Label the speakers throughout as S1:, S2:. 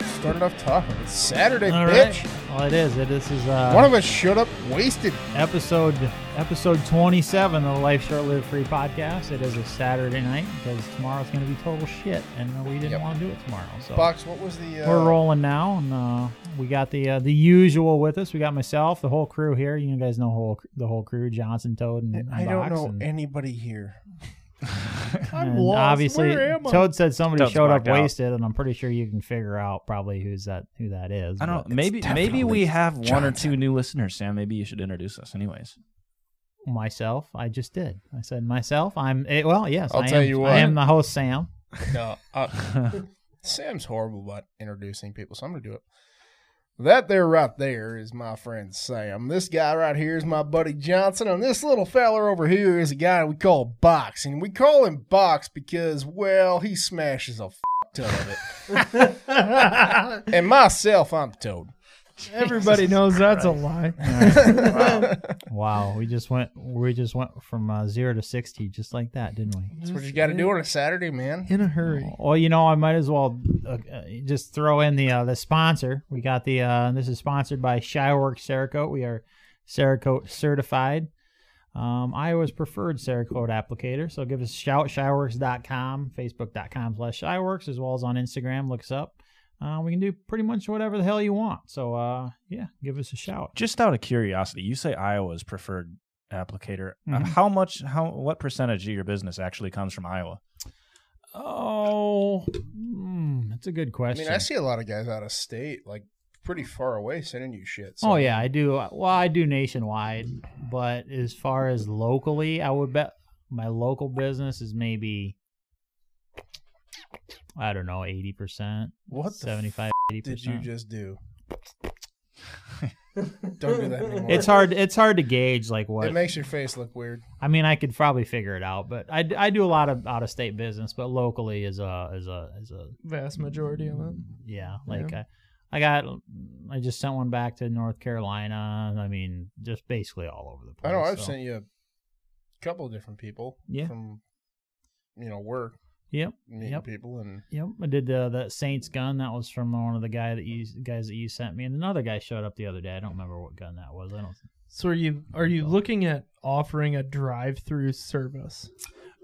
S1: started off talking. It's Saturday,
S2: All right.
S1: bitch.
S2: Well, it is. It, this is uh,
S1: One of us showed up wasted.
S2: episode episode 27 of the Life Short Live Free podcast. It is a Saturday night because tomorrow's going to be total shit, and we didn't
S1: Yep.
S2: want to do it tomorrow. So
S1: Fox, what was the? Uh,
S2: we're rolling now, and uh, we got the uh, the usual with us. We got myself, the whole crew here. You guys know whole the whole crew: Johnson, Toad, and
S1: I
S2: and
S1: don't
S2: Box,
S1: know
S2: and-
S1: anybody here. I'm
S2: And
S1: lost.
S2: obviously,
S1: Where am I?
S2: Toad said somebody
S3: Toad's
S2: showed up
S3: blacked out.
S2: wasted, and I'm pretty sure you can figure out probably who's that who that is.
S3: I
S2: but-
S3: don't. Maybe maybe
S1: definitely
S3: we have one or
S1: Johnson.
S3: two new listeners, Sam. Maybe you should introduce us, anyways.
S2: myself. I just did. I said myself. I'm eh, well. Yes,
S1: I'll
S2: I
S1: tell
S2: am,
S1: you
S2: I
S1: what.
S2: am the host, Sam.
S1: no, uh, Sam's horrible about introducing people, so I'm gonna do it. That there right there is my friend Sam. This guy right here is my buddy Johnson, and this little feller over here is a guy we call Box, and we call him Box because, well, he smashes a f- ton of it. and myself, I'm Toad.
S4: Everybody knows that's a lie.
S2: Wow, we just went. We just went from uh, zero to sixty just like that, didn't we?
S1: That's what you got to do on a Saturday, man.
S4: In a hurry.
S2: Oh, Well, you know, I might as well uh, uh, just throw in the uh, the sponsor. We got the uh, this is sponsored by Shywork Cerakote. We are Cerakote certified. Um, Iowa's preferred Cerakote applicator. So give us a shout, shyworks.com, facebook.com slash shyworks, as well as on Instagram. Look us up. Uh, we can do pretty much whatever the hell you want. So, uh, yeah, give us a shout.
S3: Just out of curiosity, you say Iowa's preferred applicator. Uh,
S2: Mhm.
S3: how much? How what percentage of your business actually comes from Iowa?
S2: Oh, mm, that's a good
S1: I
S2: question.
S1: mean, I see a lot of guys out of state, like pretty far away, sending you shit. so-
S2: Oh yeah, I do. Well, I do nationwide, but as far as locally, I would bet my local business is maybe I don't know, 80%,
S1: What the
S2: 75,
S1: f- did you
S2: 80%.
S1: just do? Don't do that anymore.
S2: It's hard it's hard to gauge like
S1: It
S2: what
S1: makes your face look weird.
S2: I mean, I could probably figure it out, but I, d- I do a lot of out of state business, but locally is a is a is a
S4: Vast majority of it.
S2: yeah, like
S4: Yeah.
S2: I, I got I just sent one back to North Carolina. I mean, just basically all over the
S1: I
S2: place.
S1: know I've
S2: so-
S1: sent you a couple of different people
S2: Yeah.
S1: from you know work
S2: Yep.
S1: meeting
S2: Yep.
S1: people and
S2: Yep, I did the that Saints gun. That was from one of the guy that you guys that you sent me, and another guy showed up the other day. I don't remember what gun that was. I don't.
S4: So are you are you looking at offering a drive through service?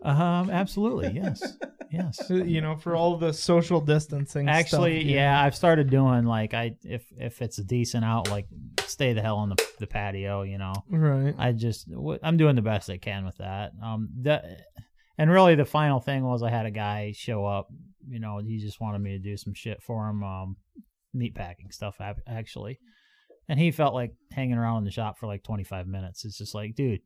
S2: Um, absolutely, yes, yes.
S4: You know, for all the social distancing. stuff,
S2: Actually,
S4: you
S2: yeah, I've started doing like I if if it's a decent out, like stay the hell on the the patio, you know.
S4: know? Right.
S2: I just wh- I'm doing the best I can with that. Um, that and really the final thing was I had a guy show up. You know, he just wanted me to do some shit for him, um, meat packing stuff ac- actually. And he felt like hanging around in the shop for like 25 minutes. It's just like, dude,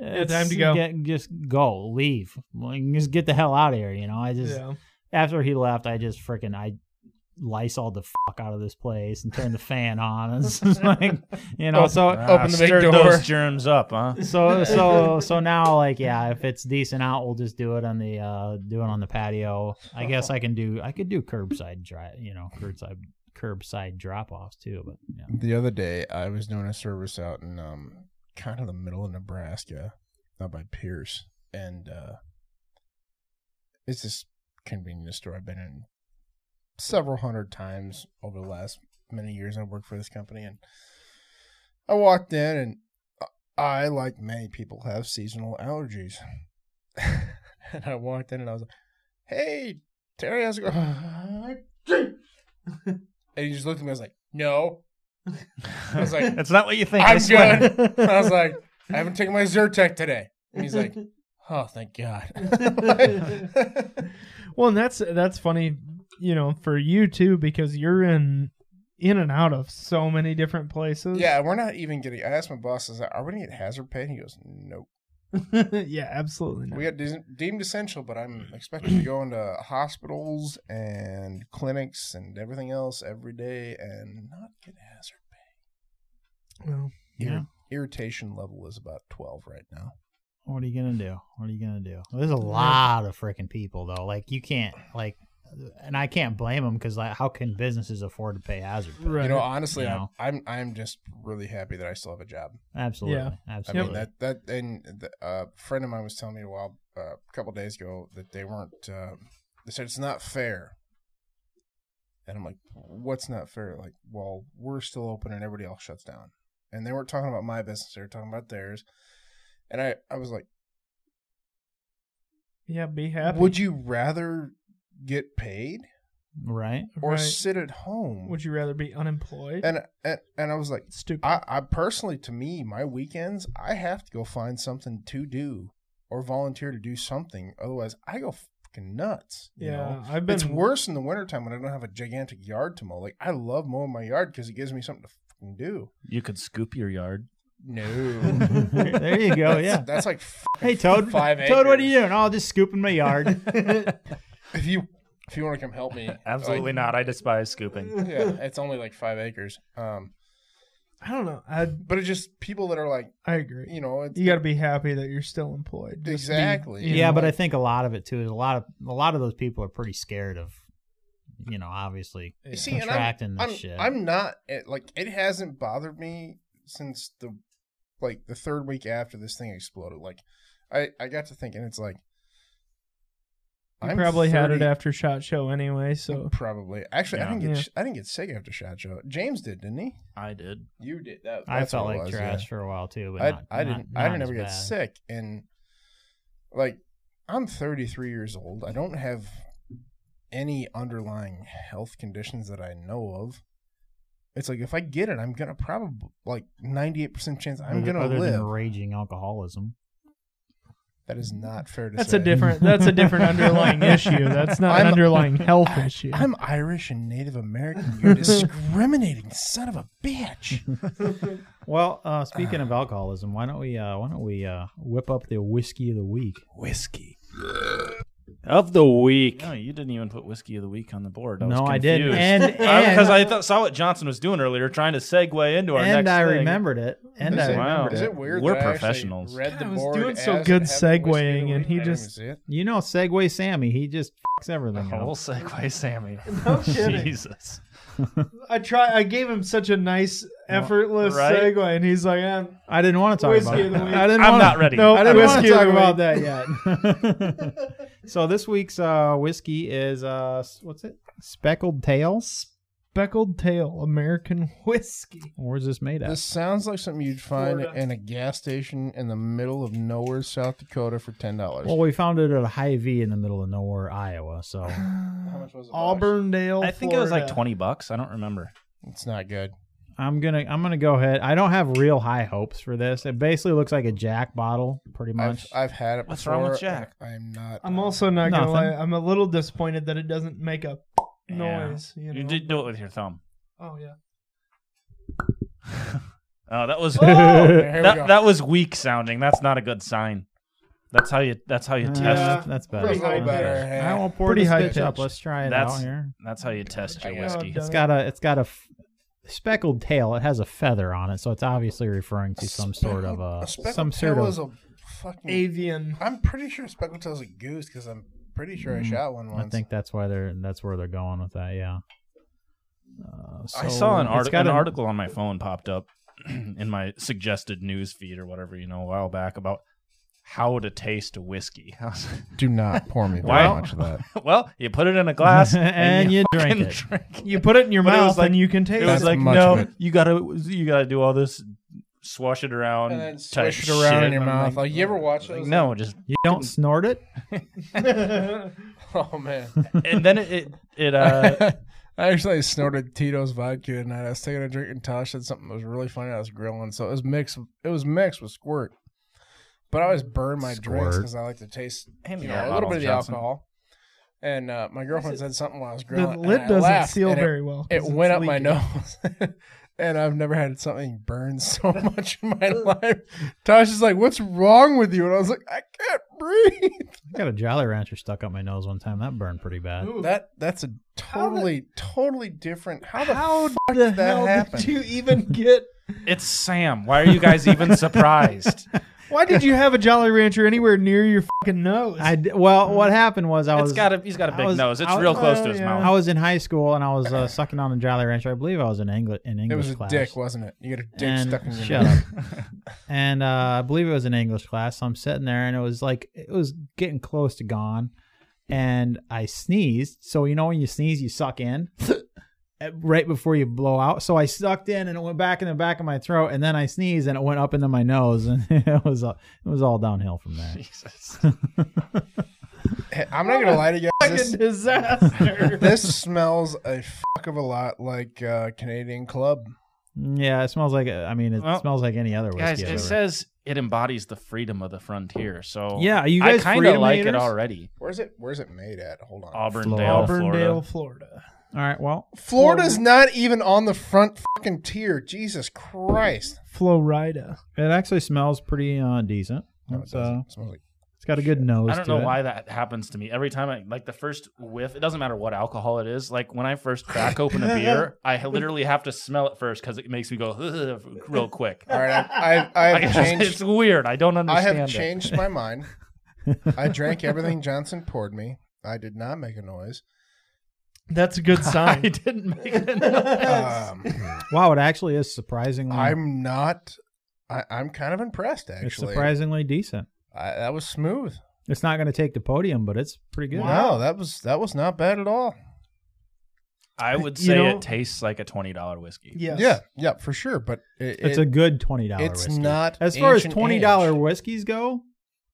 S2: it's-
S4: time to go.
S2: get- just go, leave, like, just get the hell out of here. You know, I just
S4: yeah.
S2: after he left, I just freaking I lice all the fuck out of this place and turned the fan on. It's just like, you know, so
S3: Ah,
S1: the big
S3: stirred
S1: door.
S3: those germs up, huh?
S2: so so so now like yeah if it's decent out we'll just do it on the uh do it on the patio i guess i can do i could do curbside dry you know curbside curbside drop offs too but yeah
S1: The other day, I was doing a service out in um, kind of the middle of Nebraska, out by Pierce, and uh, it's this convenience store I've been in several hundred times over the last many years. I worked for this company, and I walked in, and I, like many people, have seasonal allergies. and I walked in, and I was like, "Hey, Terry, how's it going?" and he just looked at me. I was like, "No, I was like,
S3: it's not what you think. I
S1: I'm
S3: swear.
S1: good. And I was like, I haven't taken my Zyrtec today. And he's like, Oh, thank God.
S4: Well, and that's that's funny, you know, for you too because you're in in and out of so many different places.
S1: yeah, we're not even getting. I asked my boss, "Is that are we gonna get hazard pay?" And he goes, "Nope.
S4: yeah, absolutely. Not.
S1: We got de- deemed essential, but I'm expected to go into hospitals and clinics and everything else every day and not get hazard pay."
S4: Well,
S2: yeah
S1: Irritation level is about twelve right now.
S2: what are you gonna do what are you gonna do there's a lot of freaking people though like you can't like and i can't blame them because like how can businesses afford to pay hazard pay?
S4: right.
S1: You know, honestly,
S2: You know.
S1: I'm, I'm I'm just really happy that I still have a job.
S2: absolutely
S4: Yeah.
S1: I mean
S2: absolutely
S1: that that and the, uh, a friend of mine was telling me a while uh, um, a couple days ago that they weren't. Uh, they said it's not fair And I'm like, what's not fair? Like, well, we're still open and everybody else shuts down. And they weren't talking about my business, they were talking about theirs. And I, I was like,
S4: Yeah, be happy.
S1: would you rather get paid
S2: Right.
S1: or
S4: Right.
S1: sit at home?
S4: Would you rather be unemployed?
S1: and, and and I was like,
S4: Stupid.
S1: I, I personally, to me, my weekends, I have to go find something to do or volunteer to do something. Otherwise, I go fucking nuts. You
S4: yeah,
S1: know?
S4: I've been.
S1: it's worse in the wintertime when I don't have a gigantic yard to mow. Like, I love mowing my yard because it gives me something to fucking do.
S3: You could scoop your yard.
S1: No.
S2: there you go. Oh, Yeah.
S1: That's like, fucking
S2: Hey Toad.
S1: five
S2: Toad, what are
S1: acres.
S2: you doing? Oh, just scooping my yard.
S1: If you, if you want to come help me, Oh,
S3: Absolutely not. I despise scooping.
S1: like, yeah, it's only like five acres. Um,
S4: I don't know. I
S1: but it's just people that are like,
S4: I agree.
S1: you know, it's,
S4: You got to be happy that you're still employed. Just be-
S1: Exactly.
S4: you
S2: yeah,
S4: know,
S2: but I
S4: like,
S2: think a lot of it too is a lot of a lot of those people are pretty scared of, you know, obviously
S1: You see, and I'm,
S2: contracting this
S1: I'm,
S2: shit.
S1: I'm not it, like it hasn't bothered me since the like the third week after this thing exploded. Like I I got to thinking it's like
S4: you probably had it
S1: 30
S4: after Shot Show anyway. So
S1: probably actually I
S3: Yeah.
S1: didn't get
S4: Yeah.
S1: sh I didn't get sick after shot show. James did, didn't he?
S3: I did.
S1: You did. That,
S2: I
S1: that's
S2: felt
S1: what it
S2: like
S1: was, yeah.
S2: trash for a while too, but
S1: I,
S2: not,
S1: I
S2: not-
S1: didn't I
S2: not
S1: didn't
S2: as
S1: ever get
S2: bad.
S1: sick and like I'm 33 years old. I don't have any underlying health conditions that I know of. It's like if I get it, I'm gonna probably like 98% chance I'm
S2: Other-
S1: gonna
S2: other
S1: live.
S2: than raging alcoholism.
S1: That is not fair to
S4: that's
S1: say.
S4: a different. That's a different underlying issue. That's not an
S1: I'm-
S4: underlying health issue.
S1: I'm Irish and Native American. You're discriminating, son of a bitch.
S2: Well, uh, speaking of alcoholism, why don't we uh, why don't we uh, whip up the whiskey of the week?
S3: Whiskey. Of the week. No, you didn't even put whiskey of the week on the board. I was
S2: no, I didn't,
S3: confused.
S2: and
S3: I-
S2: and,
S3: because I thought, saw what Johnson was doing earlier, trying to segue into our
S2: and
S3: next.
S2: I
S3: thing.
S2: remembered it, and
S1: Is
S2: I
S1: it-
S2: remembered
S1: Is
S2: it.
S1: it weird?
S3: We're
S1: that I actually
S3: professionals.
S1: Read the
S4: God, I was
S1: board
S4: doing so
S1: as having
S4: good
S1: whiskey of the
S4: segueing,
S1: week.
S4: and he
S1: I didn't even
S4: just-
S1: see it.
S2: You know, Segway Sammy, he just fucks everything. up.
S3: Whole segue, Sammy.
S4: No kidding.
S3: Jesus.
S4: I try. I gave him such a nice, effortless
S3: Right?
S4: segue, and he's like, eh,
S2: I didn't want to talk
S4: Whiskey of
S2: about
S4: the
S2: it.
S4: week.
S2: I didn't
S3: I'm
S2: wanna-
S3: not ready.
S4: No,
S2: I didn't
S4: I'm
S2: want to
S4: whiskey of
S2: talk
S4: the
S2: about
S4: week.
S2: that yet. so this week's uh, whiskey is uh, s- what's it? Speckled Tails.
S4: "Speckled Tail American Whiskey."
S2: Where's this made out?
S1: This sounds like something you'd find
S4: Florida.
S1: in a gas station in the middle of nowhere, South Dakota, for ten dollars.
S2: Well, we found it at a high V in the middle of nowhere, Iowa. So
S1: How much was it?
S4: Auburndale.
S3: I think it was like
S4: Florida.
S3: 20 bucks. I don't remember.
S1: It's not good.
S2: I'm gonna I'm gonna go ahead. I don't have real high hopes for this. It basically looks like a Jack bottle, pretty
S1: I've,
S2: much.
S1: I've had it.
S3: What's
S1: before.
S3: wrong with Jack?
S1: I am
S2: Uh,
S1: not.
S4: I'm also not
S2: Nothing.
S4: gonna lie. I'm a little disappointed that it doesn't make a
S3: Yeah.
S4: noise. You,
S3: You,
S4: know?
S3: did do it with your thumb.
S4: Oh yeah.
S3: Oh, that was
S1: Here we go.
S3: that, that was weak sounding. That's not a good sign. That's how you that's how you
S2: Uh,
S3: test
S4: Yeah.
S2: that's better.
S1: Pretty
S4: high
S2: That's
S1: better,
S2: better.
S1: yeah.
S2: I will pour
S4: Pretty
S2: this
S4: high
S2: bitch up.
S4: pitch.
S2: Let's try it
S3: That's-
S2: out here.
S3: that's how you test your
S1: I got
S3: whiskey.
S4: done.
S2: It's got a it's got a f- speckled tail. It has a feather on it, so it's obviously referring to some sort of
S1: A
S2: uh
S1: speckled
S2: some sort
S1: tail is
S2: of.
S1: a fucking.
S4: Avian.
S1: I'm pretty sure speckled tail's a goose because I'm pretty sure I shot one
S2: Mm, I
S1: once.
S2: think that's why they're that's where they're going with that. Yeah. Uh, so
S3: I saw an,
S2: it's
S3: article.
S2: got
S3: an
S2: a-
S3: article on my phone popped up in my suggested news feed or whatever, you know, a while back about how to taste a whiskey. I was like,
S1: Do not pour me
S3: very Wow. much
S1: of that.
S3: well, you put it in a glass
S2: and, you drink
S3: fucking
S2: it.
S3: drink
S4: You put it in your
S3: But it was
S4: mouth
S3: like-
S4: and you can
S3: It
S4: taste it.
S3: was
S1: That's
S3: like
S1: much
S3: no,
S1: of it.
S3: you gotta you gotta do all this, swash it around,
S1: And then
S3: type
S1: swish it around
S3: shit.
S1: in your
S3: I'm
S1: mouth. Like, you ever watch
S3: like,
S1: those?
S3: no, just
S2: You don't snort it.
S1: Oh man.
S3: and then it it, it uh
S1: I actually snorted Tito's vodka and I was taking a drink and Tosh said something that was really funny. I was grilling, so it was mixed. It was mixed with squirt, but I always burn my drinks
S2: Squirt.
S1: because I like to taste
S3: Hand me
S1: you know,
S3: that
S1: a little
S3: bottle,
S1: bit of the
S3: Johnson.
S1: alcohol. And uh, my girlfriend said something while I was
S4: the
S1: grilling.
S4: lid
S1: and I
S4: doesn't
S1: laughed,
S4: seal
S1: and it-
S4: very well.
S1: It
S4: 'cause
S1: went
S4: it's
S1: up my
S4: leaking.
S1: nose, and I've never had something burn so much in my life. Tosh is like, "What's wrong with you?" And I was like, "I can't breathe."
S2: I got a Jolly Rancher stuck up my nose one time. That burned pretty bad.
S4: Ooh.
S1: That that's a totally totally different. How the
S4: How
S1: fuck
S4: the
S1: did that
S4: hell
S1: happen?
S4: did you even get?
S3: it's Sam. Why are you guys even surprised?
S4: Why did you have a Jolly Rancher anywhere near your fucking nose?
S2: I d- well,
S1: Mm.
S2: what happened was I was
S3: it's got a he's got a
S2: I
S3: big
S2: was-
S3: nose. It's
S2: I was-
S3: real close to
S4: Oh,
S3: his
S4: yeah.
S2: I
S3: mouth.
S2: was in high school and I was uh, sucking on a Jolly Rancher. I believe I was in English in English
S1: It was a
S2: class.
S1: dick, wasn't it? You got a dick
S2: and
S1: stuck in your
S2: shut
S1: nose.
S2: up. and uh, I believe it was an English class. So I'm sitting there, and it was like it was getting close to gone, and I sneezed. So you know when you sneeze, you suck in. at- right before you blow out. So I sucked in and it went back in the back of my throat, and then I sneezed and it went up into my nose, and it was all, it was all downhill from there.
S3: Jesus.
S1: I'm not gonna lie to you. Guys, this,
S4: disaster.
S1: this smells a fuck of a lot like uh, Canadian Club.
S2: Yeah, it smells like I mean, it
S3: Well,
S2: smells like any other whiskey.
S3: guys,
S2: I've
S3: it
S2: ever-
S3: says it embodies the freedom of the frontier. So
S2: yeah, are you
S3: I
S2: guys
S3: kind of
S2: freedom
S3: like it
S2: haters?
S3: already.
S1: Where's it? Where's it made at? Hold on.
S3: Auburndale, Florida.
S4: Auburndale, Florida.
S2: All right, well,
S1: Florida's not even on the front fucking tier. Jesus Christ.
S4: Florida.
S2: it actually smells pretty uh, decent.
S1: No, it
S2: it's, uh,
S1: doesn't. It smells like
S2: it's got a good nose.
S3: I don't
S2: to
S3: know
S2: it.
S3: why that happens to me. Every time I like the first whiff, it doesn't matter what alcohol it is. Like when I first crack open a beer, I literally have to smell it first because it makes me go "Ugh," real quick.
S1: all right. I've, I've, I've
S3: Like, it's
S1: changed.
S3: weird. I don't
S1: I
S3: understand.
S1: have
S3: it.
S1: changed my mind. I drank everything Johnson poured me. I did not make a noise.
S4: That's a good
S3: I
S4: sign.
S3: didn't make it.
S1: Um,
S2: Wow, it actually is surprisingly.
S1: I'm not. I, I'm kind of impressed
S2: it's
S1: actually.
S2: surprisingly decent.
S1: I, that was smooth.
S2: It's not going to take the podium, but it's pretty good.
S1: No, that was that was not bad at all.
S3: I would
S4: You
S3: say
S4: know-
S3: it tastes like a twenty dollar whiskey.
S4: yes.
S1: Yeah, yeah, for sure. But it,
S2: It's
S1: it-
S2: a good twenty dollar.
S1: it's not
S2: as far as
S1: ancient
S2: twenty dollar
S1: age.
S2: whiskeys go.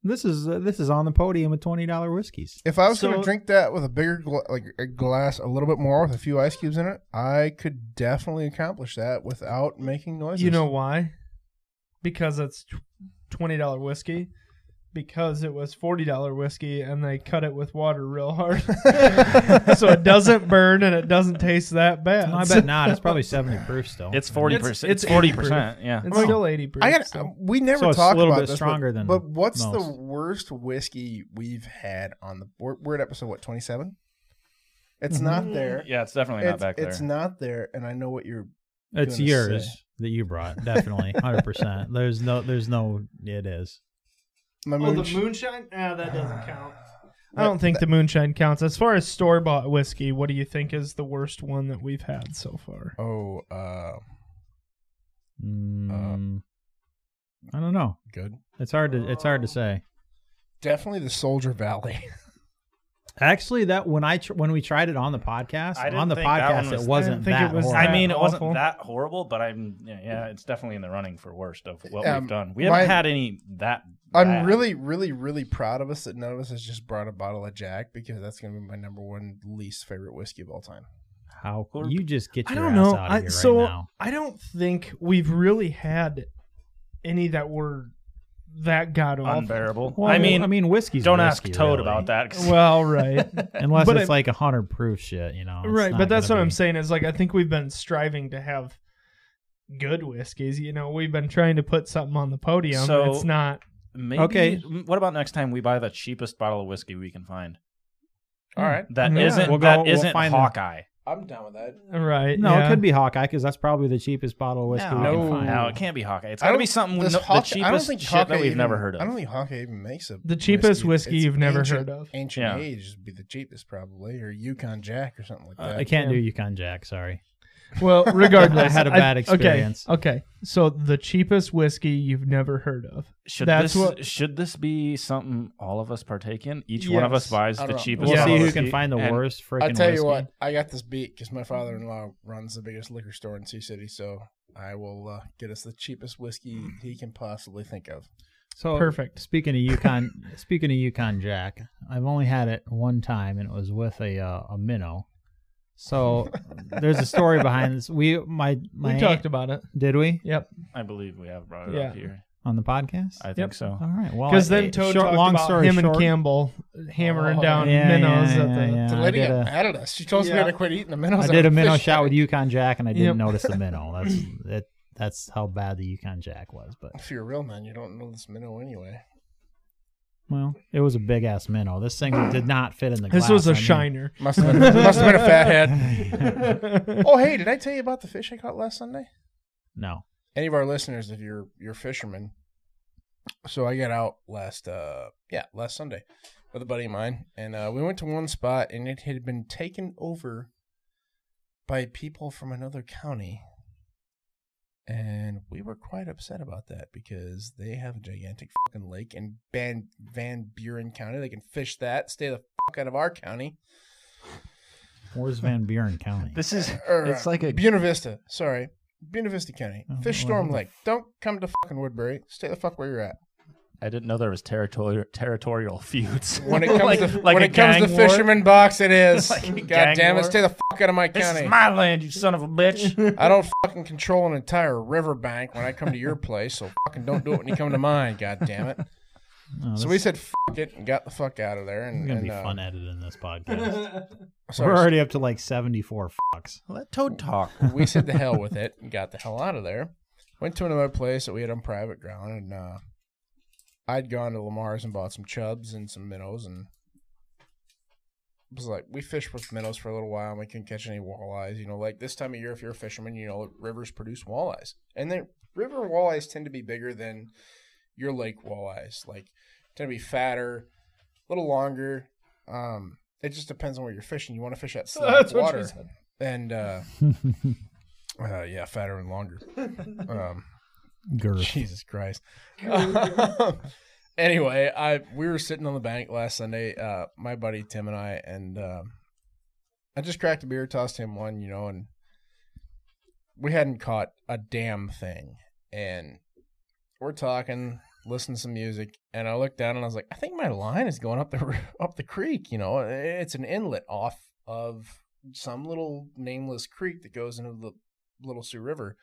S2: This is uh, this is on the podium with twenty dollar whiskeys.
S1: If I was
S4: So-
S1: going to drink that with a bigger gla- like a glass, a little bit more with a few ice cubes in it, I could definitely accomplish that without making noises.
S4: You know why? Because it's tw- twenty dollar whiskey. Because it was forty dollar whiskey, and they cut it with water real hard, so it doesn't burn and it doesn't taste that bad.
S2: I bet not. It's probably seventy proof still.
S3: It's forty percent.
S4: It's-
S3: It's
S4: it's
S3: forty percent. Yeah.
S4: It's
S1: Oh.
S4: still eighty proof.
S1: I got.
S4: so-
S1: We never talk
S2: So it's a little
S1: about
S2: bit
S1: this,
S2: stronger
S1: but,
S2: than
S1: But what's the
S2: most.
S1: worst whiskey we've had on the? We're, we're at episode what twenty seven. It's
S2: Mm-hmm.
S1: not there.
S3: Yeah, it's definitely not
S1: it's,
S3: back there.
S1: it's not there, and I know what you're.
S2: It's
S1: gonna
S2: yours
S1: say.
S2: that you brought. Definitely, hundred percent. There's no there's no. It is.
S1: My
S4: Oh,
S1: moonsh-
S4: the moonshine? Ah, that doesn't count. I don't think the moonshine counts. As far as store bought whiskey, what do you think is the worst one that we've had so far?
S1: Oh, uh,
S2: Mm, I don't know.
S1: good.
S2: It's hard to it's hard to say.
S1: Definitely the Soldier Valley.
S2: Actually, that when I tr- when we tried it on the podcast
S3: I didn't
S2: on the
S3: think that
S2: podcast,
S3: one was-
S2: it
S4: I
S2: wasn't
S4: didn't think
S2: that.
S4: it was
S2: horrible.
S3: I mean, it
S4: Awful.
S3: wasn't that horrible, but I'm yeah, yeah, it's definitely in the running for worst of what
S1: Um,
S3: we've done. We haven't
S1: my-
S3: had any that.
S1: I'm
S3: bad.
S1: really, really, really proud of us that none of us has just brought a bottle of Jack because that's going to be my number one least favorite whiskey of all time.
S2: How
S3: Or-
S2: you just get
S4: I
S2: your
S4: don't
S2: ass
S4: know.
S2: out of
S4: I,
S2: here
S4: so
S2: right now?
S4: I don't think we've really had any that were that god awful.
S3: unbearable.
S2: Well,
S3: I mean,
S2: I mean, whiskey's
S3: don't
S2: whiskey,
S3: ask Toad
S2: really.
S3: about that. 'cause-
S4: Well, right,
S2: Unless
S4: But
S2: it's
S4: I-
S2: like a hundred proof shit, you know. It's
S4: right.
S2: not
S4: But that's what
S2: gonna
S4: I'm
S2: be-
S4: saying is like I think we've been striving to have good whiskeys. You know, we've been trying to put something on the podium. and
S3: So-
S4: it's not.
S3: maybe,
S2: Okay.
S3: What about next time we buy the cheapest bottle of whiskey we can find?
S1: All right,
S3: That
S4: Yeah.
S3: not
S2: We'll go-
S3: that
S2: we'll
S3: isn't
S2: find the-
S3: Hawkeye.
S1: I'm down with that.
S4: Mm, Right.
S2: No,
S4: yeah.
S2: it could be Hawkeye because that's probably the cheapest bottle of whiskey.
S3: no,
S2: we can
S1: No.
S2: find.
S3: no, it can't be Hawkeye. It's
S1: I
S3: got to
S1: don't-
S3: be something with
S1: this
S3: no,
S1: Hawk-
S3: the cheapest shit that we've
S1: even-
S3: never heard of.
S1: I don't think Hawkeye even makes a
S4: The cheapest whiskey
S1: It's
S4: you've never
S1: ancient-
S4: heard of.
S1: Ancient
S3: Yeah.
S1: age would be the cheapest probably, or Yukon Jack or something like
S2: Uh,
S1: that.
S2: I can't do Yukon Jack. Sorry.
S4: Well, regardless,
S2: I had a bad experience.
S4: Okay, okay, so the cheapest whiskey you've never heard of.
S3: should this
S4: That's what-
S3: should this be something all of us partake in? Each one of us
S4: Yes.
S3: buys
S1: I
S3: the
S1: don't know.
S3: cheapest.
S2: We'll
S4: Yeah.
S2: see
S3: bottle
S2: who
S3: of
S2: can
S3: whiskey,
S2: find the
S3: and
S2: worst freaking.
S1: I tell
S2: whiskey.
S1: you what, I got this beat because my father-in-law runs the biggest liquor store in Sioux City, so I will uh, get us the cheapest whiskey he can possibly think of.
S2: So
S4: Perfect.
S2: Speaking of Yukon, speaking of Yukon Jack, I've only had it one time, and it was with a uh, a minnow. So there's a story behind this. We my my
S4: we
S2: aunt-
S4: talked about it.
S2: did we
S4: Yep.
S3: I believe we have brought it
S4: Yeah.
S3: up here.
S2: on the podcast?
S3: I think
S4: Yep.
S3: so.
S2: All right. Well,
S4: Because
S2: Oh, I-
S4: then Toad
S2: short-
S4: talked
S2: long
S4: about
S2: story
S4: him and
S2: short-
S4: Campbell hammering
S1: Oh,
S4: down
S2: yeah,
S4: minnows
S2: yeah,
S4: at the.
S2: yeah,
S1: the
S2: I
S1: lady
S2: did
S1: got
S2: a-
S1: mad at us. She told us we
S4: Yeah.
S1: had to quit eating the minnows.
S2: I
S1: out
S2: did a
S1: of the
S2: minnow
S1: fish
S2: shot with
S1: tank.
S2: Yukon Jack, and I didn't
S4: Yep.
S2: notice the minnow. That's that. That's how bad the Yukon Jack was. But
S1: If you're a real man, you don't know this minnow anyway.
S2: well, it was a big ass minnow. This thing did not fit in the.
S4: This
S2: glass.
S4: was
S2: I
S4: a
S2: mean-
S4: shiner.
S1: Must have been, must have been a fathead. Oh, hey, did I tell you about the fish I caught last Sunday?
S2: No.
S1: Any of our listeners, if you're you're fishermen, so I got out last uh yeah last Sunday with a buddy of mine, and uh, we went to one spot, and it had been taken over by people from another county, and we were quite upset about that because they have a gigantic fucking lake in Van Van Buren County. They can fish that. Stay the fuck out of our county.
S2: Where's Van Buren County?
S5: This is
S1: Or,
S5: it's
S1: uh,
S5: like a
S1: Buena Vista. Sorry. Buena Vista County.
S2: Oh,
S1: Fish
S2: well,
S1: Storm
S2: what the
S1: Lake. Don't come to fucking Woodbury. Stay the fuck where you're at.
S3: I didn't know there was territorial territorial feuds.
S1: When it comes
S3: Like-
S1: to
S3: like
S1: when
S3: a
S1: it comes to
S3: gang war?
S1: fisherman box, it is.
S3: Like a
S1: God
S3: gang
S1: damn it!
S3: war?
S1: Stay the fuck out of my
S3: This
S1: county.
S3: is my land, you son of a bitch.
S1: I don't fucking control an entire riverbank when I come to your place, so fucking don't do it when you come to mine. God damn it!
S2: Oh, this
S1: So we said fuck it and got the fuck out of there.
S2: is
S1: And,
S2: gonna
S1: and,
S2: be
S1: uh,
S2: fun editing this podcast.
S1: sorry,
S2: We're already up to like seventy-four fucks.
S5: let Toad talk.
S1: we said the hell with it and got the hell out of there. Went to another place that we had on private ground, and uh, I'd gone to Lamar's and bought some chubs and some minnows, and it was like we fished with minnows for a little while, and we couldn't catch any walleyes. You know, like this time of year, if you're a fisherman, you know rivers produce walleyes, and then river walleyes tend to be bigger than your lake walleyes. Like tend to be fatter, a little longer. Um, it just depends on where you're fishing. You want to fish that slack
S4: That's what she
S1: water,
S4: said.
S1: and uh, uh, yeah, fatter and longer. Um,
S2: Girth.
S1: Jesus Christ. anyway, I we were sitting on the bank last Sunday, uh, my buddy Tim and I, and um, I just cracked a beer, tossed him one, you know, and we hadn't caught a damn thing. And we're talking, listening to some music, and I looked down and I was like, I think my line is going up the r- up the creek. You know, it's an inlet off of some little nameless creek that goes into the Little Sioux River.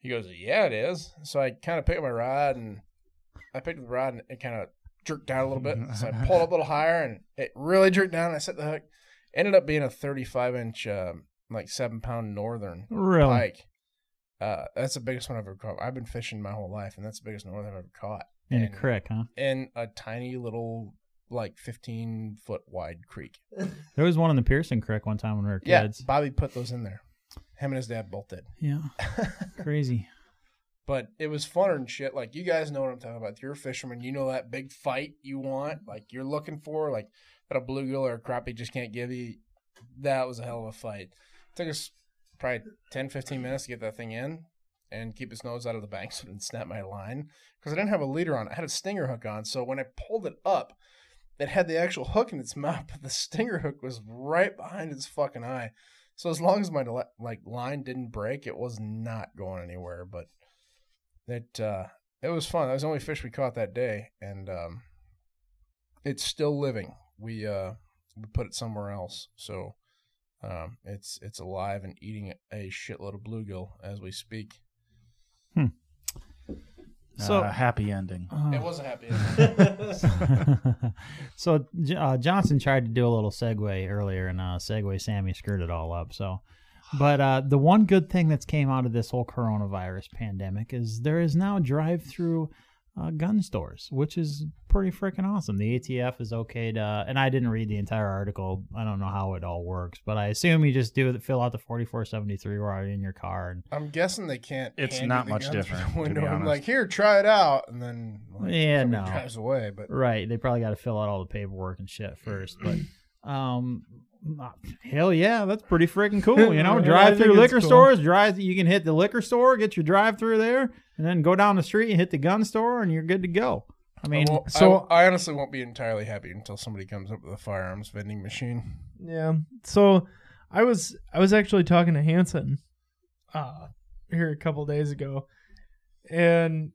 S1: He goes, Yeah, it is. So I kind of picked up my rod and I picked up the rod and it kind of jerked down a little bit. So I pulled up a little higher and it really jerked down. And I set the hook. Ended up being a 35 inch, um, like seven pound northern
S2: Really?
S1: pike. Uh, that's the biggest one I've ever caught. I've been fishing my whole life and that's the biggest northern I've ever caught.
S2: In a
S1: And-
S2: crick, huh?
S1: In a tiny little, like 15 foot wide creek.
S2: There was one in the Pearson Creek one time when we were
S1: Yeah.
S2: kids.
S1: Bobby put those in there. Him and his dad both did.
S2: Yeah. Crazy.
S1: But it was funner and shit. Like you guys know what I'm talking about. You're a fisherman. You know that big fight you want, like you're looking for, like that a bluegill or a crappie just can't give you. That was a hell of a fight. took us probably 10, 15 minutes to get that thing in and keep its nose out of the bank so it didn't snap my line because I didn't have a leader on. I had a stinger hook on, so when I pulled it up, it had the actual hook in its mouth, but the stinger hook was right behind its fucking eye. So as long as my li- like line didn't break, it was not going anywhere. But that uh it was fun. That was the only fish we caught that day, and um it's still living. We uh we put it somewhere else, so um it's it's alive and eating a shitload of bluegill as we speak.
S2: So-
S3: Uh, happy ending.
S1: It
S2: Uh,
S1: was a happy.
S2: so J- uh, Johnson tried to do a little segue earlier, and uh, segue Sammy screwed it all up. So, but uh, the one good thing that's came out of this whole coronavirus pandemic is there is now drive-through uh, gun stores, which is pretty freaking awesome. The ATF is okay to, and I didn't read the entire article. I don't know how it all works, but I assume you just do it, fill out the forty-four seventy-three while you're in your car, and
S1: I'm guessing they can't.
S3: It's
S1: hand
S3: not
S1: you the
S3: much
S1: gun through
S3: different,
S1: the
S3: to
S1: window.
S3: be
S1: I'm
S3: honest.
S1: like, here, try it out, and then like,
S2: Yeah,
S1: somebody
S2: no.
S1: drives away. But
S2: Right. They probably got to fill out all the paperwork and shit first. But um, hell yeah, that's pretty freaking cool. You know,
S4: I
S2: drive through
S4: think it's
S2: liquor
S4: cool.
S2: stores. Drive. You can hit the liquor store, get your drive through there, and then go down the street and hit the gun store, and you're good to go. I mean,
S1: won't-
S4: so-
S1: I, I honestly won't be entirely happy until somebody comes up with a firearms vending machine.
S4: Yeah. So I was I was actually talking to Hanson uh here a couple days ago and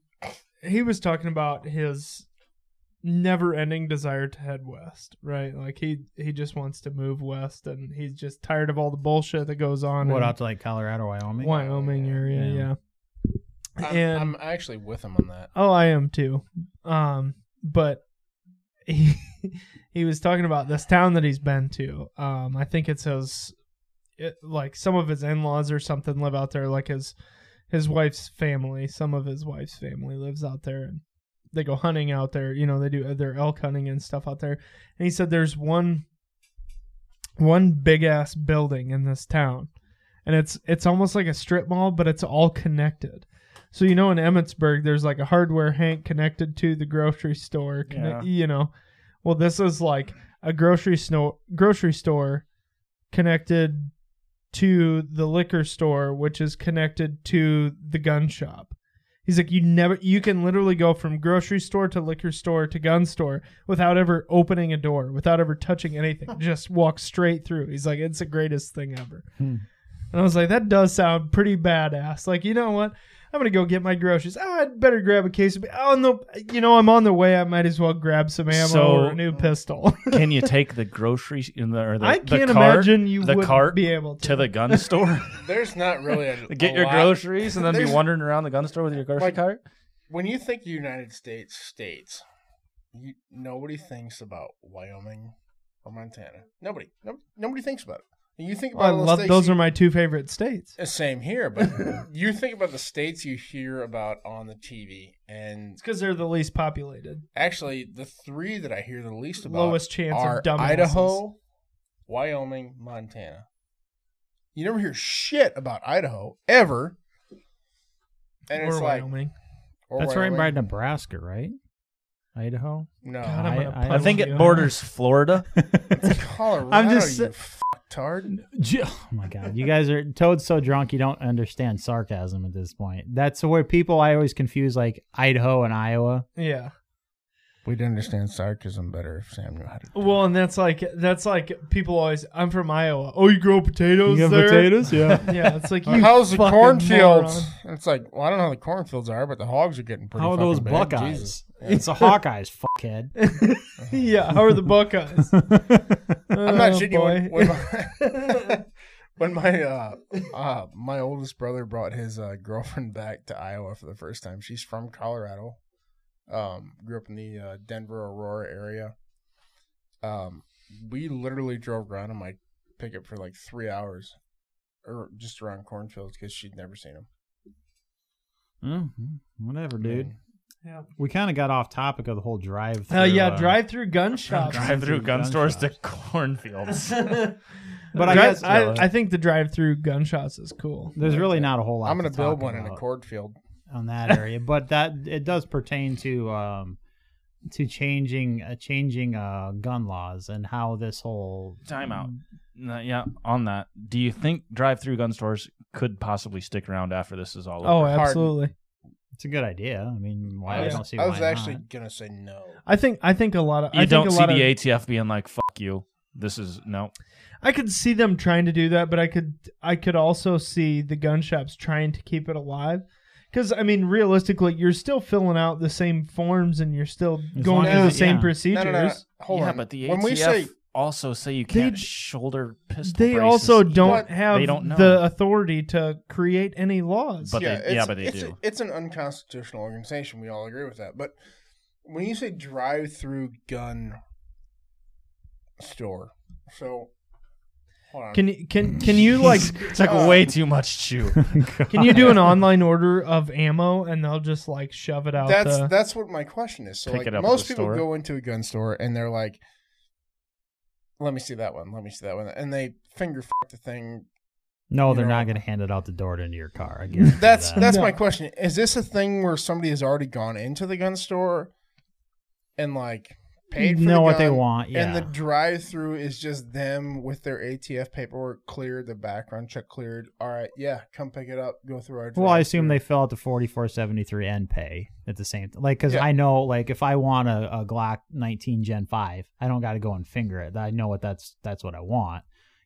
S4: he was talking about his never ending desire to head west, right? Like he he just wants to move west and he's just tired of all the bullshit that goes on
S2: what
S4: in
S2: out to like Colorado, Wyoming?
S4: Wyoming area,
S2: Yeah.
S4: yeah.
S1: I'm,
S4: And-
S1: I'm actually with him on that.
S4: Oh, I am too. Um, but he, he was talking about this town that he's been to. Um, I think it's his, it, like some of his in-laws or something live out there. Like his his wife's family, some of his wife's family lives out there, and they go hunting out there. You know, they do uh, their elk hunting and stuff out there. And he said there's one one big ass building in this town, and it's it's almost like a strip mall, but it's all connected. So you know, in Emmitsburg, there's like a hardware hank connected to the grocery store. Connect, You know, well, this is like a grocery snow grocery store connected to the liquor store, which is connected to the gun shop. He's like, you never, you can literally go from grocery store to liquor store to gun store without ever opening a door, without ever touching anything. Just walk straight through. He's like, it's the greatest thing ever.
S2: Hmm.
S4: And I was like, that does sound pretty badass. Like, you know what? I'm gonna go get my groceries. Oh, I'd better grab a case of. Oh no, you know I'm on the way. I might as well grab some ammo
S3: So-
S4: or a new pistol.
S3: Can you take the groceries in the or the,
S4: I
S3: the
S4: can't
S3: cart,
S4: imagine you
S3: the
S4: would
S3: cart
S4: be able to.
S3: to the gun store?
S1: There's not really a
S3: Get
S1: a
S3: your
S1: lot-
S3: groceries and then be
S1: There's-
S3: wandering around the gun store with your grocery
S1: Like-
S3: cart?
S1: When you think United States states, you, nobody thinks about Wyoming or Montana. Nobody, no, nobody thinks about it. You think
S4: I
S1: about all the
S4: love
S1: states
S4: those
S1: you-
S4: are my two favorite states.
S1: Uh, Same here, but you think about the states you hear about on the TV, and
S4: It's because they're the least populated.
S1: actually, the three that I hear the least about
S4: Lowest chance
S1: are
S4: of dumb
S1: Idaho, Wyoming, Montana. You never hear shit about Idaho ever, and
S4: or
S1: it's like
S4: Wyoming.
S1: or
S2: That's right by
S1: Wyoming.
S2: Nebraska, right? Idaho.
S1: No,
S4: God, I'm
S2: I-
S4: gonna
S2: I-
S3: I
S4: punch
S3: think
S4: you
S3: it
S4: in
S3: borders Florida.
S1: Colorado.
S2: I'm just
S1: you fucktard.
S2: J- Oh my god, you guys are Toad's so drunk you don't understand sarcasm at this point. That's where people I always confuse like Idaho and Iowa.
S4: the- Yeah.
S1: We'd understand sarcasm better if Sam knew how to.
S4: Well, and that's like that's like people always. I'm from Iowa. Oh, you grow potatoes there?
S2: yeah.
S4: Yeah, it's like you.
S1: How's the
S4: fucking
S1: cornfields?
S4: moron.
S1: And It's like, well, I don't know how the cornfields are, but the hogs are getting pretty.
S2: How are those
S1: fucking big.
S2: Buckeyes?
S1: Jesus.
S2: It's the Hawkeyes, fuckhead.
S4: yeah, how are the Buckeyes?
S1: I'm not
S4: Oh,
S1: shitting you. When,
S4: boy.
S1: when my, when my uh, uh, my oldest brother brought his uh, girlfriend back to Iowa for the first time, she's from Colorado. Um, grew up in the uh, Denver Aurora area. Um, we literally drove around in my pickup for like three hours, or just around cornfields because she'd never seen them.
S2: Mhm. Whatever, dude.
S4: Yeah.
S2: We kind of got off topic of the whole drive.
S4: Uh, yeah, drive-through gun shops.
S3: Drive through gun
S2: Gun
S3: stores
S2: shops.
S3: to cornfields.
S2: But I
S4: Drive-
S2: guess uh,
S4: I, I think the drive-through gun shops is cool.
S2: there's really not a whole lot.
S1: I'm gonna
S2: to
S1: build
S2: talk
S1: one in a
S2: about
S1: cornfield.
S2: on that area, but that it does pertain to um to changing uh, changing uh gun laws and how this whole mm,
S3: Timeout. No, Uh, yeah, on that. Do you think drive through gun stores could possibly stick around after this is all
S4: Oh,
S3: over?
S4: absolutely.
S2: It's a good idea. I mean, why I,
S1: was,
S2: don't see
S1: I
S2: why
S1: was actually
S2: not.
S1: gonna say no.
S4: I think I think a lot of I
S3: you don't
S4: think a
S3: see
S4: lot
S3: the
S4: of,
S3: ATF being like, fuck you. This is no.
S4: I could see them trying to do that, but I could I could also see the gun shops trying to keep it alive. Because I mean, realistically, you're still filling out the same forms and you're still
S2: As long
S4: going through the
S2: as it-
S4: same
S2: yeah.
S4: procedures.
S1: No, no, no, no. Hold
S3: yeah,
S1: on.
S3: but the ATF
S1: when we say
S3: also say you
S4: They-
S3: can't shoulder pistol.
S4: They
S3: braces
S4: also
S3: either.
S4: don't
S1: But
S4: have
S3: they don't know.
S4: the authority to create any laws.
S3: But- they-
S1: it's-
S3: yeah, but they
S1: it's,
S3: do.
S1: it's an unconstitutional organization. We all agree with that. But when you say drive-through gun store, so hold on.
S4: can you can can you like
S3: took
S1: Uh,
S3: way too much chew.
S4: can you do an online order of ammo and they'll just like shove it out?
S1: that's
S4: the,
S1: that's what my question is. So
S3: uh, Pick
S1: like
S3: it up at
S1: most
S3: the
S1: people
S3: store.
S1: go into a gun store and they're like, "Let me see that one. Let me see that one," and they finger f- the thing.
S2: No,
S1: you
S2: they're
S1: know.
S2: not going to hand it out the door to into your car. I guess
S1: That's
S2: that.
S1: that's
S4: No.
S1: my question. Is this a thing where somebody has already gone into the gun store and like paid for
S2: know
S1: the
S2: what they
S1: gun,
S2: want. Yeah,
S1: And the drive through is just them with their ATF paperwork cleared, the background check cleared. All right, yeah, come pick it up, go through our.
S2: well, I assume they
S1: drive-thru.
S2: fill out the forty four seventy three and pay at the same like because
S1: Yeah.
S2: I know like if I want a, a Glock nineteen Gen five, I don't got to go and finger it. I know what that's that's what I want.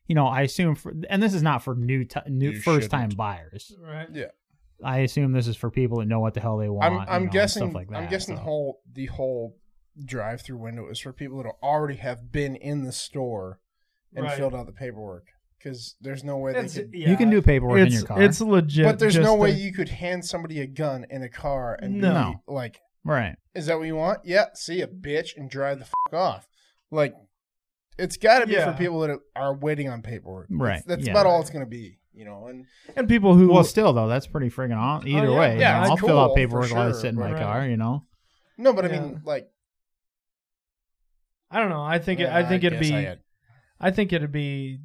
S2: You know, I assume for and this is not for new t- new
S1: You
S2: first time
S1: shouldn't.
S2: buyers.
S4: right.
S2: I assume this is for people that know what the hell they want.
S1: I'm
S2: you know,
S1: I'm
S2: and
S1: guessing
S2: stuff like that.
S1: I'm guessing
S2: so.
S1: the whole the whole drive through window is for people that already have been in the store and
S4: Right.
S1: filled out the paperwork because there's no way they could.
S2: you can do paperwork in
S4: it's,
S2: your car.
S4: It's legit.
S1: But there's
S4: just
S1: no way
S4: the-
S1: you could hand somebody a gun in a car and
S2: No.
S1: be like,
S2: right.
S1: "Is that what you want? Yeah, see a bitch and drive the fuck off." Like, it's got to be
S4: Yeah.
S1: for people that are waiting on paperwork.
S2: Right,
S1: That's, that's
S2: yeah.
S1: about all it's gonna be, you know. And
S4: and people who
S2: Well, still though, that's pretty friggin' on. Either
S4: yeah.
S2: way, you
S1: Yeah,
S2: know,
S1: it's
S2: I'll fill
S1: cool,
S2: out
S1: for
S2: paperwork while I
S1: sure,
S2: sit in my
S4: right.
S2: car. You know,
S1: no, but I
S4: Yeah.
S1: mean, like,
S4: I don't know. I think it,
S1: yeah,
S4: I think it'd
S1: guess
S4: be
S1: I
S4: I,
S1: had-
S4: think it'd be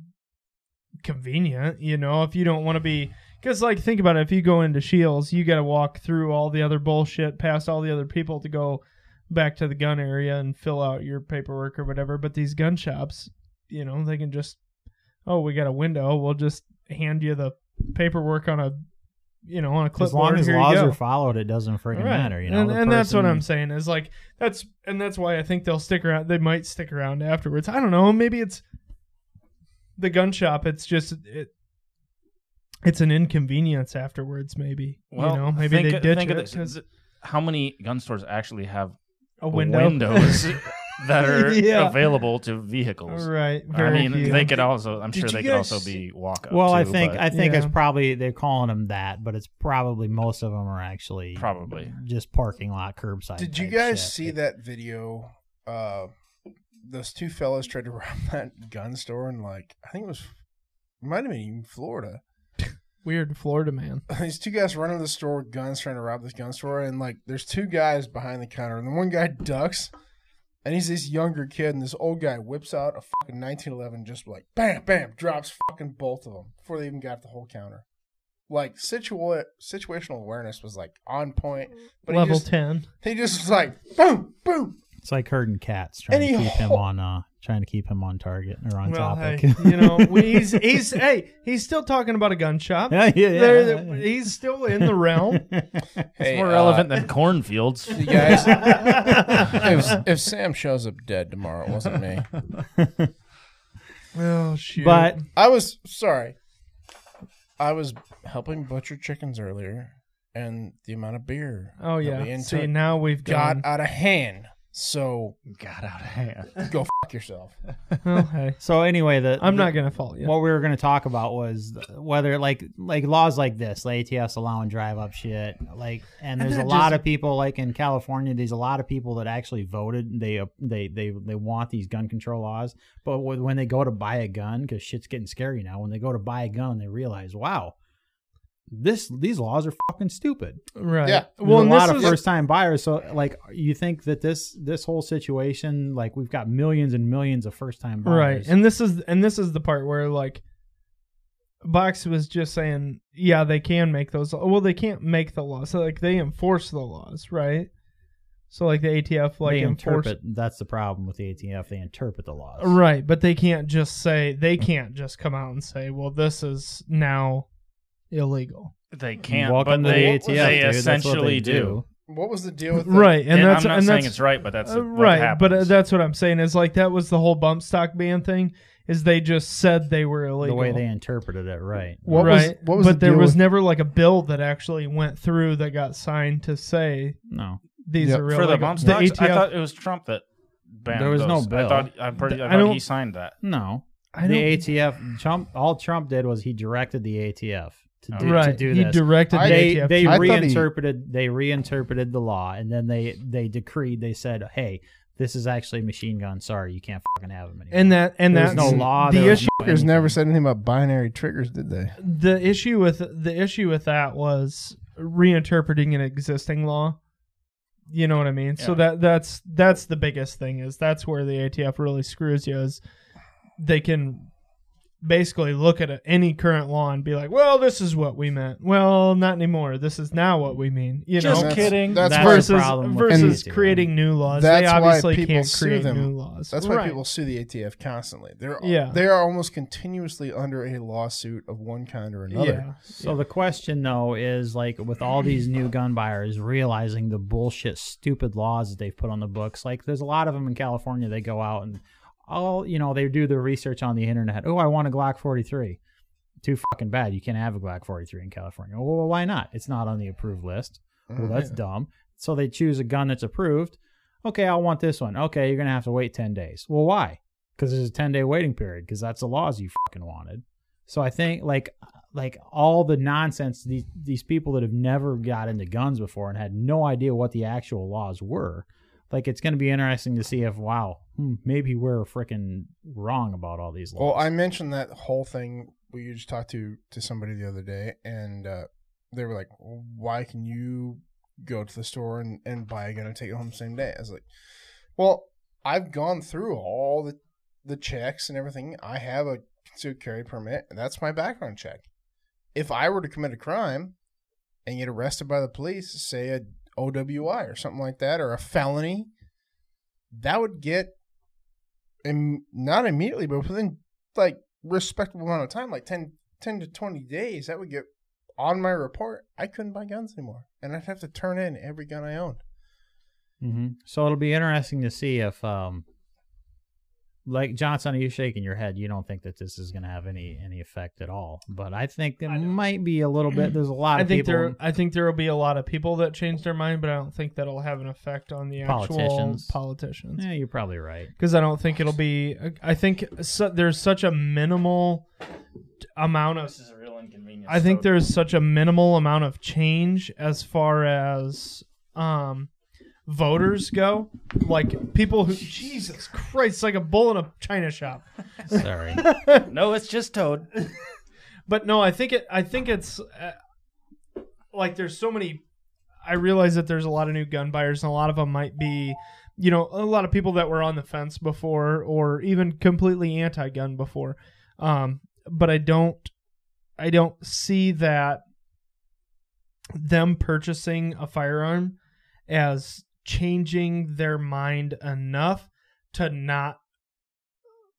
S4: convenient, you know, if you don't want to be because like think about it. If you go into Shields, you got to walk through all the other bullshit, past all the other people to go back to the gun area and fill out your paperwork or whatever. But these gun shops, you know, they can just oh, we got a window. We'll just hand you the paperwork on a you know, on a clipboard.
S2: as long as
S4: here you
S2: laws
S4: go.
S2: are followed, it doesn't freaking
S4: Right.
S2: matter. You know,
S4: and,
S2: The
S4: and that's what
S2: person-
S4: I'm saying is like that's and that's why I think they'll stick around. They might stick around afterwards. I don't know. Maybe it's the gun shop. It's just it. It's an inconvenience afterwards. Maybe you know. Maybe
S3: think,
S4: they ditch
S3: think
S4: it
S3: of this.
S4: 'cause
S3: How many gun stores actually have
S4: a window.
S3: windows that are
S4: Yeah.
S3: available to vehicles?
S4: Right.
S3: I
S4: Very
S3: mean,
S4: few.
S3: they could also. I'm
S1: Did
S3: sure
S1: you
S3: they could
S1: guys
S3: also be walk up.
S2: Well, I
S3: too,
S2: think
S3: but
S2: I think it's
S4: Yeah.
S2: probably they're calling them that, but it's probably most of them are actually
S3: probably.
S2: just parking lot curbside.
S1: Did you
S2: type
S1: guys
S2: shit.
S1: see that video? Uh, those two fellas tried to rob that gun store in like I think it was it might have been even Florida.
S4: Weird Florida man.
S1: These two guys run into the store with guns trying to rob this gun store, and like there's two guys behind the counter, and the one guy ducks, and he's this younger kid, and this old guy whips out a fucking 1911, just like bam, bam, drops fucking both of them before they even got the whole counter. Like situa- situational awareness was like on point, but he
S4: Level
S1: just,
S4: ten.
S1: he just was like boom, boom,
S2: It's like herding cats trying to
S1: Any
S2: keep him
S1: ho-
S2: on uh trying to keep him on target or on
S4: well,
S2: topic.
S4: hey, you know, we, he's he's hey, he's still talking about a gun shop.
S2: yeah, yeah, yeah,
S4: There-
S2: yeah, yeah.
S4: He's still in the realm.
S1: Hey,
S3: It's more
S1: uh,
S3: relevant than cornfields.
S1: you guys. if, if Sam shows up dead tomorrow, it wasn't me.
S4: oh shoot!
S2: But
S1: I was sorry. I was helping butcher chickens earlier, and the amount of beer.
S4: oh
S1: that
S4: yeah.
S1: we
S4: See
S1: intook
S4: now we've
S1: got
S4: gone.
S1: out of hand. So
S3: Got out of hand.
S1: go fuck yourself.
S4: Well, hey,
S2: so anyway, the
S4: I'm
S2: the-
S4: not gonna fault you.
S2: What we were going to talk about was th- whether like like laws like this, like ATS allowing drive up shit, like and there's a
S4: that
S2: lot
S4: just-
S2: of people like in California, there's a lot of people that actually voted and they uh, they they they want these gun control laws, but wh- when they go to buy a gun cuz shit's getting scary now, when they go to buy a gun, they realize, wow, this these laws are fucking stupid.
S4: Right.
S1: Yeah.
S4: Well,
S2: There's
S4: and
S2: a
S4: this
S2: lot of
S4: is-
S2: first time buyers. So, like, you think that this this whole situation, like, we've got millions and millions of first time
S4: right,
S2: buyers,
S4: and this is and this is the part where like, Box was just saying, yeah, they can make those. Well, they can't make the laws. So, like they enforce the laws, right? So like the ATF like
S2: they
S4: enforce.
S2: interpret. That's the problem with the ATF. They interpret the laws.
S4: Right, but they can't just say they can't just come out and say, well, this is now illegal.
S3: They can't.
S2: Welcome
S3: but
S2: to the
S3: they,
S2: ATF.
S3: They
S2: dude. That's what
S3: essentially
S2: they
S3: do.
S1: What was the deal with the-
S4: Right, and,
S3: And,
S4: that's
S3: I'm not
S4: and
S3: saying
S4: that's
S3: it's right, but that's
S4: Uh,
S3: what
S4: right, but uh,
S3: happens.
S4: that's what I'm saying is like that was the whole bump stock ban thing. Is they just said they were
S2: The
S4: illegal.
S2: way they interpreted it, right?
S1: What was-
S4: right,
S1: what was
S4: but
S1: the
S4: there
S1: deal
S4: was
S1: with-
S4: never like a bill that actually went through that got signed to say
S2: No,
S4: these
S1: Yeah.
S4: are real.
S3: for the
S4: legal-
S3: bump stocks,
S4: ATF,
S3: I thought it was Trump that banned
S2: There was no
S3: those.
S2: bill.
S3: I thought, I'm pretty, I
S4: I
S3: thought
S4: don't-
S3: he signed that.
S2: no.
S4: I
S2: the
S4: don't-
S2: ATF. Trump. All Trump did was he directed the ATF to do,
S4: right.
S2: to do
S4: he
S2: this.
S4: directed
S1: I-
S4: the
S2: they
S4: ATF.
S2: they
S1: I thought he-
S2: reinterpreted they reinterpreted the law and then they they decreed they said hey this is actually a machine gun sorry you can't fucking have them anymore
S4: and that and
S2: There was
S4: that's
S2: no law,
S4: The
S2: there was
S4: issue
S2: no
S1: Fuckers
S2: anything.
S1: never said anything about binary triggers, did they?
S4: the issue with the issue with that was reinterpreting an existing law. You know what I mean? So
S3: Yeah.
S4: that that's that's the biggest thing is that's where the ATF really screws you is they can basically look at a, any current law and be like, "Well, this is what we meant. Well, not anymore. This is now what we mean." You
S3: Just
S4: know,
S1: That's-
S3: kidding.
S1: That's,
S2: That's
S1: why,
S2: the
S4: versus
S2: problem with
S4: versus
S2: the ATF.
S4: creating new laws. they
S1: That's why
S4: obviously
S1: people
S4: can't
S1: sue
S4: create
S1: them.
S4: new laws.
S1: that's why
S4: Right.
S1: people sue the ATF constantly. They're
S4: Yeah.
S1: they are almost continuously under a lawsuit of one kind or another.
S4: Yeah.
S2: so the question though is like with all these new gun buyers realizing the bullshit stupid laws that they've put on the books like there's a lot of them in California they go out and all you know they do their research on the internet oh I want a Glock 43 too fucking bad you can't have a Glock 43 in California well why not it's not on the approved list Well,
S1: Oh,
S2: that's dumb. So they choose a gun that's approved. Okay, I want this one. Okay, you're gonna have to wait ten days. Well, why? Because there's a ten day waiting period. Because that's the laws you fucking wanted. So I think like like all the nonsense these these people that have never got into guns before and had no idea what the actual laws were. Like it's gonna be interesting to see if wow hmm, maybe we're freaking wrong about all these laws.
S1: Well, I mentioned that whole thing we just talked to to somebody the other day, and uh, they were like, "Why can you go to the store and, and buy a gun and take it home the same day?" I was like, "Well, I've gone through all the the checks and everything. I have a concealed carry permit, and that's my background check. If I were to commit a crime and get arrested by the police, say a OWI or something like that, or a felony, that would get." Im- not immediately, but within like respectable amount of time, like 10, 10 to 20 days, that would get on my report, I couldn't buy guns anymore, and I'd have to turn in every gun I owned.
S2: hmm So it'll be interesting to see if, um, like Johnson, you shaking your head. You don't think that this is going to have any any effect at all. But I think it
S4: I don't.
S2: might be a little bit. There's a lot
S4: I
S2: of
S4: think
S2: people,
S4: there I think there will be a lot of people that change their mind, but I don't think that'll have an effect on the actual
S2: Politicians.
S4: politicians.
S2: Yeah, eh, you're probably right.
S4: Because I don't think it'll be. I think su- there's such a minimal amount of
S3: This is a real inconvenience.
S4: I think
S3: though.
S4: there's such a minimal amount of change as far as um, voters go. Like people who Jesus Christ, like a bull in a china shop.
S2: Sorry.
S3: no. It's just Toad.
S4: But no, I think it. I think it's uh, like there's so many. I realize that there's a lot of new gun buyers, and a lot of them might be, you know, a lot of people that were on the fence before, or even completely anti-gun before. Um, but I don't, I don't see that them purchasing a firearm as changing their mind enough to not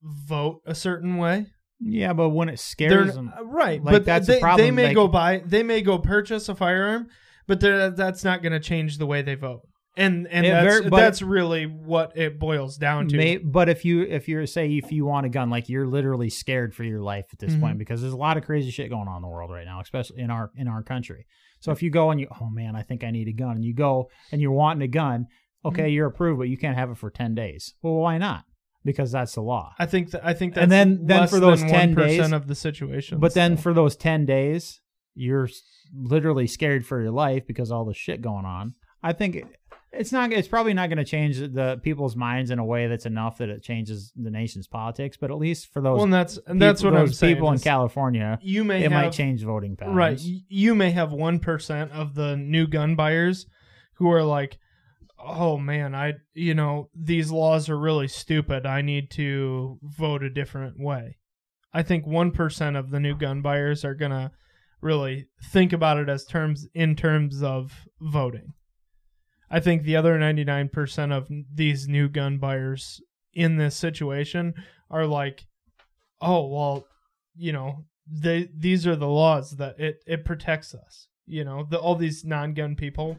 S4: vote a certain way
S2: yeah, but when it scares
S4: they're
S2: them,
S4: uh, right
S2: Like,
S4: but
S2: that's a
S4: they, they
S2: problem,
S4: may
S2: like-
S4: go buy they may go purchase a firearm but they're- that's not going to change the way they vote and and
S2: It
S4: that's,
S2: ver- but-
S4: that's really what it boils down to
S2: May, but if you if you're say if you want a gun, like you're literally scared for your life at this
S4: Mhm.
S2: point because there's a lot of crazy shit going on in the world right now, especially in our in our country. So if you go and you oh man, I think I need a gun, and you go and you're wanting a gun, okay, you're approved, but you can't have it for ten days. Well, why not? Because that's the law.
S4: i think that i think that's
S2: And then- then
S4: less
S2: for those
S4: than
S2: 10
S4: 1%
S2: days-
S4: of the situation
S2: But then for those ten days, you're s- literally scared for your life because all the shit going on. I think it- it's not. It's probably not going to change the people's minds in a way that's enough that it changes the nation's politics. But at least for those
S4: well, and that's and
S2: peop-
S4: that's what i'm
S2: those
S4: saying
S2: people in
S4: is
S2: California,
S4: you may
S2: it
S4: have,
S2: might change voting patterns.
S4: right y- you may have 1% of the new gun buyers who are like oh man i you know these laws are really stupid i need to vote a different way i think 1% of the new gun buyers are going to really think about it as terms in terms of voting i think the other 99% of these new gun buyers in this situation are like oh well you know they these are the laws that it it protects us you know the, all these non-gun people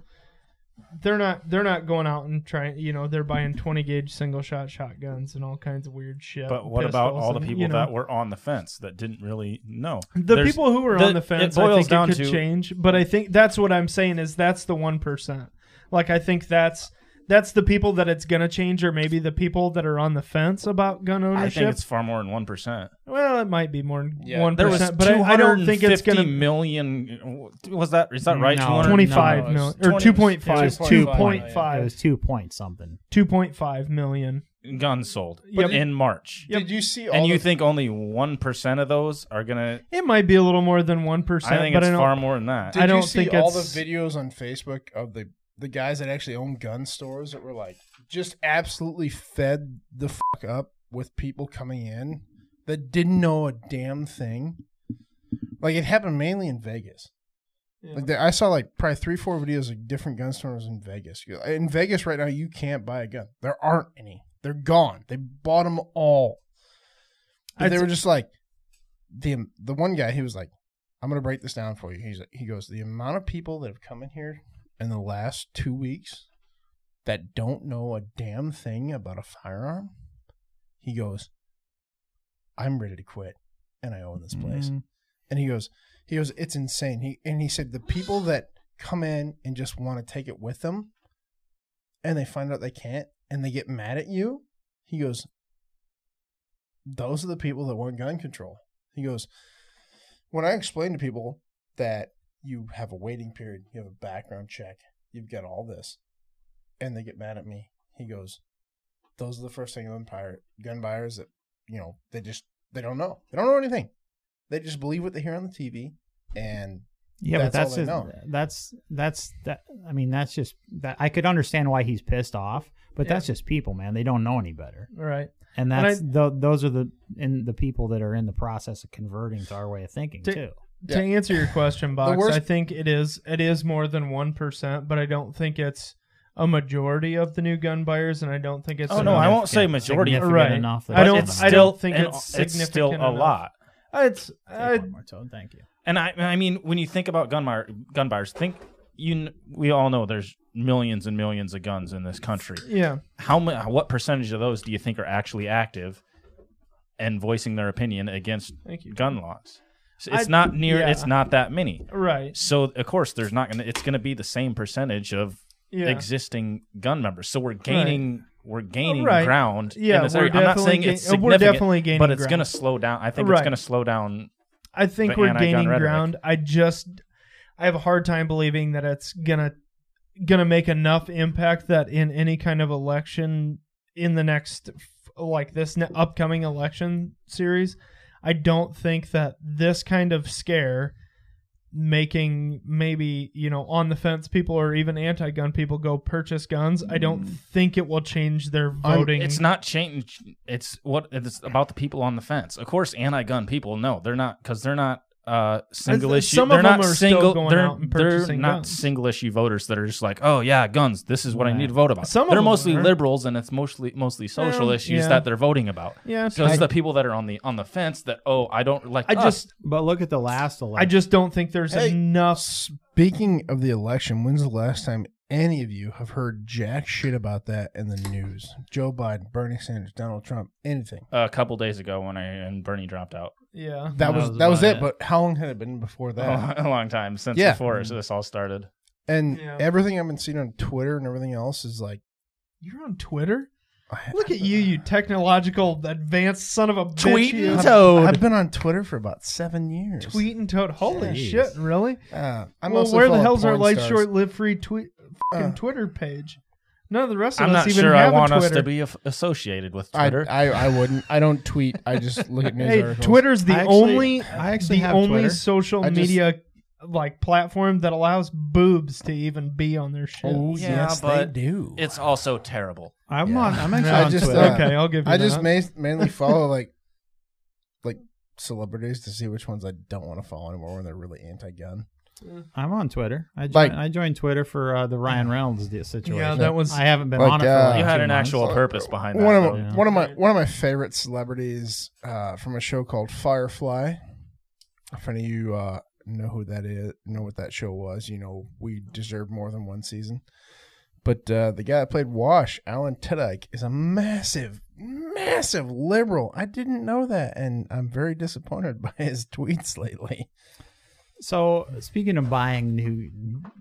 S4: they're not they're not going out and trying you know they're buying 20 gauge single shot shotguns and all kinds of weird shit
S3: But what about
S4: pistols
S3: all the
S4: and,
S3: people
S4: you know,
S3: that were on the fence that didn't really know?
S4: the
S3: There's-
S4: people who were
S3: the-
S4: on the fence
S3: it boils
S4: I think
S3: down
S4: it could
S3: to-
S4: change but i think that's what i'm saying is that's the 1% like i think that's that's the people that it's gonna change or maybe the people that are on the fence about gun
S3: I
S4: ownership
S3: think it's far more than one percent.
S4: well it might be more than
S1: Yeah,
S4: 1%
S3: There was
S4: but I, I don't think it's gonna
S3: million. Was that is that right?
S2: No.
S3: 200
S4: 25
S1: No,
S4: million
S1: it's
S4: or
S3: 20
S4: 2.5
S1: it's
S4: 2.5
S2: It was two point something.
S4: 2.5 million
S3: guns sold
S4: Yep.
S3: in March,
S4: Yep.
S1: Did you see? All
S3: and you
S1: the-
S3: think only one percent of those are gonna?
S4: it might be a little more than 1%
S3: I think
S4: but
S3: it's
S4: I don't,
S3: far more than that.
S4: I
S1: Did
S4: don't
S1: you see
S4: think
S1: all
S4: it's-
S1: the videos on Facebook of the the guys that actually own gun stores that were like just absolutely fed the fuck up with people coming in that didn't know a damn thing. Like it happened mainly in Vegas.
S4: Yeah.
S1: Like there, I saw like probably three, four videos of different gun stores in Vegas. In Vegas right now, you can't buy a gun. There aren't any. They're gone. They bought them all. But
S4: I'd
S1: they
S4: s-
S1: were just like the the one guy. He was like, "I'm gonna break this down for you." He's he goes, "The amount of people that have come in here in the last two weeks that don't know a damn thing about a firearm." He goes, "I'm ready to quit, and I own this place."
S2: Mhm.
S1: And he goes, he goes, it's insane. He and he said the people that come in and just want to take it with them, and they find out they can't, and they get mad at you. He goes, those are the people that want gun control. He goes, when I explain to people that you have a waiting period, you have a background check, you've got all this, and they get mad at me. He goes, those are the first thing gun buyer- gun buyers that you know they just they don't know they don't know anything they just believe what they hear on the TV, and
S2: Yeah, but
S1: That's
S2: that's
S1: all they
S2: just-
S1: know.
S2: that's that's that. I mean, that's just that. I could understand why he's pissed off, but that's just people, man. They don't know any better,
S4: all right
S2: and
S4: And
S2: that's tho- those are the and the people that are in the process of converting to our way of thinking
S4: Ta-
S2: too.
S4: to answer your question box
S1: worst-
S4: i think it is it is more than 1% but i don't think it's a majority of the new gun buyers and i don't think it's
S3: Oh,
S4: an
S3: no, I
S4: un-
S3: won't say
S2: Significant-
S3: majority.
S2: significant
S4: Right.
S2: enough. that
S4: I
S2: it's
S4: don't-
S2: gonna
S4: I don't
S2: happen.
S4: think
S3: and
S4: it's
S3: it's still
S4: significant
S3: a
S4: enough.
S3: lot.
S4: it's
S2: Take
S4: I,
S2: one more, Toad. Thank you.
S3: And I, I mean, when you think about gun, buyer, gun buyers, think you. kn- We all know there's millions and millions of guns in this country.
S4: Yeah.
S3: How mu- What percentage of those do you think are actually active and voicing their opinion against
S4: Thank you.
S3: gun laws? So it's
S4: I-
S3: not near.
S4: yeah.
S3: It's not that many.
S4: Right.
S3: So of course, there's not gonna. It's gonna be the same percentage of
S4: Yeah.
S3: existing gun members. So we're gaining. We're gaining
S4: Right.
S3: ground.
S4: Yeah,
S3: in this
S4: we're
S3: area. I'm not
S4: definitely
S3: saying it's
S4: gain- uh, we're
S3: significant,
S4: definitely gaining
S3: but it's
S4: ground.
S3: gonna slow down. I think it's
S4: Right.
S3: gonna slow down.
S4: I think
S3: the
S4: we're
S3: anti-gun
S4: gaining
S3: rhetoric.
S4: ground. I just I have a hard time believing that it's gonna gonna make enough impact that in any kind of election in the next like this ne- upcoming election series, I don't think that this kind of scare making maybe you know on the fence people or even anti-gun people go purchase guns i don't
S3: Hmm.
S4: think it will change their voting
S3: It's not change. It's what it's about the people on the fence. Of course, anti-gun people. No, they're not because they're not uh single
S4: As-
S3: issue.
S4: some
S3: they're
S4: of
S3: not
S4: them are still
S3: single.
S4: going
S3: they're
S4: out and
S3: they're
S4: purchasing
S3: not
S4: guns.
S3: single issue voters that are just like, oh yeah, guns. This is what I
S2: Right.
S3: need to vote about.
S4: Some of
S3: they're
S4: them
S3: mostly
S4: are.
S3: liberals, and it's mostly mostly social
S4: Well,
S3: issues
S4: yeah.
S3: that they're voting about.
S4: yeah
S3: So it's the people that are on the on the fence that oh I don't like.
S4: i
S3: us.
S4: just
S2: But look at the last election.
S4: i just don't think there's
S1: Hey.
S4: enough
S1: Speaking of the election, when's the last time any of you have heard jack shit about that in the news? Joe Biden, Bernie Sanders, Donald Trump, anything.
S3: a couple days ago when I and Bernie dropped out.
S4: yeah
S1: That
S2: That
S1: was
S2: was
S1: that was
S2: about
S1: it.
S2: it.
S1: But how long had it been before
S4: Oh.
S1: that?
S3: a long time since
S1: Yeah.
S3: before this all started.
S1: and
S4: Yeah.
S1: everything I've been seeing on Twitter and everything else is like,
S4: You're on Twitter?
S1: I-
S4: Look at you, you technological advanced son of a bitch. you.
S3: Tweeting
S1: I've-
S3: toad.
S1: I've been on Twitter for about seven years.
S4: Tweet and toad. Holy
S2: Jeez.
S4: shit, really?
S1: Uh, I
S4: well,
S1: mostly
S4: where the
S1: follow
S4: hell's our
S1: porn
S4: life
S1: stars.
S4: short, live free tweet fucking
S1: Uh.
S4: Twitter page? None of the rest of
S3: I'm
S4: us
S3: not
S4: even
S3: sure I
S4: have
S3: want
S4: a
S3: us
S4: Twitter.
S3: to be af- associated with
S1: I,
S3: Twitter.
S1: I I wouldn't. I don't tweet. I just look at news
S4: hey,
S1: articles.
S4: Twitter's the
S2: I actually-
S4: only
S2: I actually
S4: the
S2: have
S4: only
S2: Twitter.
S4: social
S1: I just-
S4: media like platform that allows boobs to even be on their shit.
S1: Oh
S3: Yeah,
S1: yes,
S3: but
S1: they do.
S3: it's also terrible.
S2: I'm
S1: Yeah.
S2: on. I'm actually
S1: I
S2: on
S1: just,
S2: Twitter.
S1: uh,
S4: okay, I'll give you
S1: I just
S4: that.
S1: ma- mainly follow like like celebrities to see which ones I don't want to follow anymore when they're really anti-gun.
S2: I'm on Twitter. I joined,
S1: Like-
S2: I joined Twitter for uh, the Ryan Reynolds di- situation.
S4: Yeah, that was
S2: I haven't been
S1: Like,
S2: on
S1: uh,
S2: it. for
S3: Oh, You
S2: like
S3: had
S2: two
S3: an
S2: months.
S3: actual purpose behind that.
S1: One of
S3: though.
S1: my, one of my one of my favorite celebrities uh, from a show called Firefly. If any of you uh, know who that is, know what that show was, you know we deserve more than one season. But uh, the guy that played Wash, Alan Tudyk, is a massive, massive liberal. I didn't know that, and I'm very disappointed by his tweets lately.
S2: So speaking of buying new,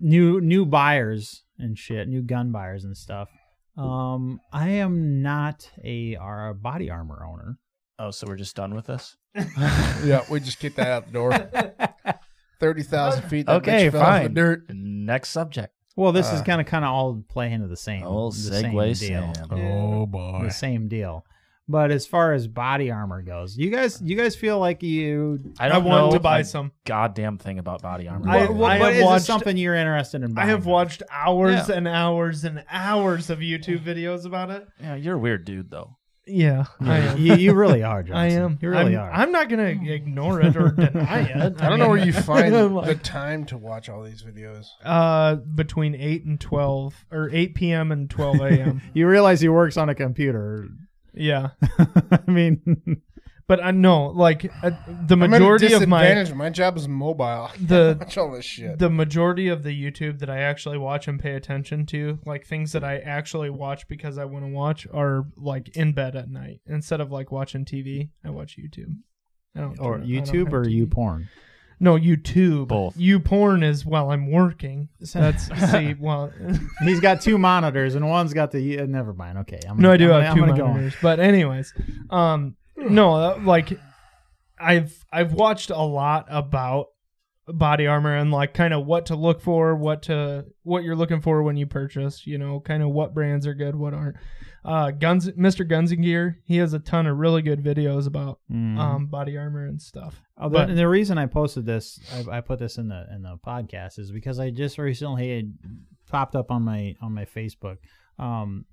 S2: new, new buyers and shit, new gun buyers and stuff. Um, I am not a, uh body armor owner.
S3: Oh, so we're just done with this?
S1: yeah, we just kicked that out the door. Thirty thousand feet. That
S3: Okay,
S1: bitch fell off the
S3: fine.
S1: dirt.
S3: Next subject.
S2: Well, this is
S1: Uh,
S2: kind of kind of all play into the same.
S3: Oh,
S2: the same
S3: segue
S2: deal.
S3: Sam.
S1: Oh boy.
S2: the same deal. But as far as body armor goes, you guys, you guys feel like you.
S3: I
S4: I,
S3: don't
S4: want
S3: know
S4: to buy
S3: a
S4: some.
S3: goddamn thing about body armor.
S4: I-
S2: What-
S3: Well,
S2: what-
S4: I
S2: what
S4: have
S2: is this
S4: watched-
S2: something you're interested in?
S4: I
S2: Buying
S4: have
S2: though?
S4: watched hours and hours and hours of YouTube videos about it.
S3: yeah, you're a weird dude though.
S4: Yeah, I am.
S2: you, you really are, Johnson.
S4: I am.
S2: You really
S4: I'm,
S2: are.
S4: I'm not gonna ignore it or deny it.
S1: I don't know where you find the
S4: Like-
S1: time to watch all these videos.
S4: Uh, between eight and twelve, or eight p.m. and twelve a.m.
S2: you realize he works on a computer.
S4: yeah,
S2: I mean,
S4: but I know, like, uh, the
S1: I'm at a
S4: majority of my
S1: disadvantage. my job is mobile.
S4: the
S1: Watch all this shit.
S4: the majority of the YouTube that I actually watch and pay attention to, like things that I actually watch because I want to watch, are like in bed at night instead of like watching TV. I watch YouTube. I don't
S2: or
S4: do it. I don't
S2: YouTube
S4: have
S2: or
S4: TV.
S2: you porn.
S4: No, YouTube.
S3: Both.
S4: You porn is while I'm working. That's see. Well,
S2: He's got two monitors, and one's got the. Uh, never mind. Okay, I'm
S4: no,
S2: gonna-
S4: I do
S2: I'm gonna-
S4: have
S2: I'm
S4: two
S2: gonna go on.
S4: monitors. But anyways, um, no, uh, like I've I've watched a lot about body armor and like kind of what to look for, what to what you're looking for when you purchase. You know, kind of what brands are good, what aren't. Uh, guns, Mr. Guns and Gear. He has a ton of really good videos about
S2: Mhm.
S4: um body armor and stuff.
S2: Oh,
S4: But-
S2: the, and the reason I posted this, I, I put this in the in the podcast, is because I just recently had popped up on my on my Facebook. Um,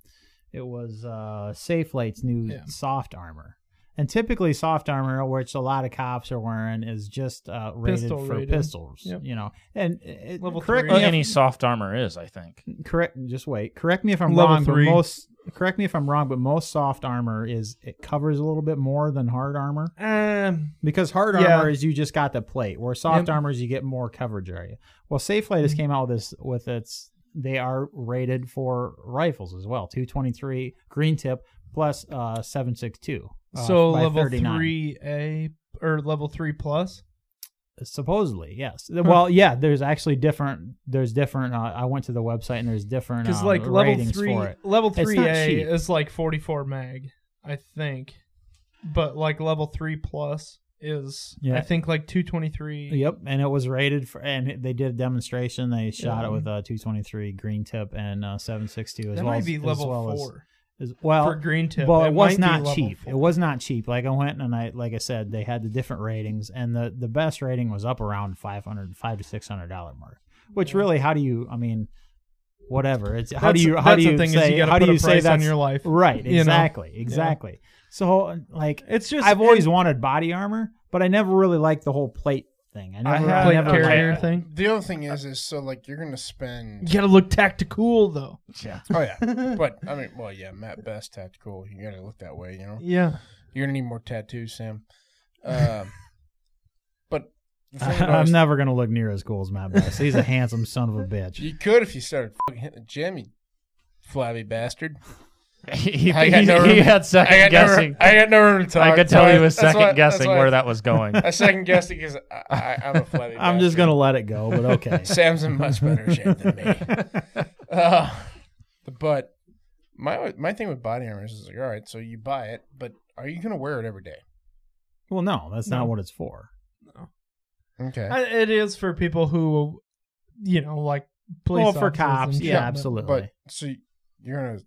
S2: it was uh, SafeLight's new
S4: Yeah.
S2: soft armor, and typically soft armor, which a lot of cops are wering, is just uh, rated
S4: Pistol
S2: for
S4: rated.
S2: pistols.
S4: Yep.
S2: You know, and it,
S4: Level
S2: correct
S4: three.
S2: me
S3: Any soft armor is, I think.
S2: if, correct. Just wait. Correct me if I'm
S4: Level
S2: wrong,
S4: three.
S2: but most correct me if I'm wrong, but most soft armor is it covers a little bit more than hard armor
S4: Um,
S2: because hard
S4: Yeah.
S2: armor is you just got the plate, where soft
S4: Yep. Mm-hmm.
S2: armor is you get more coverage area. Well, Safelight just came out with this with its they are rated for rifles as well, 223 green tip plus uh 762. uh,
S4: so
S2: by
S4: level
S2: 39.
S4: three A or level three plus.
S2: supposedly yes well yeah there's actually different there's different uh, i went to the website and there's different
S4: Because
S2: um,
S4: like level
S2: ratings
S4: three,
S2: for it
S4: level
S2: not
S4: three A
S2: cheap.
S4: is like forty four mag, I think. But like level three plus is
S2: Yeah.
S4: I think like two twenty three.
S2: yep and it was rated for and they did a demonstration they shot
S4: Yeah.
S2: it with a 223 green tip and uh 762 as
S4: That
S2: well
S4: might
S2: as-
S4: be
S2: as
S4: level
S2: well as-
S4: four
S2: as, well
S4: for green tip.
S2: well, it,
S4: might
S2: was
S4: be
S2: not
S4: level
S2: cheap.
S4: four.
S2: It was not cheap. Like I went and I, like I said, they had the different ratings, and the the best rating was up around 500 five to six hundred dollar mark. Which really, how do you? I mean, whatever. It's how do
S4: That's-
S2: you? How do
S4: that's the
S2: you
S4: thing is
S2: say?
S4: gotta
S2: how do
S4: put a
S2: you say
S4: price
S2: that's
S4: on your life?
S2: right?
S4: you know?
S2: Exactly. Exactly. So like,
S4: It's just
S2: I've always
S4: it-
S2: wanted body armor, but I never really liked the whole plate thing. I
S3: I
S2: never,
S3: have-
S2: I
S4: plate
S2: never
S3: Plate
S2: liked
S4: carrier
S3: like-
S4: thing.
S1: The other thing is, is so like you're gonna spend.
S4: You gotta look tactical though.
S3: Yeah.
S1: Oh yeah, but I mean, well, yeah, Matt Best tactical. You gotta look that way, you know.
S4: Yeah.
S1: You're gonna need more tattoos, Sam. Um, but the thing
S2: I,
S1: about
S2: am
S1: is-
S2: never gonna look near as cool as Matt Bass. He's a handsome son of a bitch.
S1: you could if you started fucking hitting the gym, you flabby bastard.
S3: he, he-
S1: I got no
S3: he
S1: room-
S3: had second
S1: I got no
S3: guessing.
S1: room- I got no room to talk.
S3: I could tell
S1: so
S3: he was
S1: that's why-
S3: second guessing
S1: that's why
S3: where that was going.
S1: I second guessed it because I, I, I'm a flabby.
S2: I'm
S1: bastard.
S2: just gonna let it go, but okay.
S1: Sam's in much better shape than me. Uh, but my my thing with body armor is like, all right, so you buy it, but are you gonna wear it every day?
S2: Well, no, that's
S4: No.
S2: not what it's for.
S1: Okay.
S4: I, it is for people who, you know, like police
S2: Well, for
S4: officers and
S2: cops,
S4: shit,
S2: yeah,
S4: but
S2: absolutely.
S1: But so y- you're gonna.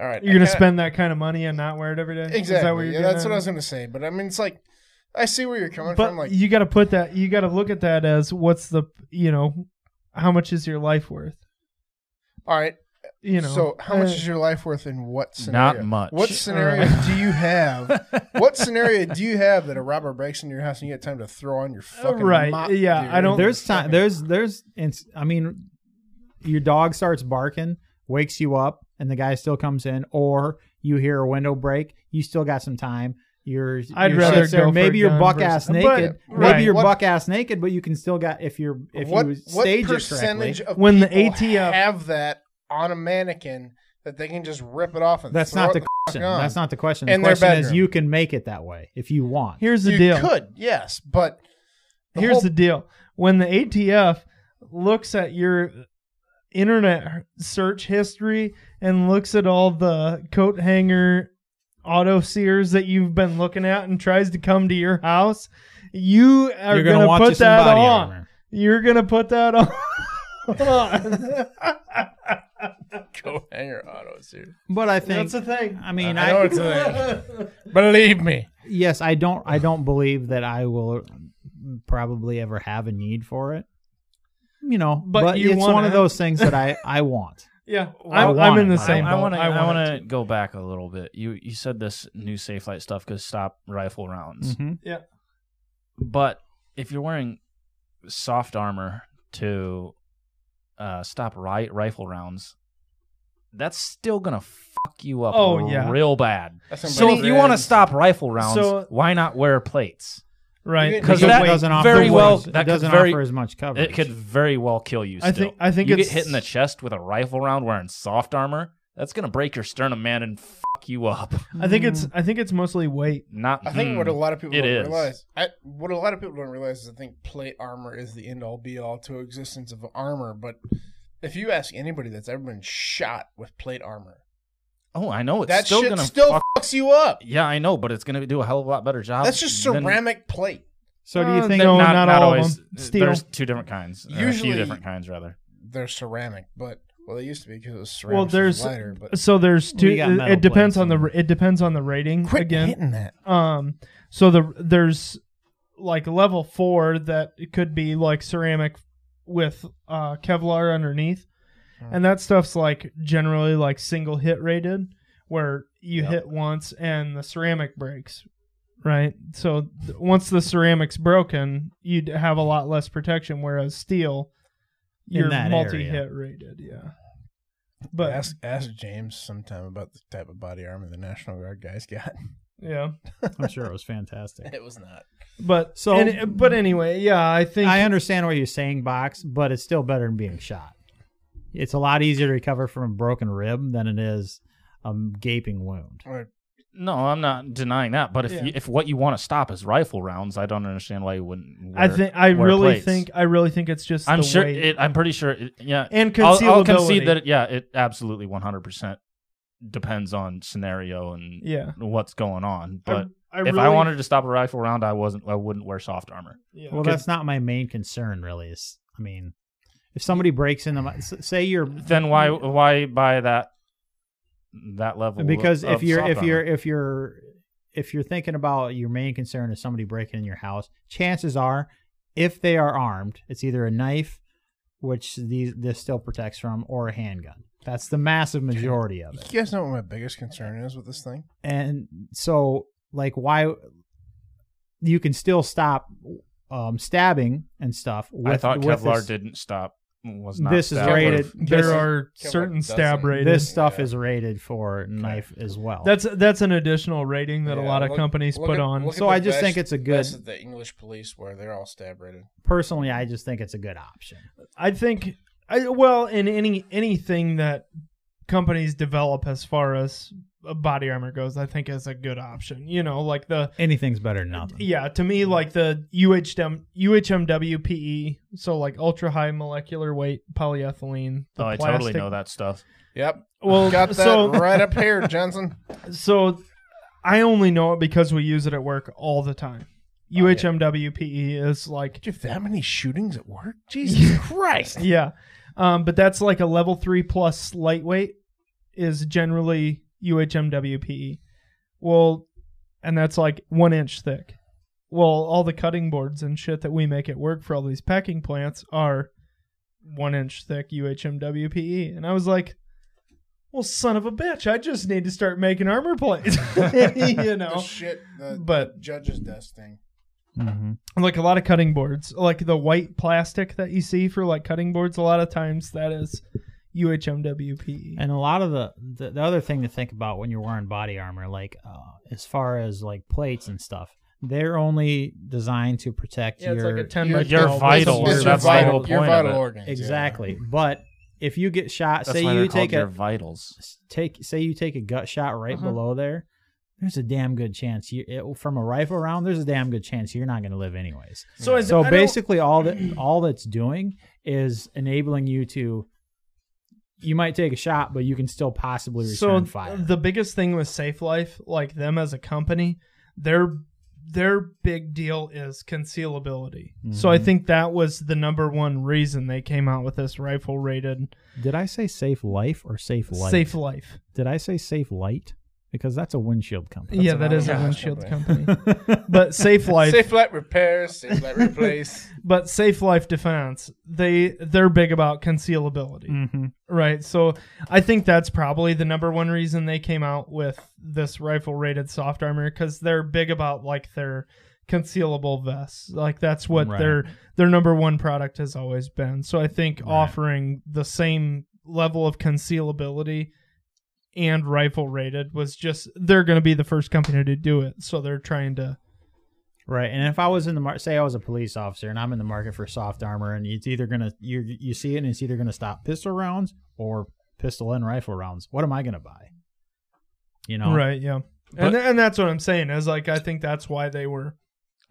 S1: All right,
S4: You're
S1: I
S4: gonna
S1: kinda-
S4: spend that kind of money and not wear it every day. Is that
S1: exactly.
S4: what you're
S1: yeah,
S4: getting
S1: that's
S4: at?
S1: what I was gonna say. But I mean, it's like I see where you're coming
S4: But
S1: from. Like,
S4: you got to put that. You got to look at that as what's the you know, how much is your life worth?
S1: all right,
S4: You know.
S1: so how much
S4: Uh,
S1: is your life worth in what scenario?
S3: Not much.
S1: What scenario
S4: Alright.
S1: do you have? What scenario do you have that a robber breaks into your house and you get time to throw on your fucking
S4: right,
S1: mop,
S4: yeah,
S1: dude?
S4: I don't-
S2: there's
S1: Fucking-
S2: time. There's there's. It's, I mean, your dog starts barking, wakes you up, and the guy still comes in, or you hear a window break. You still got some time. You're.
S4: I'd
S2: your
S4: rather
S2: shit's there.
S4: go for
S2: Maybe
S4: a
S2: you're
S4: gun
S2: buck
S4: versus-
S2: ass
S4: But-
S2: naked.
S4: right.
S2: Maybe you're
S1: What-
S2: buck ass naked, but you can still got if you're if
S1: what,
S2: you
S1: what
S2: stage it correctly.
S1: percentage of
S4: When the
S1: people
S4: ATF
S1: have that on a mannequin that they can just rip it off and
S2: That's
S1: throw
S2: not
S1: it
S2: the question.
S1: on.
S2: That's not the question. The
S1: In their
S2: question is
S1: bedroom.
S2: you can make it that way if you want.
S4: here's the
S1: you
S4: deal.
S1: could yes, but the
S4: here's
S1: whole-
S4: the deal. When the ATF looks at your internet search history and looks at all the coat hanger auto sears that you've been looking at and tries to come to your house, you are
S2: You're
S4: gonna,
S2: gonna want you
S4: put
S2: some
S4: that
S2: body
S4: on.
S2: armor.
S4: You're gonna put that on.
S1: Go hanger autos, dude.
S2: But I think
S4: That's the thing.
S2: I mean
S1: I know it's a thing. Believe me.
S2: yes i don't i don't believe that i will probably ever have a need for it you know
S4: But
S2: but,
S4: you
S2: it's
S4: wanna
S2: one of
S4: have-
S2: those things that i i want
S4: Yeah,
S2: I
S4: I'm, I'm
S2: want
S4: in
S2: it.
S4: the
S2: I-
S4: same.
S3: I,
S4: boat.
S3: want to.
S4: I
S3: I
S4: want
S3: want to go back a little bit. You you said this new safe light stuff could stop rifle rounds, but if you're wearing soft armor to uh, stop ri- rifle rounds, that's still gonna fuck you up.
S4: Oh, yeah.
S3: real bad.
S1: That's
S3: So
S1: somebody's
S3: if you want to
S1: ribs.
S3: stop rifle rounds,
S4: So-
S3: why not wear plates?
S4: right
S1: Because
S2: Because
S1: that
S2: it doesn't offer
S3: very
S2: as-
S3: well-
S2: it
S3: that could
S2: doesn't
S3: very-
S2: offer as much coverage
S3: It could very well kill you. Still.
S4: I think- I think
S3: you
S4: it's-
S3: get hit in the chest with a rifle round wearing soft armor. That's gonna break your sternum, man, and fuck you up.
S4: I think it's. I think it's mostly weight.
S3: Not.
S1: I think
S3: hmm.
S1: what a lot of people
S3: It
S1: don't
S3: is.
S1: realize, I, what a lot of people don't realize is I think plate armor is the end all be all to existence of armor. But if you ask anybody that's ever been shot with plate armor,
S3: Oh, I know. It's
S1: that
S3: still
S1: shit
S3: gonna
S1: still
S3: fuck-
S1: fucks you up.
S3: Yeah, I know, but it's gonna do a hell of a lot better job.
S1: That's just
S3: than-
S1: ceramic plate.
S2: so do
S4: Uh,
S2: you think
S4: no.
S2: no,
S4: not all of them.
S3: th-
S4: Steel.
S3: There's two different kinds. or
S1: Usually-
S3: a few different kinds rather.
S1: They're ceramic, but well, they used to be because it was ceramic.
S4: Well,
S1: so
S4: there's-
S1: it's lighter. But
S4: So there's two.
S2: We got
S4: It,
S2: metal
S4: it depends
S2: plates
S4: on the.
S2: and-
S4: ra- It depends on the rating
S1: quit
S4: again.
S1: hitting that.
S4: Um. So the there's like level four that it could be like ceramic with uh, Kevlar underneath,
S2: Hmm.
S4: and that stuff's like generally like single hit rated, where you
S3: Yep.
S4: hit once and the ceramic breaks. Right, so th- once the ceramic's broken, you'd have a lot less protection. Whereas steel,
S2: In
S4: you're
S2: that area.
S4: multi-hit rated. Yeah,
S1: But
S4: But
S1: ask ask James sometime about the type of body armor the National Guard guys got.
S4: yeah,
S2: I'm sure it was fantastic.
S1: It was not.
S4: but
S2: So-
S4: so and, but anyway, yeah, I think
S2: I understand what you're saying, Box, but it's still better than being shot. It's a lot easier to recover from a broken rib than it is a gaping wound.
S3: No, I'm not denying that. But if
S4: Yeah.
S3: you, if what you want to stop is rifle rounds, I don't understand why you wouldn't.
S4: I
S3: wear-
S4: think I
S3: wear
S4: really
S3: plates.
S4: think I really think it's just
S3: I'm
S4: the
S3: sure.
S4: weight.
S3: It, I'm pretty sure. It, yeah,
S4: and
S3: I'll,
S4: concealability.
S3: I'll concede that. It, yeah, it absolutely 100 percent depends on scenario and
S4: yeah,
S3: what's going on. But
S4: I,
S3: if I wanted to stop a rifle round, I wasn't. I wouldn't wear soft armor.
S4: yeah.
S2: Well, that's not my main concern, really. Is I mean, if somebody breaks into my, s- say you're
S3: Then why why buy that that level?
S2: because
S3: of
S2: if you're
S3: soft
S2: if you're
S3: armor?
S2: if you're if you're thinking about your main concern is somebody breaking in your house, chances are, if they are armed, it's either a knife, which these this still protects from, or a handgun. That's the massive majority of it.
S1: You guys know what my biggest concern is with this thing?
S2: and so like why you can still stop um stabbing and stuff with,
S3: I thought
S2: with
S3: Kevlar
S2: this,
S3: didn't stop. Was not.
S2: This is
S3: that
S2: rated-
S3: worth-
S4: there
S2: this-
S4: are
S1: Kevlar
S4: certain
S1: doesn't-
S4: stab ratings.
S2: this stuff
S1: Yeah.
S2: is rated for knife as well
S4: that's that's an additional rating that a
S1: Yeah,
S4: lot of
S1: look-
S4: companies
S1: look
S4: put
S1: at-
S4: on.
S1: look
S2: so
S1: at the
S2: i just
S1: best-
S2: think it's a good
S1: That's the English police where they're all stab rated.
S2: personally i just think it's a good option
S4: I think I, well in any anything that companies develop as far as uh, body armor goes, I think is a good option. You know, like the
S2: anything's better than nothing
S4: yeah to me like the UHM UHMWPE, E, so like ultra high molecular weight polyethylene. the
S3: Oh, I totally
S4: plastic-
S3: know that stuff.
S1: Yep.
S4: Well,
S1: Got that
S4: so
S1: right up here, Johnson.
S4: so I only know it because we use it at work all the
S3: Oh,
S4: time.
S1: yeah.
S4: UHMWPE E is like
S1: Did you have that many shootings at work? Jesus Christ.
S4: Yeah. Um, but that's like a level three plus lightweight is generally UHMWPE. E. Well, and that's like one inch thick. Well, all the cutting boards and shit that we make at work for all these packing plants are one inch thick UHMWPE. E. And I was like, well, son of a bitch, I just need to start making armor plates. you
S1: The
S4: know?
S1: shit, the
S4: But
S1: judge's desk thing.
S3: Mm-hmm.
S2: Mhm.
S4: like a lot of cutting boards, like the white plastic that you see for like cutting boards, a lot of times that is UHMWPE.
S2: and a lot of the, the the other thing to think about when you're wearing body armor like uh as far as like plates and stuff they're only designed to protect
S4: yeah, it's
S2: your
S4: like a ten
S1: your-
S4: by
S1: your
S4: 12.
S3: vitals,
S1: It's
S3: That's
S1: your
S3: the
S1: vital,
S3: whole
S1: your
S3: point
S1: vital
S3: of it.
S1: organs. yeah.
S2: exactly but if you get shot
S3: That's
S2: say
S3: why
S2: you
S3: they're called
S2: take
S3: your
S2: a
S3: vitals.
S2: s- take say you take a gut shot right
S4: Uh-huh.
S2: below there there's a damn good chance you it, from a rifle round there's a damn good chance you're not going to live anyways
S4: So, is,
S2: so
S4: I don't-
S2: basically all that all that's doing is enabling you to you might take a shot but you can still possibly
S4: so
S2: return fire
S4: the biggest thing with Safe Life, like them as a company, their their big deal is concealability. So I
S2: Mhm.
S4: think that was the number one reason they came out with this rifle rated
S2: did i say safe life or safe light
S4: Safe Life.
S2: did i say safe light because that's a windshield company
S4: yeah, that is a
S1: another
S4: windshield
S1: company.
S4: company. but Safe Life
S1: Safe light repairs, safe light replace.
S4: but Safe Life Defense, they they're big about concealability.
S2: mm-hmm.
S4: Right. So I think that's probably the number one reason they came out with this rifle rated soft armor because they're big about like their concealable vests. Like that's what
S2: Right.
S4: their their number one product has always been. So I think
S2: Right.
S4: offering the same level of concealability and rifle rated was just they're going to be the first company to do it. So they're trying to
S2: Right, and if I was in the mar- say I was a police officer and I'm in the market for soft armor, and it's either gonna you you see it and it's either gonna stop pistol rounds or pistol and rifle rounds. What am I gonna buy? You know,
S4: right, yeah.
S3: But-
S4: and th- and that's what I'm saying is like I think that's why they were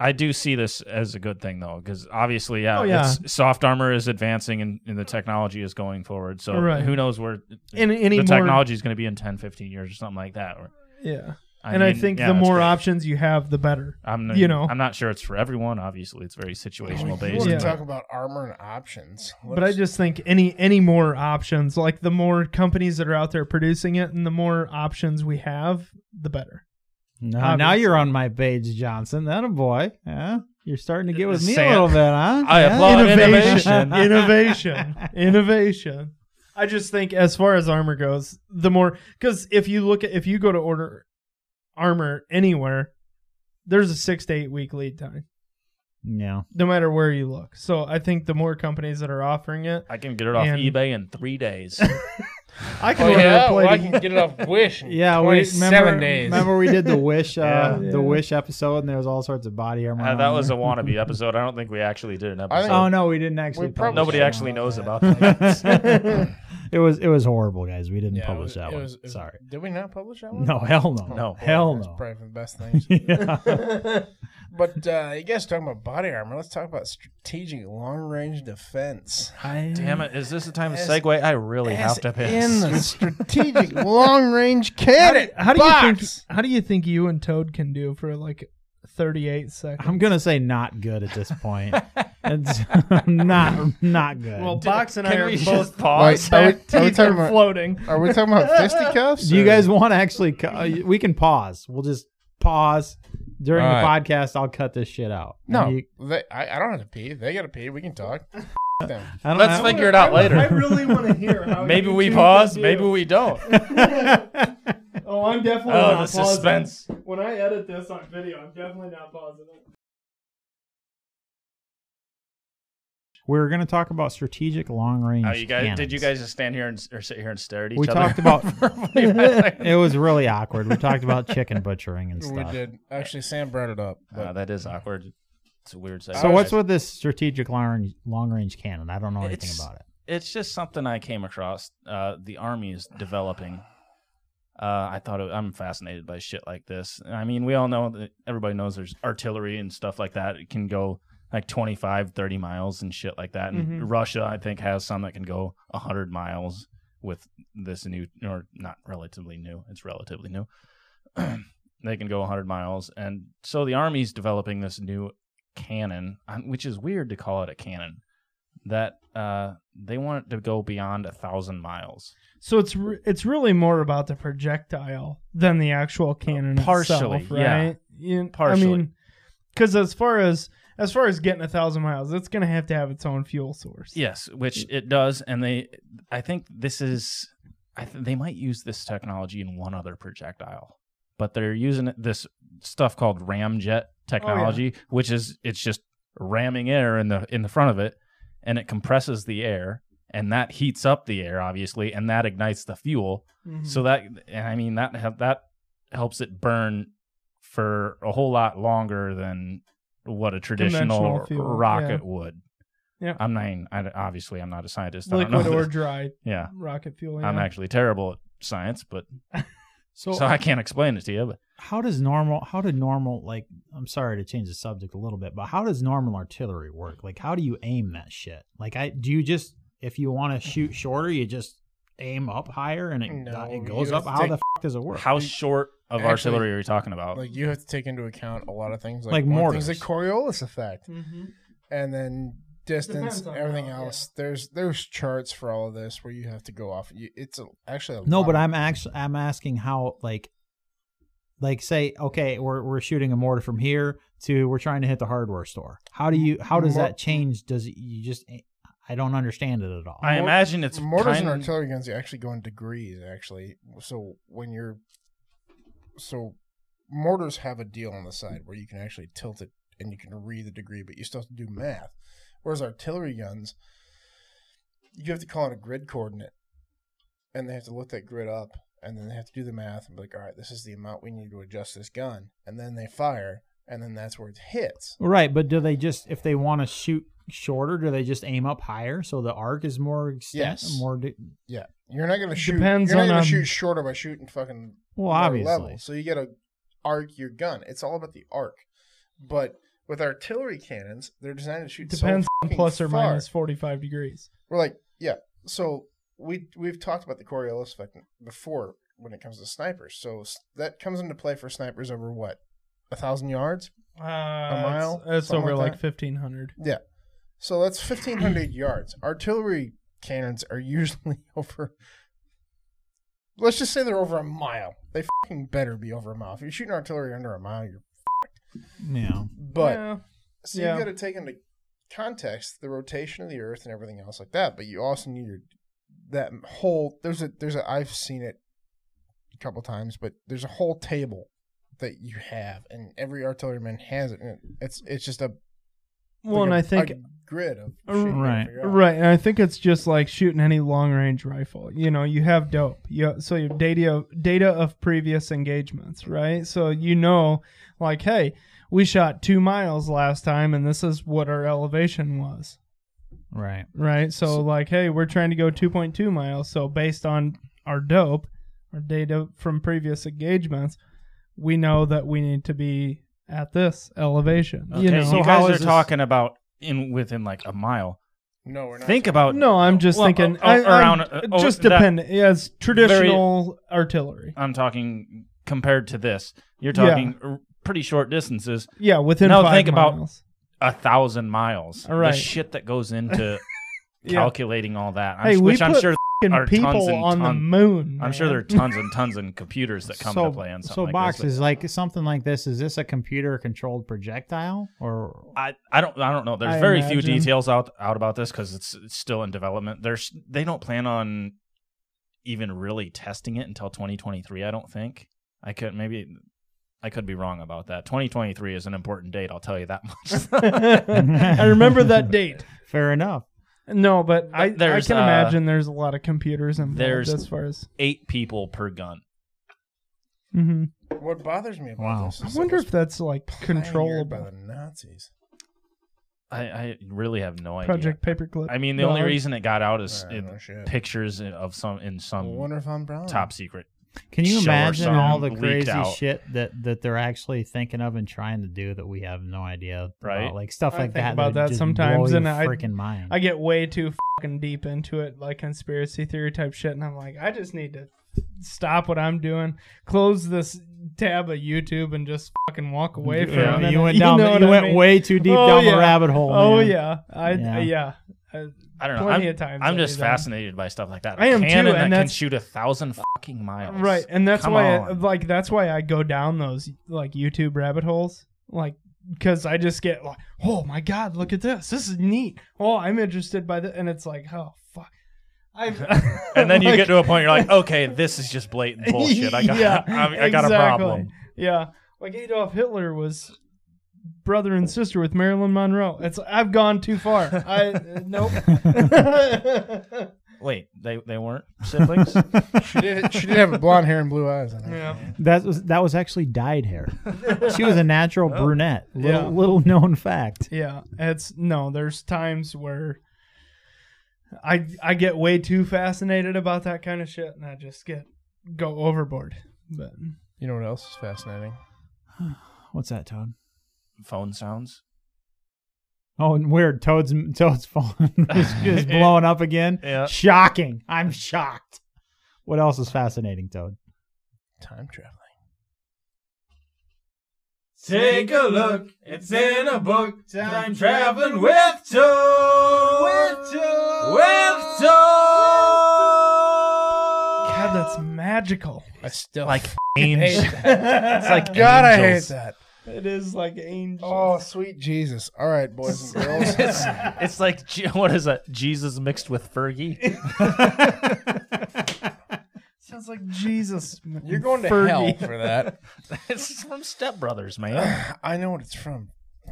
S3: I do see this as a good thing though, because obviously, yeah,
S4: Oh, yeah.
S3: It's, soft armor is advancing and, and the technology is going forward. So
S4: Right.
S3: who knows where
S4: in any
S3: the
S4: more,
S3: technology is going to be in 10, 15 years or something like that. Or,
S4: Yeah. and I
S3: mean,
S4: think
S3: yeah,
S4: the
S3: that's
S4: more
S3: great.
S4: options you have, the better.
S3: I'm
S4: you know.
S3: I'm not sure it's for everyone. Obviously, it's very situational
S1: We
S3: based.
S1: want to
S4: Yeah.
S1: talk about armor and options.
S4: But I just think any any more options, like the more companies that are out there producing it, and the more options we have, the better.
S2: now, now you're on my page, Johnson. That a boy, yeah. You're starting to get with me
S3: Sam-
S2: a little bit, huh?
S3: I
S2: Yeah.
S3: applaud
S4: innovation, innovation, innovation. I just think as far as armor goes, the more because if you look at if you go to order armor anywhere, there's a six to eight week lead time,
S2: Yeah,
S4: no matter where you look. So I think the more companies that are offering it,
S3: I can get it off
S4: And-
S3: eBay in three days. Uh,
S4: I can
S5: Oh,
S4: order
S5: yeah,
S4: a
S5: well, I
S4: plate.
S5: can
S4: of-
S5: get it off Wish. In
S2: Yeah, we
S5: twenty-seven
S2: remember,
S5: days.
S2: remember we did the Wish, uh,
S4: Yeah.
S2: the Wish episode, and there was all sorts of body armor.
S3: Uh,
S2: on
S3: that was a
S2: there.
S3: wannabe episode. I don't think we actually did an
S1: I
S3: episode.
S1: think-
S2: Oh no, we didn't actually.
S1: We probably
S3: Nobody
S1: should've
S3: actually knows about that.
S2: that. it was it was horrible, guys. We didn't
S1: Yeah, it
S2: publish
S1: was-
S2: that
S1: it
S2: one.
S1: was- it was-
S2: Sorry.
S1: Did we not publish that one? Oh,
S2: No, hell no,
S3: No.
S2: hell
S1: That's
S2: no.
S1: probably for the best things.
S2: yeah.
S1: but uh, you guys talking about body armor? Let's talk about strategic long-range defense.
S3: Damn it! Is this the time to
S1: As-
S3: segue? I really have
S1: As
S3: to
S1: in
S3: piss.
S1: the strategic long-range
S4: how
S1: cannon.
S4: do, how do you think?
S1: box!
S4: How do you think you and Toad can do for like 38 seconds?
S2: I'm gonna say not good at this point. it's not not good.
S4: well, Box and I
S3: Can
S4: are
S3: we
S4: both
S3: just pause?
S1: Wait, are we-
S4: back
S1: are we
S4: teeth
S1: talking
S4: are
S1: about-
S4: floating.
S1: Are we talking about fisticuffs?
S2: Do you
S1: or-
S2: guys want to actually? Cu- uh, we can pause. We'll just pause during the
S1: All right.
S2: podcast. I'll cut this shit out.
S1: No,
S2: And you-
S1: they, I, I don't have to pee. They got to pee. We can talk. F- them.
S2: I don't
S3: Let's
S2: I-
S3: figure it out
S4: I
S3: later.
S4: really want to hear. How
S3: Maybe
S4: you
S3: we
S4: two
S3: pause.
S4: can do.
S3: Maybe we don't.
S4: Oh, I'm definitely
S3: Oh,
S4: not
S3: the
S4: pausing.
S3: suspense.
S4: When I edit this on video, I'm definitely not pausing it.
S2: We're gonna talk about strategic long range.
S3: Oh, you guys? Did you guys just stand here and s- or sit here and stare at each
S2: We
S3: other?
S2: talked about.
S3: about.
S2: it was really awkward. We talked about chicken butchering and
S1: We
S2: stuff.
S1: did. Actually, Sam brought it up. But
S3: that is awkward. It's a weird segue.
S2: So what's with this strategic long long range cannon? I don't know anything
S3: It's-
S2: about it.
S3: it's just something I came across. Uh, the army is developing. Uh, I thought it, I'm fascinated by shit like this. I mean, we all know that everybody knows there's artillery and stuff like that. It can go like 25, 30 miles and shit like that. And
S4: Mhm.
S3: Russia, I think, has some that can go 100 miles with this new, or not relatively new, it's relatively new. they can go 100 miles. And so the army's developing this new cannon, um, which is weird to call it a cannon that uh, they want it to go beyond a thousand miles.
S4: So it's re- it's really more about the projectile than the actual cannon
S3: Uh, partially,
S4: itself,
S3: yeah.
S4: right? You-
S3: Partially.
S4: I mean, because as far as as far as getting a thousand miles, it's gonna have to have its own fuel source.
S3: Yes, which it does, and they, I think this is, I th- they might use this technology in one other projectile, but they're using this stuff called ramjet technology, which is it's just ramming air in the in the front of it, and it compresses the air, and that heats up the air, obviously, and that ignites the fuel,
S4: Mhm.
S3: So that and I mean that hel- that helps it burn for a whole lot longer than what a traditional
S4: Conventional fuel,
S3: rocket
S4: yeah.
S3: would.
S4: Yeah.
S3: I'm not. even- I, obviously, I'm not a scientist. I
S4: liquid
S3: don't know.
S4: or
S3: this.
S4: dry
S3: yeah.
S4: rocket fuel.
S3: I'm
S4: yeah.
S3: actually terrible at science, but
S2: So,
S3: so I can't explain it to you. But
S2: how does normal? How did normal like? I'm sorry to change the subject a little bit, but how does normal artillery work? Like, how do you aim that shit? Like, I do you just if you want to shoot shorter, you just aim up higher and it
S1: No,
S2: it goes
S1: you
S2: up.
S1: have
S2: How
S1: to
S2: the f- does it work?
S3: how short of
S1: Actually,
S3: artillery are we talking about?
S1: like you have to take into account a lot of things, like,
S2: Like
S1: more things like
S2: mortars.
S1: Coriolis effect,
S4: Mhm.
S1: and then distance,
S4: Depends on
S1: everything
S4: how, yeah.
S1: else. There's there's charts for all of this where you have to go off. You, it's a, actually a
S2: No,
S1: lot
S2: but
S1: of-
S2: I'm actually I'm asking how like like say okay we're we're shooting a mortar from here to we're trying to hit the hardware store. How do you how does
S1: Mor-
S2: that change? Does it, you just eh, I don't understand it at all.
S3: I
S1: Mor-
S3: imagine it's
S1: mortars
S3: kind,
S1: and artillery guns. You actually go in degrees, actually. So when you're so mortars have a deal on the side where you can actually tilt it and you can read the degree, but you still have to do math. Whereas artillery guns, you have to call in a grid coordinate, and they have to look that grid up, and then they have to do the math and be like, all right, this is the amount we need to adjust this gun, and then they fire, and then that's where it hits.
S2: right, but do they just if they want to shoot shorter, do they just aim up higher so the arc is more extent
S1: Yes.
S2: more di-
S1: Yeah, you're not gonna shoot.
S4: Depends
S1: you're not
S4: on,
S1: gonna
S4: um,
S1: shoot shorter by shooting fucking
S2: well
S1: lower
S2: obviously.
S1: level. So you got to arc your gun. It's all about the arc. But with artillery cannons, they're designed to shoot
S4: Depends
S1: so
S4: on
S1: fucking
S4: plus or
S1: far.
S4: minus 45 degrees.
S1: We're like, yeah. So we we've talked about the Coriolis effect before when it comes to snipers. So s- that comes into play for snipers over what a thousand yards.
S4: Uh, a
S1: mile?
S4: It's, it's
S1: Something
S4: over
S1: like
S4: like, 1500.
S1: Yeah. So that's fifteen hundred yards. Artillery cannons are usually over. Let's just say they're over a mile. They fucking better be over a mile. If you're shooting artillery under a mile, you're.
S2: Yeah.
S1: But
S4: Yeah.
S1: So
S4: Yeah.
S1: you've got to take into context the rotation of the Earth and everything else like that. But you also need your that whole there's a there's a I've seen it a couple times, but there's a whole table that you have, and every artilleryman has it. And it's it's just a
S4: Well, and
S1: I
S4: I think
S1: grid of
S4: Uh,
S1: shit you gotta
S2: right,
S1: figure out.
S4: Right, and I think it's just like shooting any long range rifle. You know, you have dope. You so you have data data of previous engagements, right? So you know, like, hey, we shot two miles last time, and this is what our elevation was,
S2: Right.
S4: right? So, like, hey, we're trying to go two point two miles. So based on our dope, our data from previous engagements, we know that we need to be at this elevation.
S3: Okay,
S4: You
S3: you,
S4: know,
S2: so how
S3: guys are
S2: is this-
S3: talking about in within like a mile.
S1: No, we're not.
S3: Think about
S4: No, I'm just
S3: Well,
S4: thinking
S3: oh, oh,
S4: I- I'm
S3: around, uh, oh,
S4: just
S3: that-
S4: dependent. Yeah, it's traditional artillery.
S3: I'm talking compared to this. You're talking r- pretty short distances,
S4: Yeah, within
S3: Now
S4: five
S3: think about-
S4: miles.
S3: a thousand miles.
S4: All right.
S3: The shit that goes into
S4: Yeah.
S3: calculating all that. I'm,
S4: Hey,
S3: s-
S4: we
S3: which I'm
S4: put
S3: sure
S4: Fucking
S3: are tons
S4: people
S3: and
S4: on the
S3: ton-
S4: moon.
S3: I'm sure there are tons and tons and computers that come
S2: so,
S3: to play on something
S2: so
S3: like
S2: box
S3: this.
S2: is like something like this. Is this a computer controlled projectile or
S3: I, I don't I don't know. There's
S4: I
S3: very few
S4: imagine.
S3: details out out about this because it's, it's still in development. There's they don't plan on even really testing it until 2023. I don't think. I could maybe I could be wrong about that. 2023 is an important date. I'll tell you that much.
S4: I remember that date.
S2: fair enough?
S4: No, but I, I
S3: There's,
S4: can
S3: uh,
S4: imagine there's a lot of computers involved
S3: there's-
S4: as far as.
S3: Eight people per gun.
S4: hmm
S1: What bothers me about
S2: Wow.
S1: this? Is
S4: I
S1: it
S4: wonder
S1: was
S4: if that's like
S1: pioneered by
S4: controllable.
S1: the Nazis.
S3: I, I really have no
S4: Project Paperclip.
S3: idea. I mean, the
S4: No,
S3: only
S4: I-
S3: reason it got out is
S1: I
S3: it,
S1: don't know shit.
S3: pictures of some in
S1: I
S4: um,
S3: some
S1: wonder if I'm brown.
S3: top secret.
S2: Can you
S3: Show or
S2: imagine
S3: something
S2: all the
S3: leaked
S2: crazy
S3: out.
S2: shit that that they're actually thinking of and trying to do that we have no idea
S3: Right.
S2: about? Like stuff
S4: I
S2: like
S4: think
S2: that.
S4: about
S2: that would
S4: that
S2: just
S4: sometimes,
S2: blow
S4: and
S2: your
S4: I-
S2: freaking mind.
S4: I get way too fucking deep into it, like conspiracy theory type shit, and I'm like, I just need to stop what I'm doing, close this tab of YouTube, and just fucking walk away from
S2: Yeah,
S4: it.
S2: you went down.
S4: know
S2: you
S4: what I
S2: went
S4: mean?
S2: way too deep
S4: Oh,
S2: down
S4: yeah.
S2: the rabbit hole.
S4: Oh
S2: man.
S4: yeah, I
S2: Yeah.
S4: yeah. Uh,
S3: I don't know.
S4: Plenty
S3: I'm,
S4: of times
S3: I'm
S4: I do
S3: just
S4: that.
S3: fascinated by stuff like that. A
S4: I am too,
S3: cannon
S4: and
S3: that can
S4: that's-
S3: shoot a thousand fucking miles.
S4: right, and that's
S3: Come
S4: why, I,
S3: on.
S4: like, that's why I go down those like YouTube rabbit holes, like, because I just get like, oh my god, look at this, this is neat. Oh, I'm interested by this, and it's like, oh fuck. I've,
S3: and then you
S4: like-
S3: get to a point you're like, okay, this is just blatant bullshit. I got,
S4: Yeah,
S3: I, I got a
S4: exactly.
S3: problem.
S4: Yeah, like Adolf Hitler was brother and sister with Marilyn Monroe. It's I've gone too far. I uh, nope.
S3: Wait, they they weren't siblings.
S1: She did, she did have blonde hair and blue eyes. I think.
S4: yeah.
S2: That was that was actually dyed hair. she was a natural
S3: Oh.
S2: brunette. Little
S4: Yeah.
S2: little known fact.
S4: Yeah, it's no. There's times where I I get way too fascinated about that kind of shit, and I just get go overboard. But
S1: You know what else is fascinating?
S2: What's that, Toad?
S3: Phone sounds.
S2: Oh, and weird. Toad's Toad's phone is, is blowing up again.
S3: Yeah.
S2: Shocking. I'm shocked. What else is fascinating, Toad?
S1: Time traveling.
S5: Take a look, it's in a book. Time traveling with Toad. With Toad. With Toad.
S4: God, that's magical.
S1: I still
S3: Like
S1: hate
S3: angels.
S1: that.
S3: It's like
S1: God, I hate
S3: angels.
S1: that.
S4: It is like angels.
S1: Oh, sweet Jesus! All right, boys and girls.
S3: It's, it's like Je- what is that? Jesus mixed with Fergie.
S4: Sounds like Jesus.
S1: You're going to hell
S4: Fergie.
S1: for that.
S3: it's from Step Brothers, man.
S1: I know what it's from.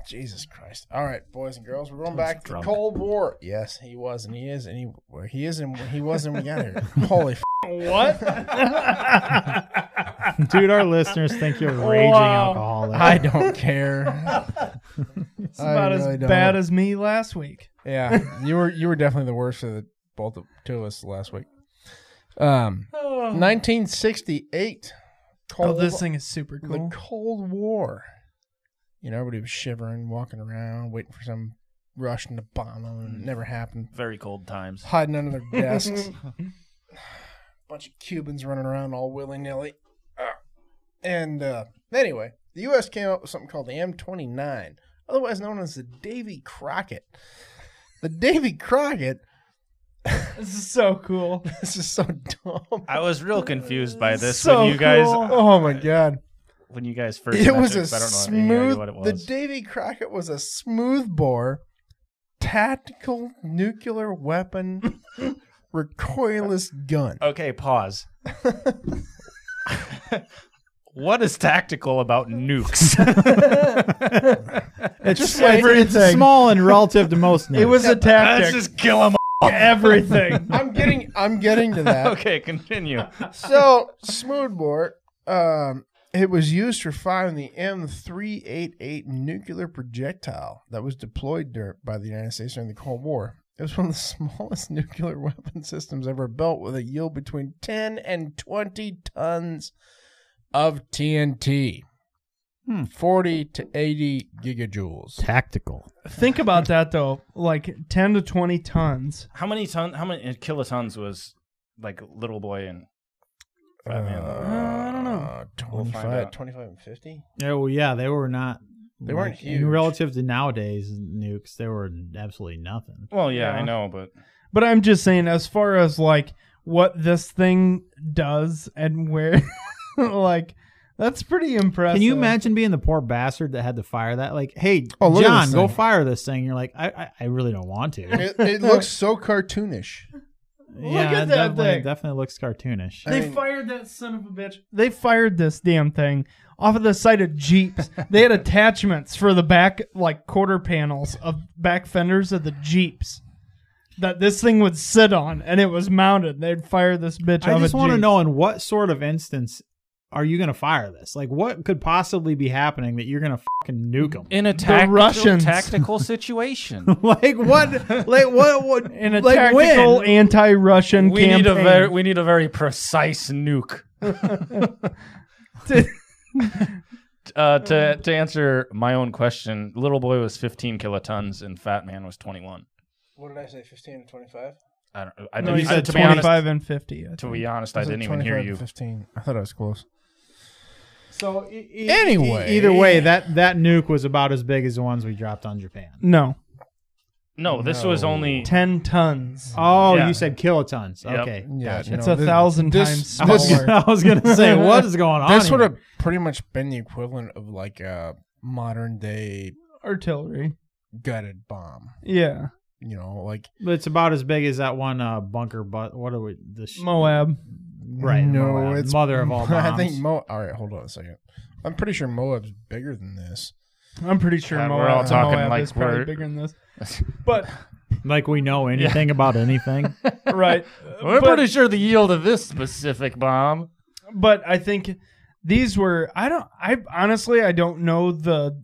S1: Jesus Christ! All right, boys and girls, we're going
S3: Toad's
S1: back to the
S3: drunk.
S1: Cold War. Yes, he was, and he is, and he well, he is, and he was, and we got here. Holy f-
S4: What?
S2: Dude, our listeners think you're a raging
S4: Wow.
S2: alcoholic.
S1: I don't care.
S4: It's about
S1: really
S4: as
S1: don't.
S4: bad as me last week.
S1: Yeah, you were you were definitely the worst of the both of two of us last week. Um, 1968.
S4: Oh,
S1: Cold
S4: this thing is super
S1: the
S4: cool.
S1: Cold War. You know, everybody was shivering, walking around, waiting for some Russian to bomb them, and it never happened.
S3: Very cold times.
S1: Hiding under their desks. Bunch of Cubans running around all willy nilly. And uh, anyway, the U.S. came up with something called the M29, otherwise known as the Davy Crockett. The Davy Crockett.
S4: This is so cool.
S1: This is so dumb.
S3: I was real confused by this
S4: So
S3: when you guys
S4: cool.
S1: Oh my god!
S3: when you guys first.
S1: It was
S3: mentioned
S1: a
S3: this, I don't know any
S1: smooth.
S3: idea what it was.
S1: The Davy Crockett was a smoothbore, tactical nuclear weapon, recoilless gun.
S3: Okay, pause. what is tactical about nukes?
S2: It's
S4: Just
S2: it's- it's
S4: everything.
S2: small and relative to most.
S4: It was a
S3: Let's
S4: tactic.
S3: just kill him.
S4: everything.
S1: I'm getting I'm getting to that.
S3: Okay, continue.
S1: So smoothbore, um, it was used for firing the M388 nuclear projectile that was deployed dur- by the United States during the Cold War. It was one of the smallest nuclear weapon systems ever built, with a yield between 10 and 20 tons of TNT,
S2: Hmm.
S1: 40 to 80 gigajoules.
S2: tactical.
S4: Think about that though. Like ten to twenty tons.
S3: How many ton? How many kilotons was like little boy and Fat Man?
S1: Uh,
S4: I don't know.
S3: We'll find
S1: 25,
S3: out.
S1: 25 and 50?
S2: Oh yeah, they were not.
S1: They weren't
S2: like,
S1: huge.
S2: relative to nowadays nukes. They were absolutely nothing.
S3: Well, yeah, I
S4: Yeah.
S3: know, but
S4: But I'm just saying, as far as like what this thing does and where, like that's pretty impressive.
S2: Can you imagine being the poor bastard that had to fire that? Like, hey,
S1: Oh, look at
S2: John,
S1: this
S2: go
S1: thing.
S2: fire this thing. You're like, I, I, I really don't want to.
S1: It, it looks so cartoonish.
S2: yeah,
S4: at
S2: it
S4: that
S2: definitely,
S4: thing.
S2: it definitely looks cartoonish.
S1: I
S4: They
S1: mean-
S4: fired that son of a bitch. They fired this damn thing off of the side of Jeeps. they had attachments for the back, like quarter panels of back fenders of the Jeeps that this thing would sit on, and it was mounted. They'd fire this bitch.
S2: I
S4: off
S2: just
S4: a
S2: want to
S4: Jeep.
S2: know in what sort of instance are you going to fire this? Like, what could possibly be happening that you're going to fucking nuke them?
S3: in a
S4: tactical- Russians.
S3: tactical situation.
S2: like what? Like what? What?
S4: in a
S2: like
S4: tactical
S2: when?
S4: anti-Russian
S3: we
S4: campaign.
S3: need a very we need a very precise nuke. Uh, to to answer my own question, little boy was 15 kilotons and Fat Man was 21.
S1: What did I say, 15 to 25?
S3: I don't. I
S4: no,
S3: didn't.
S4: you
S3: I,
S4: said
S3: to be honest,
S4: twenty-five and fifty. I
S3: to
S4: think.
S3: be honest, I
S1: Was it
S3: didn't even hear
S1: 25 to
S3: you.
S1: 15. I thought I was close.
S2: So e- e-
S1: Anyway.
S2: e- either way, that that nuke was about as big as the ones we dropped on Japan.
S4: No,
S3: No, this was
S1: No.
S3: only.
S4: ten tons.
S2: Oh,
S3: Yeah.
S2: you said kilotons.
S3: Yep.
S2: Okay,
S1: Yeah,
S2: gotcha.
S1: no,
S4: It's a thousand times
S2: I was,
S4: smaller.
S1: This,
S2: I was gonna say, what is going on?
S1: this would
S2: here?
S1: have pretty much been the equivalent of like a modern day
S4: Artillery.
S1: gutted bomb.
S4: Yeah,
S1: You know, like
S2: But It's about as big as that one uh, bunker. But what are we? The sh-
S4: Moab.
S2: right?
S1: No,
S2: Moab,
S1: it's
S2: mother of all bombs.
S1: I think Mo. All right, hold on a second. I'm pretty sure Moab's bigger than this.
S4: I'm pretty sure
S3: God,
S4: Moab.
S3: we're all
S4: the
S3: talking
S4: Moab
S3: like
S4: is probably
S3: we're-
S4: bigger than this. But
S2: like we know anything about anything.
S4: right,
S3: We're
S4: but,
S3: pretty sure the yield of this specific bomb.
S4: but I think these were. I don't. I honestly, I don't know the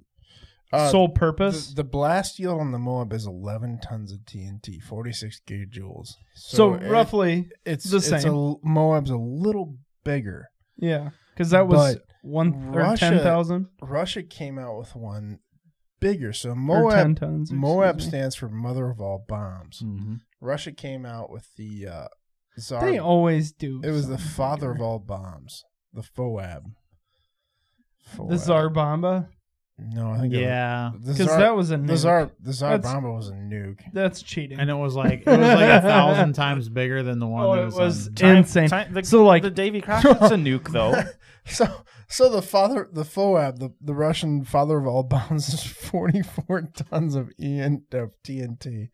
S1: Uh,
S4: sole
S1: the,
S4: purpose.
S1: the blast yield on the Moab is 11 tons of TNT, 46 gigajoules.
S4: so
S1: it-
S4: roughly,
S1: it's
S4: the
S1: it's a
S4: same.
S1: l- Moab's a little bigger.
S4: yeah, because that was
S1: But
S4: one or
S1: Russia-
S4: ten thousand
S1: Russia came out with one bigger. So
S4: or ten
S1: Moab
S4: tons. excuse
S1: Moab
S4: me. Mm.
S1: stands for mother of all bombs.
S2: Mhm.
S1: Russia came out with the uh, Tsar.
S4: They always do.
S1: it was the
S4: something
S1: father
S4: bigger.
S1: of all bombs, the FOAB. FOAB.
S4: The Tsar Bomba,
S1: No, I think it
S2: Yeah,
S1: was- the
S4: because
S1: Tsar,
S4: that was a nuke.
S1: the Tsar, the Tsar
S4: That's-
S1: Bomba was a nuke.
S4: That's cheating.
S2: and it was like it was like a thousand times bigger than the one.
S4: Oh,
S2: that
S4: it
S2: was,
S3: um,
S2: um,
S4: was
S2: on-
S4: insane.
S3: the,
S4: so like
S3: the Davy Crockett's a nuke though.
S1: So, so the father, the FOAB, the, the Russian father of all bombs, is forty-four tons of E EN, of TNT.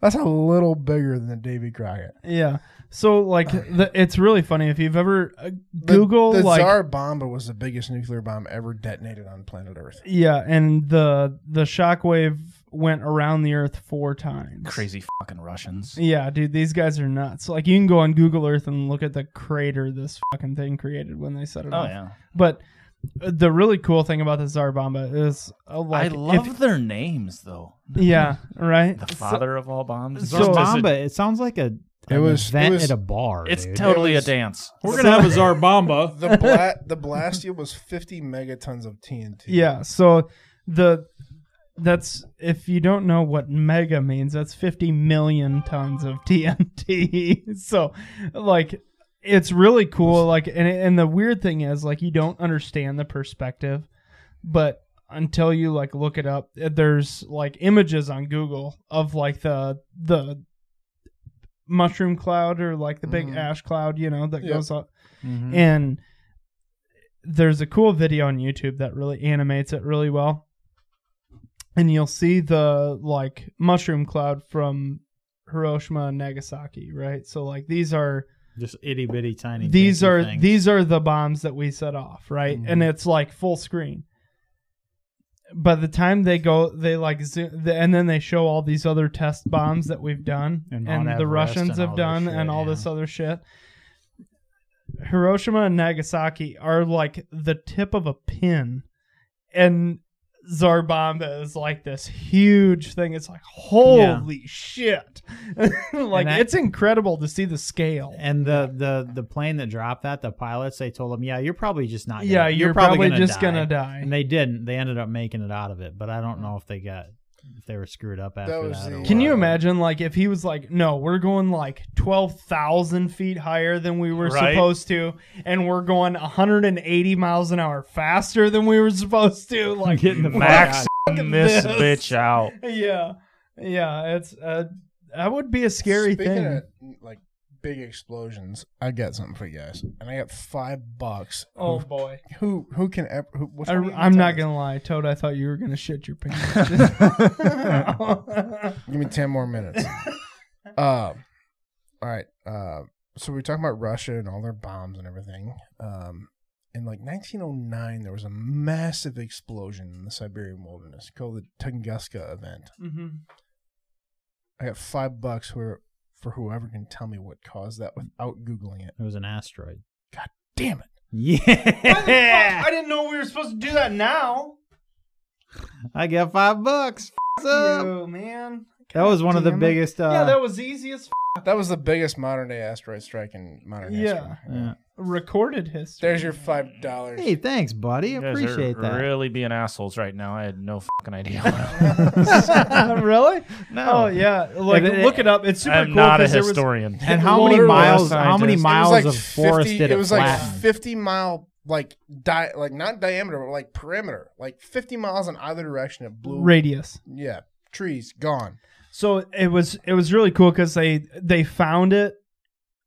S1: That's a little bigger than the Davy Crockett.
S4: yeah. So like the, it's really funny if you've ever uh, Google
S1: the, the
S4: like
S1: Tsar Bomba was the biggest nuclear bomb ever detonated on planet Earth.
S4: yeah, and the the shockwave went around the Earth four times.
S3: Crazy fucking Russians.
S4: Yeah, dude, these guys are nuts. Like you can go on Google Earth and look at the crater this fucking thing created when they set it
S3: Oh
S4: off.
S3: yeah,
S4: But uh, the really cool thing about the Tsar Bomba is uh, like
S3: I
S4: if-
S3: love their names though.
S4: yeah right
S3: The
S4: So-
S3: father of all bombs.
S4: So-
S2: Zarbamba. it sounds like a an
S1: It was-
S2: event
S1: it was-
S2: at a bar.
S3: It's
S2: dude.
S3: totally
S1: It was-
S3: a dance.
S2: We're gonna have a Zarbamba.
S1: The bla- the blast yield was fifty megatons of TNT.
S4: Yeah, so the that's if you don't know what mega means, that's 50 million tons of TNT. so like it's really cool like and and the weird thing is like you don't understand the perspective, but until you like look it up, eh, there's like images on Google of like the the mushroom cloud or like the big
S1: Mhm.
S4: ash cloud, you know, that
S1: Yep.
S4: goes up
S2: Mhm.
S4: and there's a cool video on YouTube that really animates it really well. And you'll see the like mushroom cloud from Hiroshima and Nagasaki, right? So like these are
S2: Just itty bitty tiny.
S4: these
S2: dinky
S4: are
S2: things. Mm-hmm.
S4: these are the bombs that we set off, right? And it's like full screen. by the time they go, they like zoom, the, and then they show all these other test bombs that we've done,
S2: And
S4: and,
S2: Mount
S4: the
S2: Everest and
S4: Russians
S2: all
S4: have
S2: this
S4: done,
S2: shit,
S4: and all
S2: yeah.
S4: this other shit. Hiroshima and Nagasaki are like the tip of a pin, and Tsar bomb is like this huge thing. It's like holy shit, like
S2: that-
S4: it's incredible to see the scale.
S2: And the, the the plane that dropped that, the pilots, they told them, yeah, you're probably just not. Gonna,
S4: Uh, yeah, you're, probably, just gonna
S2: And
S4: die.
S2: they didn't. They ended up making it out of it, but I don't know if they got if they were screwed up after that.
S1: was
S2: or
S1: the-
S2: what.
S4: Can you
S1: Wow.
S4: imagine, like, if he was like, "No, we're going like twelve thousand feet higher than we were
S3: Right.
S4: supposed to, and we're going one hundred and eighty miles an hour faster than we were supposed to," like,
S2: Getting the
S3: Max
S4: fuck
S3: this
S4: this.
S3: bitch out.
S4: yeah, yeah, it's uh, that would be a scary
S1: Speaking
S4: thing.
S1: Of, like big explosions. I got something for you guys, and I got five bucks.
S4: oh
S1: Who-
S4: boy,
S1: who who can? ever- Who, which
S4: I,
S1: one are you
S4: I'm not
S1: tell
S4: gonna lie, Toad. I thought you were gonna shit your pants. Mm-hmm.
S1: me? Give me ten more minutes. uh, all right. Uh, so we are talking about Russia and all their bombs and everything. Um, in like 1909, there was a massive explosion in the Siberian wilderness called the Tunguska event.
S4: hmm
S1: I got five bucks for for whoever can tell me what caused that without googling it.
S2: It was an asteroid.
S1: Damn it!
S2: Yeah,
S4: I didn't know we were supposed to do that now.
S2: I got five bucks. F- up.
S4: Yo, man.
S2: That was one of the
S4: Damn it.
S2: biggest. Uh,
S4: yeah, that was easy as
S1: That was the biggest modern day asteroid strike in modern
S4: Yeah.
S1: history.
S2: yeah.
S4: recorded history.
S1: There's your five dollars.
S2: Hey, thanks, buddy.
S3: You guys are
S2: Appreciate that.
S3: Really being assholes right now. I had no fucking idea.
S4: really?
S3: no,
S4: Oh yeah. Like
S2: it-
S4: look it up. It's super
S3: I'm
S4: cool.
S3: not a
S4: 'cause there was-
S3: historian.
S2: and how many
S3: Literally,
S2: miles?
S3: last
S2: How many
S3: scientist.
S2: miles
S1: it was like
S2: of forest
S1: 50,
S2: did it,
S1: it was
S2: flatten?
S1: like 50 mile like di- like not diameter but like perimeter like 50 miles in either direction it blew
S4: radius.
S1: yeah trees gone
S4: So it was it was really cool because they they found it.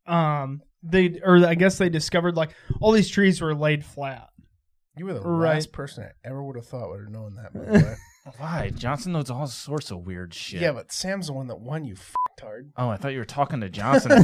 S4: Um, they or I guess they discovered like all these trees were laid flat.
S1: you were the
S4: Right.
S1: last person I ever would have thought would have known that by the way.
S3: Why? Johnson knows all sorts of weird shit.
S1: yeah but Sam's the one that won you hard
S3: Oh, I thought you were talking to Johnson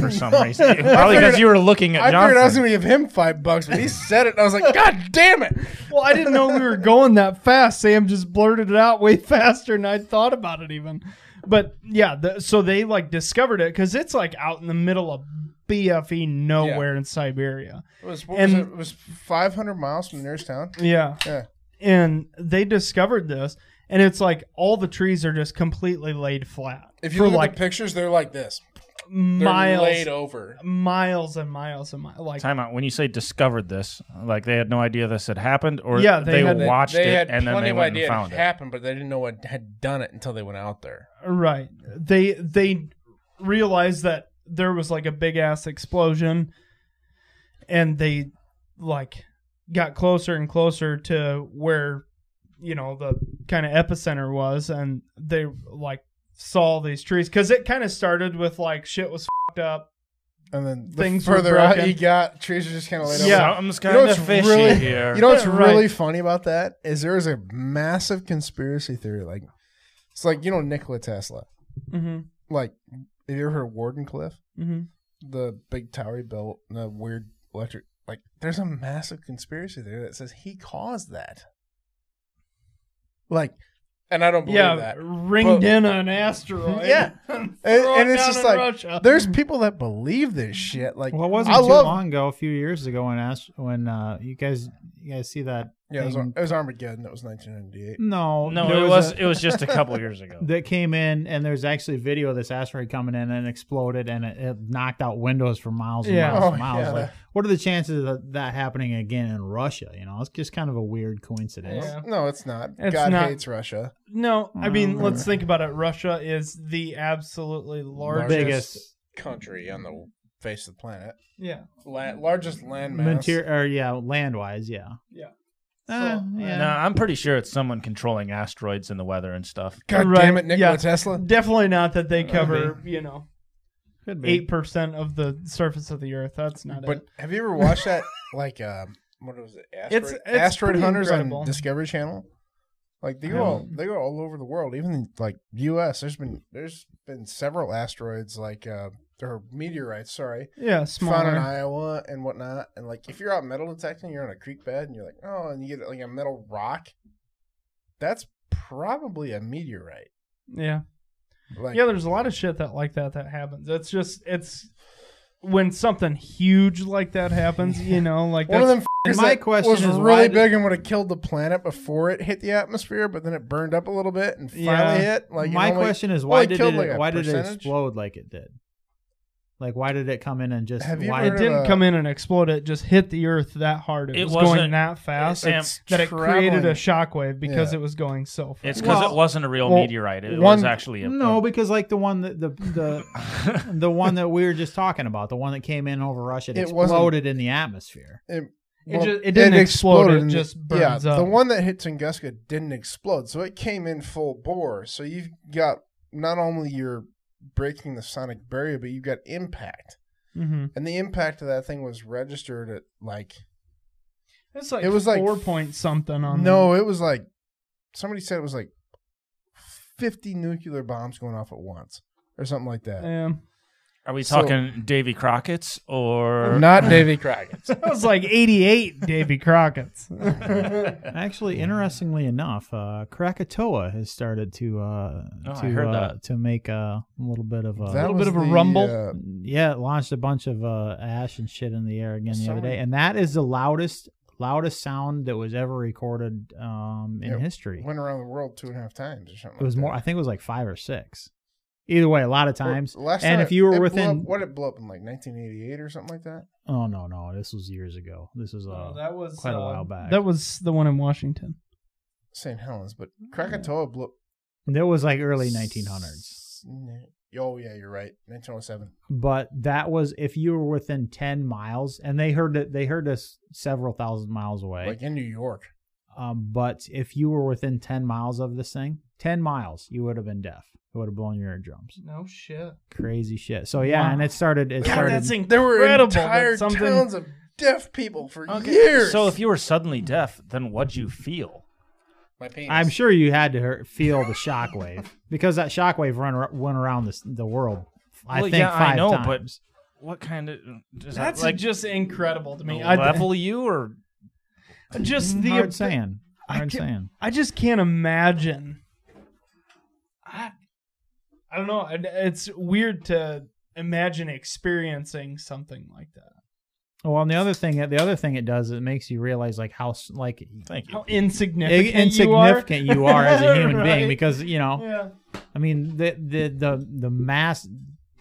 S3: for some reason. Probably because you were looking at
S1: I
S3: Johnson.
S1: figured I was gonna give him five bucks but he said it and I was like god damn it
S4: Well, I didn't know we were going that fast. Sam just blurted it out way faster than I thought about it even. But yeah, the, so they like discovered it because it's like out in the middle of BFE nowhere in Siberia.
S1: it was, what was
S4: And-
S1: it? it was 500 miles from the nearest town
S4: Yeah.
S1: Yeah.
S4: And they discovered this, and it's like all the trees are just completely laid flat.
S1: if
S4: for
S1: you look
S4: like
S1: at the pictures they're like this they're laid
S4: miles,
S1: over
S4: miles and miles and miles. Like
S3: Time out. When you say discovered this, like they had no idea this had happened, or
S4: Yeah,
S3: they,
S4: they had-
S3: watched
S1: they had
S3: it and then
S1: plenty
S3: they
S1: of
S3: went
S1: idea
S3: and found
S1: it
S3: it.
S1: happened but they didn't know what had done it until they went out there
S4: right, they they realized that there was like a big ass explosion, and they like got closer and closer to where you know the kind of epicenter was, and they like saw these trees because it kind of started with like shit was fucked up.
S1: And then the
S4: Things were
S1: further out
S4: broken.
S1: you got, trees are just kind of laid
S4: Yeah.
S1: out.
S3: something's
S1: You know
S3: kind of
S1: what's
S3: fishy
S1: really-
S3: here.
S1: You know what's
S4: Right.
S1: really funny about that is there is a massive conspiracy theory. Like it's like you know Nikola Tesla.
S4: Mm-hmm.
S1: Like have you ever heard of Wardenclyffe,
S4: Mm-hmm.
S1: the big tower he built, and the weird electric? Like there's a massive conspiracy theory that says he caused that. Like, and I don't believe
S4: yeah,
S1: that.
S4: ringed
S1: But-
S4: in an asteroid.
S1: Yeah.
S4: and,
S1: And, and it's just like
S4: Russia.
S1: there's people that believe this shit. Like
S2: Well, it wasn't
S1: I
S2: too
S1: love-
S2: long ago, a few years ago, when asked when uh, you guys you guys see that?
S1: yeah, it was,
S2: thing-
S1: it was Armageddon. That was 1998.
S2: no,
S3: no,
S2: there
S3: it was
S2: a-
S3: it was just a couple years ago.
S2: that came in, and there's actually a video of this asteroid coming in and it exploded, and it, it knocked out windows for miles and
S4: Yeah.
S2: miles and
S1: Oh,
S2: miles.
S1: yeah.
S2: Like, what are the chances of that happening again in Russia? You know, it's just kind of a weird coincidence.
S4: Yeah.
S1: No, it's not.
S4: It's
S1: God
S4: not.
S1: hates Russia.
S4: no, I mean,
S2: Mm.
S4: let's think about it. Russia is the absolutely largest.
S2: Biggest
S1: country on the face of the planet.
S4: Yeah.
S1: La- largest landmass.
S2: material, or yeah, land wise, yeah,
S4: Yeah.
S2: Eh,
S4: So,
S2: yeah.
S3: No, I'm pretty sure it's someone controlling asteroids and the weather and stuff.
S1: God
S4: Right,
S1: damn it, Nikola
S4: yeah.
S1: Tesla.
S4: Definitely not that they
S1: Could
S4: cover, you know,
S2: Could be.
S4: eight percent of the surface of the earth. That's not
S1: But
S4: it.
S1: have you ever watched that? Like, um, what was it? Asteroid,
S4: It's- it's
S1: asteroid
S4: pretty
S1: hunters
S4: incredible.
S1: on Discovery Channel. Like they
S3: I
S1: go, all, they go all over the world. Even like U.S. There's been there's been several asteroids like uh, or meteorites. Sorry,
S4: Yeah,
S1: found in
S4: smaller.
S1: Iowa and whatnot. And like if you're out metal detecting, you're on a creek bed and you're like, oh, and you get like a metal rock. that's probably a meteorite.
S4: Yeah.
S1: Like,
S4: Yeah, there's a lot of shit that like that that happens. It's just it's when something huge like that happens, you know, like
S1: one
S4: that's
S1: of them
S2: And
S1: f***ers
S2: my
S1: that
S2: question
S1: was
S2: is why
S1: really
S2: did-
S1: big and would have killed the planet before it hit the atmosphere, but then it burned up a little bit and finally
S4: Yeah.
S1: hit. Like it
S2: my
S1: only-
S2: question is
S1: it
S2: why
S1: only
S2: did
S1: killed,
S2: it
S1: like, a
S2: why did it
S1: percentage?
S2: explode like it did? Like why did it come in and just
S1: Have you
S2: why
S1: ever
S4: it
S1: heard
S4: didn't
S1: of a-
S4: come in and explode. It just hit the earth that hard. It,
S3: It
S4: was
S3: wasn't-
S4: going that fast
S3: Sam,
S1: It's
S4: that it created
S1: traveling.
S4: a shockwave because
S1: Yeah.
S4: it was going so fast.
S3: it's because
S2: Well-
S3: it wasn't a real
S1: well,
S3: meteorite. It
S1: one-
S3: was actually a
S2: no because like the one that the the the one that we were just talking about the one that came in over Russia it
S1: It wasn't-
S2: exploded in the atmosphere.
S1: It,
S4: It ju- it didn't explode,
S1: exploded
S4: it
S1: and-
S4: just
S1: yeah,
S4: burns up.
S1: The one that hit Tunguska didn't explode, so it came in full bore. So you've got not only you're breaking the sonic barrier, but you've got impact.
S4: mm-hmm.
S1: And the impact of that thing was registered at like
S4: it's like
S1: It was like-
S4: four point something on
S1: no, it was like somebody said it was like fifty nuclear bombs going off at once or something like that.
S4: Yeah.
S3: Are we
S1: So-
S3: talking Davy Crockett's
S4: Eh.
S3: or
S1: Not Davy Crockett.
S4: That was like 88 Davy Crockett's.
S2: Actually, interestingly enough, uh, Krakatoa has started to uh,
S3: Oh, I
S2: to
S3: heard
S2: uh,
S3: that.
S2: to make uh, a little bit of a
S1: That
S4: little
S1: was
S4: bit of a
S1: the,
S4: rumble.
S1: uh,
S2: yeah, it launched a bunch of uh, ash and shit in the air again the
S1: Someone-
S2: other day, and that is the loudest loudest sound that was ever recorded um, in
S1: Yeah,
S2: history.
S1: went around the world two and a half times or something.
S2: It was
S1: like
S2: more.
S1: that.
S2: I think it was like five or six. Either way, a lot of
S1: Or
S2: times.
S1: last
S2: and
S1: time
S2: if you were
S1: it blew
S2: within,
S1: up, what did it blow up in like 1988 or something like that?
S2: oh no, no, this was years ago. This was uh,
S4: that was
S2: quite a while back.
S4: That was the one in Washington.
S1: St. Helens, but Krakatoa blew up
S2: that was like early 1900s.
S1: S- n- Oh yeah, you're right. 1907.
S2: but that was if you were within 10 miles and they heard it they heard us several thousand miles away
S1: Like in New York.
S2: um, but if you were within 10 miles of this thing 10 miles you would have been deaf it would have blown your eardrums
S4: No shit.
S2: crazy shit so yeah
S4: Wow.
S2: and it started it
S4: God,
S2: started
S4: that's incredible.
S1: There were
S4: that
S1: entire
S4: something-
S1: towns of deaf people for
S3: Okay,
S1: years.
S3: So if you were suddenly deaf, then what'd you feel?
S1: my penis.
S2: i'm sure you had to hear- feel the shockwave because that shockwave run ar- went around this, the world i
S3: Well,
S2: think
S3: yeah, I
S2: five
S3: know, but
S2: times
S3: What kind of does that,
S4: That's
S3: like
S4: just incredible to me.
S3: level you or
S4: I, just the
S2: Mm-hmm. hard saying
S4: I
S2: hard
S4: can-
S2: saying
S4: I just can't imagine. I, I don't know. I- It's weird to imagine experiencing something like that.
S2: well and the other thing the other thing it does is it makes you realize like how s- like
S3: thank you.
S4: How insignificant,
S2: Ig- insignificant you are, as a human being
S4: Right.
S2: because you know
S4: you are. Yeah.
S2: i mean the the the the mass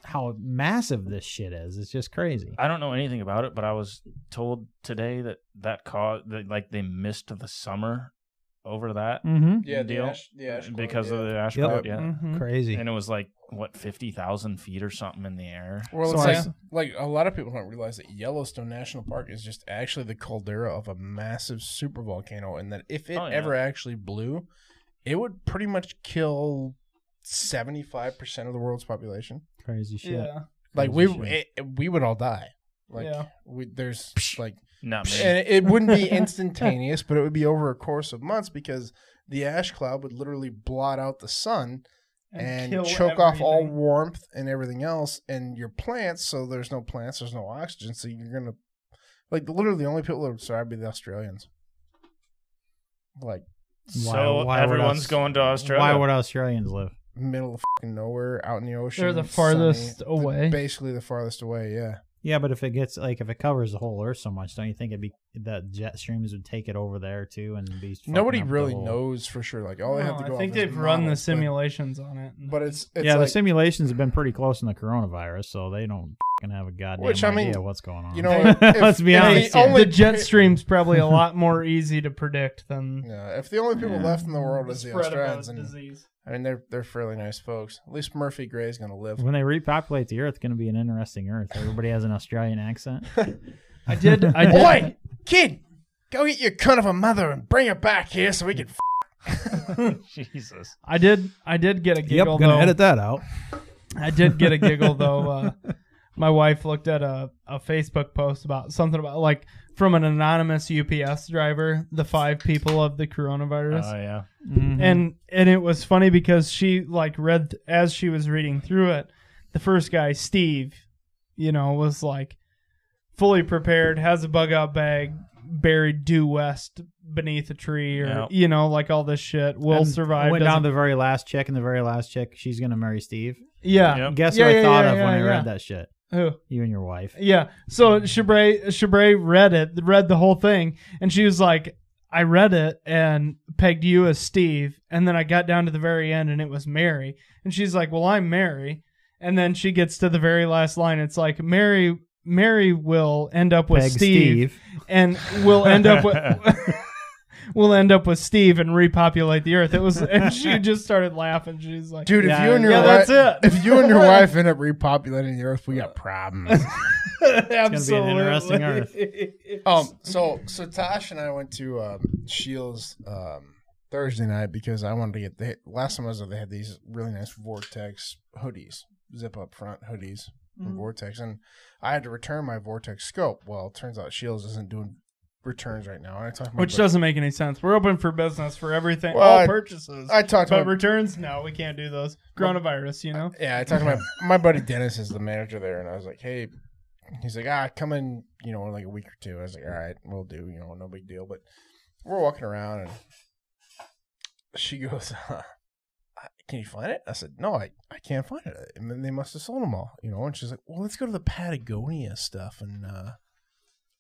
S2: how massive this shit is it's just crazy
S3: I don't know anything about it, but I was told today that that caused that, like they missed the summer over that
S2: mm-hmm
S1: yeah, the
S3: deal
S1: ash, the ash cloud,
S3: because
S1: yeah.
S3: of the ash
S2: Yep.
S3: cloud, yeah.
S4: Mhm.
S2: crazy
S3: And it was like what fifty thousand feet or something in the air.
S1: Well,
S2: So
S1: it's
S2: I
S1: like,
S2: s-
S1: like a lot of people don't realize that Yellowstone National Park is just actually the caldera of a massive super volcano, and that if it
S3: Oh, yeah.
S1: ever actually blew, it would pretty much kill seventy five percent of the world's population.
S2: crazy shit
S4: Yeah.
S1: Like we
S2: Crazy
S3: eh,
S2: shit.
S1: it- we would all die. Like
S4: Yeah.
S1: we, there's like
S3: Not me.
S1: and it, it wouldn't be instantaneous, but it would be over a course of months because the ash cloud would literally blot out the sun and,
S4: kill
S1: choke off all
S4: everything.
S1: warmth and everything else and your plants. So there's no plants, there's no oxygen. So you're gonna like literally the only people that would survive would be the Australians. Like
S3: so
S2: Why- why would
S3: everyone's
S2: us-
S3: going to Australia.
S2: why would australians live
S1: middle of fucking nowhere, out in the ocean.
S4: They're the farthest
S1: sunny,
S4: away.
S1: Basically the farthest away. Yeah.
S2: yeah but if it gets like if it covers the whole earth so much don't you think it'd be that jet streams would take it over there too and be fucking
S1: Nobody
S2: up the
S1: really
S2: whole-
S1: knows for sure. Like all they have
S4: No,
S1: to go.
S4: I think
S1: off is
S4: they've run the
S1: models, but-
S4: simulations on it.
S1: But, it's, it's
S2: yeah
S1: like,
S2: the simulations have been pretty close in the coronavirus so they don't fucking have a goddamn
S1: Which, I mean,
S2: idea what's going on
S1: you know, if,
S2: Let's be
S1: if the
S2: honest
S4: the,
S2: here.
S1: only-
S4: jet stream's probably a lot more easy to predict than
S1: Yeah, if the only people
S2: Yeah.
S1: left in the world is the
S4: spread of
S1: Australians,
S4: the
S1: and
S4: disease.
S1: I mean they're they're fairly nice folks. At least Murphy Gray's gonna live.
S2: When they repopulate the earth, it's going to be an interesting earth. Everybody has an Australian accent.
S4: I did. I did.
S1: Boy, kid, go get your cunt of a mother and bring her back here so we can. F-
S3: Jesus.
S4: I did. I did get a giggle. though.
S2: that out.
S4: I did get a giggle though. Uh, my wife looked at a, a Facebook post about something about like from an anonymous UPS driver, the five people of the
S3: Oh
S4: coronavirus,
S2: Uh,
S3: yeah.
S2: Mm-hmm.
S4: and and it was funny because she like read as she was reading through it. The first guy, Steve, you know, was like fully prepared, has a bug out bag, buried due west beneath a tree or
S3: Yep.
S4: you know like all this shit will
S2: And
S4: survive.
S2: Went down
S4: doesn't-
S2: to the very last chick, and the very last chick, she's gonna marry Steve.
S4: yeah.
S3: Yep.
S2: Guess
S4: Yeah,
S2: what
S4: yeah,
S2: I thought
S4: yeah,
S2: of when
S4: yeah,
S2: I
S4: yeah.
S2: read that shit?
S4: Who?
S2: You and your wife.
S4: Yeah. So Shabray Shabray read it, read the whole thing, and she was like, I read it and pegged you as Steve, and then I got down to the very end and it was Mary. And she's like, Well, I'm Mary. And then she gets to the very last line. It's like Mary Mary will end up with
S2: Peg
S4: Steve, and we'll end up with We'll end up with Steve and repopulate the earth. It was, and she just started laughing. She's like,
S1: Dude,
S2: Yeah,
S1: if you and your
S4: yeah,
S1: wife,
S4: that's it.
S1: if you and your wife end up repopulating the earth, we got problems.
S4: it's
S2: gonna be an interesting
S1: Um. So so Tosh and I went to um, Shields um, Thursday night because I wanted to get the last time I was there. They had these really nice Vortex hoodies, zip up front hoodies from
S4: Mm-hmm.
S1: Vortex, and I had to return my Vortex scope. Well, it turns out Shields isn't doing returns right now. And I talked to my
S4: Which
S1: bro-
S4: doesn't make any sense. We're open for business for everything,
S1: Well,
S4: all
S1: I-
S4: purchases.
S1: I talked to
S4: but
S1: my,
S4: returns, no, we can't do those. Coronavirus, you know.
S1: yeah, I talked to my my buddy Dennis is the manager there, and I was like, hey, he's like, ah, come in, you know, in like a week or two. I was like, all right, we'll do, you know, no big deal. But we're walking around, and she goes, uh, can you find it? I said, no, I, I can't find it. And then they must have sold them all, you know. And she's like, well, let's go to the Patagonia stuff, and uh,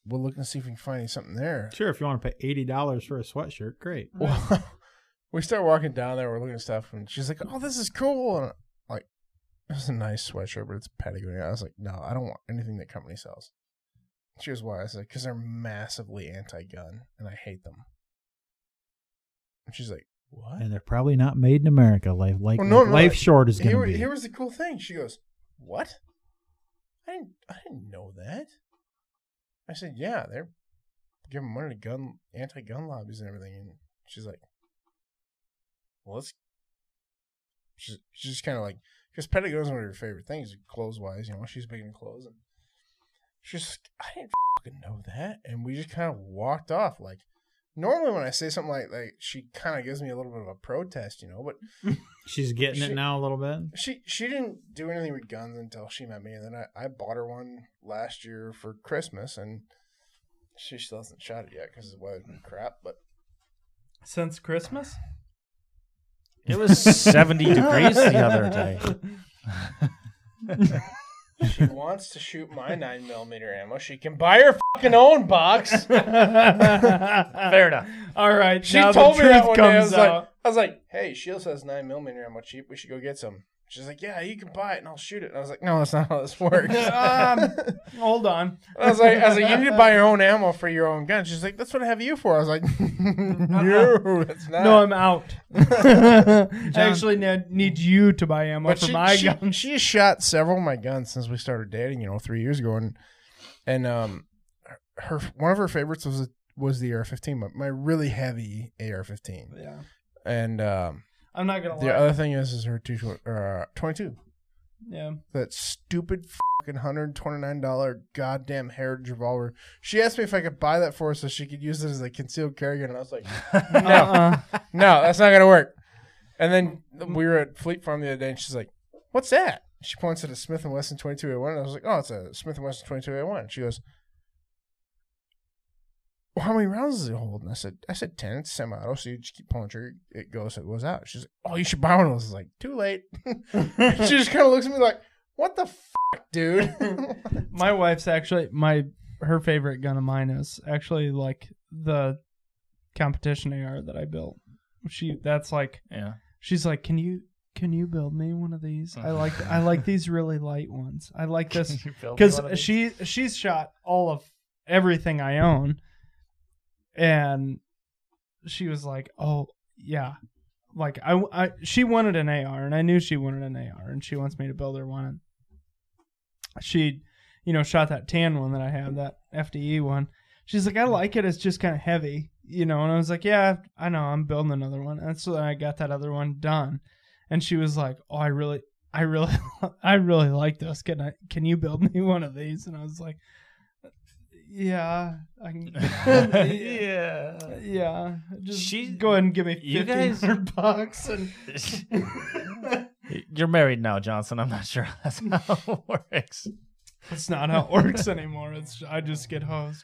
S1: we'll look and see if we can find something there.
S2: Sure, if you want to pay eighty dollars for a sweatshirt, great.
S1: Well, we start walking down there. We're looking at stuff, and she's like, "Oh, this is cool." And I'm like, this is a nice sweatshirt, but it's Patagonia. I was like, "No, I don't want anything that company sells." She goes, "Why?" I was like, "Because they're massively anti-gun, and I hate them." And she's like, "What?"
S2: And they're probably not made in America. Life like
S1: Well, no, no,
S2: life
S1: no.
S2: short is gonna
S1: here,
S2: be.
S1: here was the cool thing. She goes, "What? I didn't, I didn't know that." I said, "Yeah, they're giving money to gun anti-gun lobbies and everything." And she's like, "Well, let's." She's, she's just kind of like, because Patagonia is one of her favorite things, clothes-wise. You know, she's big in clothes, and she's just, I didn't fucking know that, and we just kind of walked off. Like, normally when I say something like like, she kind of gives me a little bit of a protest, you know, but
S2: She's getting it
S1: She-
S2: now a little bit.
S1: she she didn't do anything with guns until she met me, and then I, I bought her one last year for Christmas, and she still hasn't shot it yet because the weather's been crap. But
S4: Since Christmas,
S3: It was 70 degrees the other day.
S1: she wants to shoot my nine millimeter ammo. She can buy her fucking own box.
S4: fair
S3: enough.
S4: All right,
S1: She
S4: now
S1: told
S4: the
S1: me
S4: truth
S1: that one day. I
S4: comes
S1: was
S4: out.
S1: like, I was like, hey, Shields has nine millimeter ammo cheap. We should go get some. She's like, yeah, you can buy it, and I'll shoot it. And I was like, no, that's not how this works.
S4: Um, Hold on.
S1: I was like, I was like, you need to buy your own ammo for your own gun. She's like, that's what I have you for. I was like, no, that's not.
S4: Uh-uh. No, I'm out. I actually need, need you to buy ammo
S1: But
S4: for
S1: she,
S4: my
S1: she,
S4: gun.
S1: she shot several of my guns since we started dating, you know, three years ago, and and um, her one of her favorites was was the AR-15, my, my really heavy AR-15,
S4: Yeah.
S1: and um,
S4: I'm not gonna
S1: the
S4: lie.
S1: other thing is is her two short, uh, 22,
S4: yeah.
S1: that stupid fucking hundred twenty nine dollar goddamn heritage revolver. She asked me if I could buy that for her so she could use it as a concealed carry gun, and I was like, no,
S4: Uh-uh.
S1: no, that's not gonna work. And then we were at Fleet Farm the other day, and she's like, "What's that?" She points at a Smith and Wesson 22A1, and I was like, "Oh, it's a Smith and Wesson 22A1." She goes, well, "How many rounds does it hold?" And I said, "I said ten. It's semi-auto, so you just keep pulling the trigger. It goes, so it goes out." She's like, "Oh, you should buy one of those." I was like, "Too late." she just kind of looks at me like, "What the fuck, dude?"
S4: My wife's actually my her favorite gun of mine is actually like the competition AR that I built. She that's like
S3: Yeah.
S4: she's like, can you can you build me one of these? I like I like these really light ones. I like this because she she's shot all of everything I own, and she was like, "Oh yeah, like I, I she wanted an AR, and I knew she wanted an AR, and she wants me to build her one." And she, you know, shot that tan one that I have, that FDE one. She's like, "I like it. It's just kind of heavy, you know." And I was like, "Yeah, I know. I'm building another one." And so then I got that other one done, and she was like, "Oh, I really." I really, I really like this. Can I? Can you build me one of these? And I was like, Yeah, I can.
S3: yeah.
S4: yeah, just
S3: She-
S4: go ahead and give me
S3: you
S4: fifteen
S3: guys-
S4: hundred bucks. And
S3: You're married now, Johnson. I'm not sure that's how it works.
S4: that's not how it works anymore. It's I just get hosed.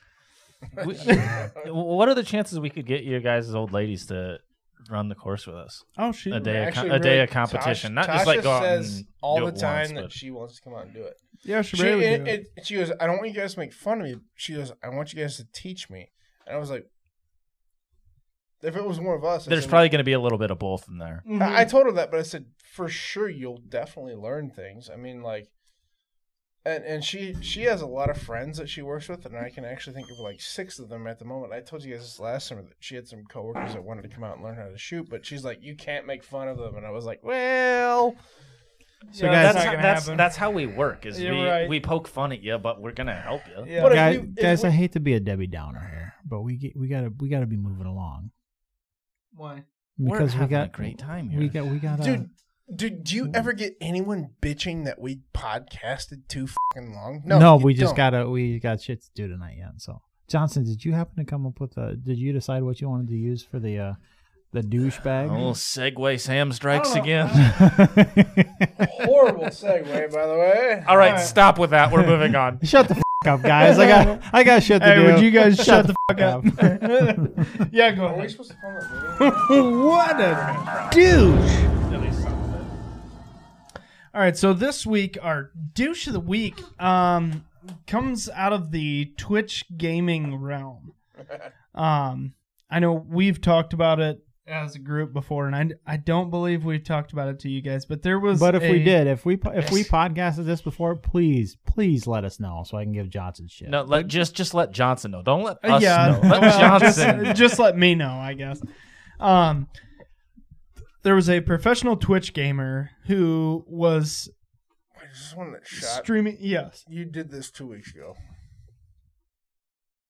S3: We- what are the chances we could get you guys as old ladies to run the course with us?
S4: Oh, she.
S3: A day, of,
S1: Actually,
S3: com- a day
S1: really,
S3: of competition,
S1: Tasha-
S3: not just like
S1: Tasha
S3: go out
S1: says
S3: and
S1: all
S3: do
S1: the
S3: it
S1: time
S3: once,
S1: that
S3: but-
S1: she wants to come out and do it.
S4: Yeah, she,
S1: She,
S4: barely
S1: it,
S4: do it.
S1: it, she goes, I don't want you guys to make fun of me. She goes, I want you guys to teach me. And I was like, if it was more of us, I
S3: There's
S1: said,
S3: probably going to be a little bit of both in there.
S1: I, I told her that, but I said, for sure, you'll definitely learn things. I mean, like, and and she she has a lot of friends that she works with, and I can actually think of like six of them at the moment. I told you guys this last summer that she had some coworkers that wanted to come out and learn how to shoot, but she's like, you can't make fun of them, and I was like, well,
S4: So
S2: guys-
S3: that's,
S4: that's, not gonna
S3: that's,
S4: happen.
S3: that's how we work. Is
S4: You're
S3: we,
S4: right.
S3: we poke fun at you, but we're gonna help you.
S4: yeah.
S1: What if
S2: guys,
S1: you- if
S2: guys
S1: we-
S2: I hate to be a Debbie Downer here, but we get, we gotta we gotta be moving along
S4: Why?
S3: we're
S2: because
S3: having
S2: we got
S3: a great time here.
S2: we got we got uh,
S1: dude. Do, do you ever get anyone bitching that we podcasted too fucking long?
S2: no,
S1: No, you
S2: we just
S1: don't.
S2: gotta we got shit to do tonight yet. So Johnson, did you happen to come up with a? Did you decide what you wanted to use for the uh the douchebag?
S3: Oh, segue Sam strikes
S4: I don't know.
S3: again.
S1: horrible segue, by the way.
S3: All right,
S4: All right.
S3: stop with that. We're moving on.
S2: shut the f- up, guys. I got I got shit to
S4: Hey,
S2: do.
S4: would you guys shut, the
S2: fuck up?
S4: f- Yeah, go
S1: Are we
S4: ahead.
S1: supposed to film that video?
S4: what a douche. All right, so this week our douche of the week um, comes out of the Twitch gaming realm. Um, I know we've talked about it as a group before, and I, I don't believe we've talked about it to you guys, but there was.
S2: But if we
S4: a-
S2: did, if we po- if we podcasted this before, please please let us know so I can give Johnson shit.
S3: No, let just just let Johnson know. Don't let
S4: Uh,
S3: us
S4: yeah,
S3: know. Let
S4: well, just-
S3: Johnson.
S4: Just, let me know, I guess. Um, there was a professional Twitch gamer who was
S1: I just want that shot.
S4: streaming. Yes,
S1: You did this two weeks ago.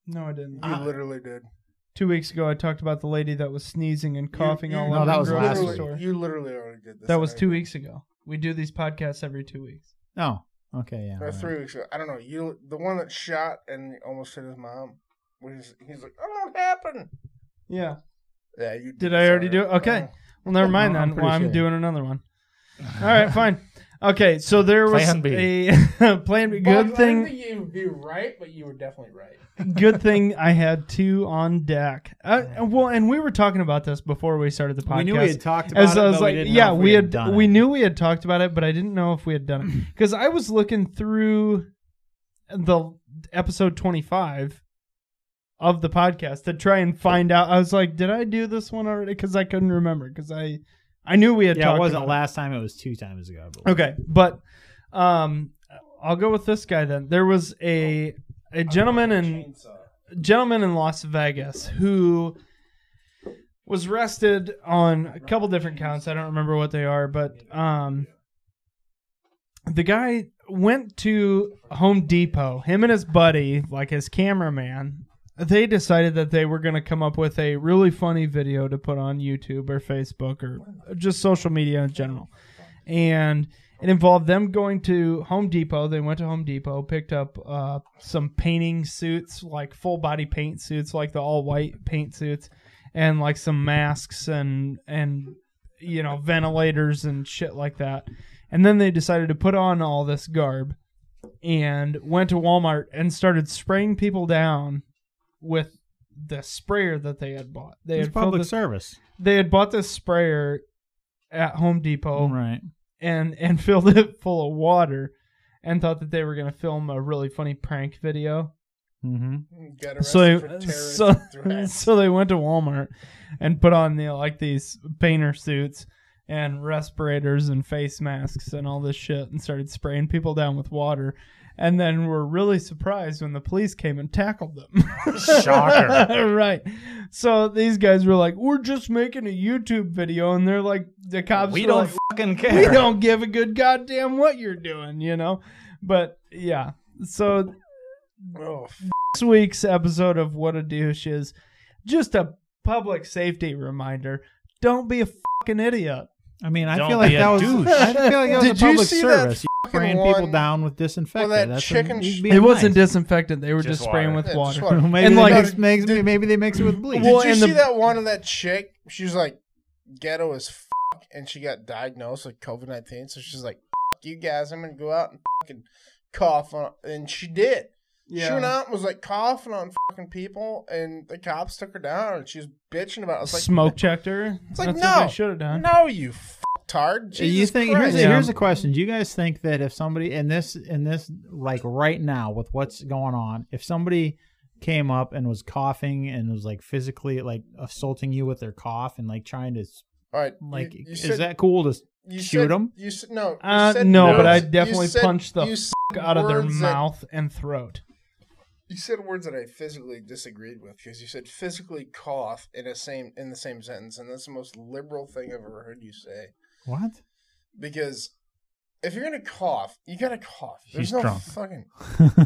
S4: no, I didn't.
S1: You literally did.
S4: Two weeks ago, I talked about the lady that was sneezing and coughing
S1: You- you
S4: all
S2: No,
S4: over
S2: that
S4: the
S2: was
S4: grocery
S2: last
S1: literally-
S2: week.
S4: store.
S1: You literally already did this.
S4: That was
S1: already.
S4: two weeks ago. We do these podcasts every two weeks.
S2: No. Oh, Okay. Yeah.
S1: Or
S2: all right.
S1: three weeks ago. I don't know. You, the one that shot and almost hit his mom. Was, he's like, "I don't happen."
S4: Yeah.
S1: Yeah, you did.
S4: Did
S1: this Uh-huh.
S4: I already do it? Okay. Well, never mind
S2: No, I'm
S4: then.
S2: pretty
S4: well, I'm
S2: sure.
S4: doing another one. All right, fine. Okay, so there was
S3: Plan B.
S4: a plan B. Good thing.
S1: you would be right, but you were definitely right.
S4: Good thing I had two on deck. Uh, well, and we were talking about this before we started the podcast.
S2: We knew we had talked about
S4: As
S2: it.
S4: I was
S2: but
S4: like,
S2: we didn't know
S4: yeah,
S2: if
S4: we,
S2: we,
S4: had,
S2: done
S4: we
S2: it.
S4: knew we had talked about it, but I didn't know if we had done it because I was looking through the episode twenty-five of the podcast to try and find out. I was like, did I do this one already? Because I couldn't remember because I I knew we had.
S2: Yeah,
S4: talked
S2: it wasn't
S4: about
S2: last time. It was two times ago. I believe.
S4: Okay, but um, I'll go with this guy then. There was a a gentleman in gentleman in Las Vegas who was arrested on a couple different counts. I don't remember what they are, but um, the guy went to Home Depot. Him and his buddy, like his cameraman, they decided that they were going to come up with a really funny video to put on YouTube or Facebook or just social media in general. And it involved them going to Home Depot. They went to Home Depot, picked up uh, some painting suits, like full body paint suits, like the all white paint suits, and like some masks and and you know ventilators and shit like that. And then they decided to put on all this garb and went to Walmart and started spraying people down with the sprayer that they had bought. They
S2: It's
S4: had filled
S2: public
S4: this,
S2: service.
S4: they had bought this sprayer at Home Depot
S2: Right.
S4: and and filled it full of water and thought that they were going to film a really funny prank video.
S2: Mm-hmm.
S1: Got Mm, arrested
S2: uh,
S4: So-
S1: for terrorist
S4: so-
S1: threats.
S4: so they went to Walmart and put on the like these painter suits and respirators and face masks and all this shit and started spraying people down with water and then were really surprised when the police came and tackled them.
S3: Shocker.
S4: right. So these guys were like, "We're just making a YouTube video." And they're like the cops
S3: we
S4: were
S3: don't
S4: like,
S3: fucking care.
S4: we don't give a good goddamn what you're doing, you know? But yeah. So
S1: Oh, f-
S4: this week's episode of What a Douche is just a public safety reminder. Don't be a fucking idiot.
S2: I mean, I
S3: Don't
S2: feel like
S3: be a
S2: that was.
S3: douche.
S2: I feel like that was
S1: Did
S2: a
S1: you
S2: public
S1: see that
S2: service. You
S1: fucking
S2: spraying people
S1: one-
S2: down with disinfectant.
S1: that
S2: That's
S1: chicken
S2: A,
S1: sh-
S4: it wasn't disinfectant. They were
S3: Just
S4: just, spraying
S3: water.
S4: with
S1: yeah,
S4: water.
S1: just water.
S2: maybe
S4: and
S2: they
S4: like-
S2: mix, mix- maybe they mix it with bleach.
S4: Well,
S1: Did you
S4: and
S1: see
S4: the-
S1: that one of that chick? She was like ghetto as fuck, and she got diagnosed with COVID nineteen. So she's like, "Fuck you guys, I'm gonna go out and fucking cough on." And she did. Yeah. was like coughing on fucking people, and the cops took her down, and she was bitching about. It. I was like,
S4: Smoke checked her.
S1: It's like,
S4: That's what
S1: no.
S4: they should have done.
S1: no, you tard.
S2: Do Uh, you
S1: Jesus
S2: think
S1: Christ.
S2: here's a,
S4: Yeah.
S2: here's a question? Do you guys think that if somebody in this in this like right now with what's going on, if somebody came up and was coughing and was like physically like assaulting you with their cough and like trying to s-
S1: All right, you-
S2: like
S1: you
S2: is
S1: said-
S2: that cool to
S1: you
S2: shoot
S1: said-
S2: 'em?
S1: You said, no, you
S4: Uh,
S1: said
S4: no,
S1: words-
S4: but I
S1: you
S4: definitely
S1: said-
S4: punched the
S1: you s-
S4: Out of their
S1: words that-
S4: mouth and throat.
S1: You said words that I physically disagreed with because you said physically cough in a same in the same sentence, and that's the most liberal thing I've ever heard you say.
S2: what?
S1: Because if you're gonna cough, you gotta cough. There's
S3: He's
S1: no
S3: drunk.
S1: fucking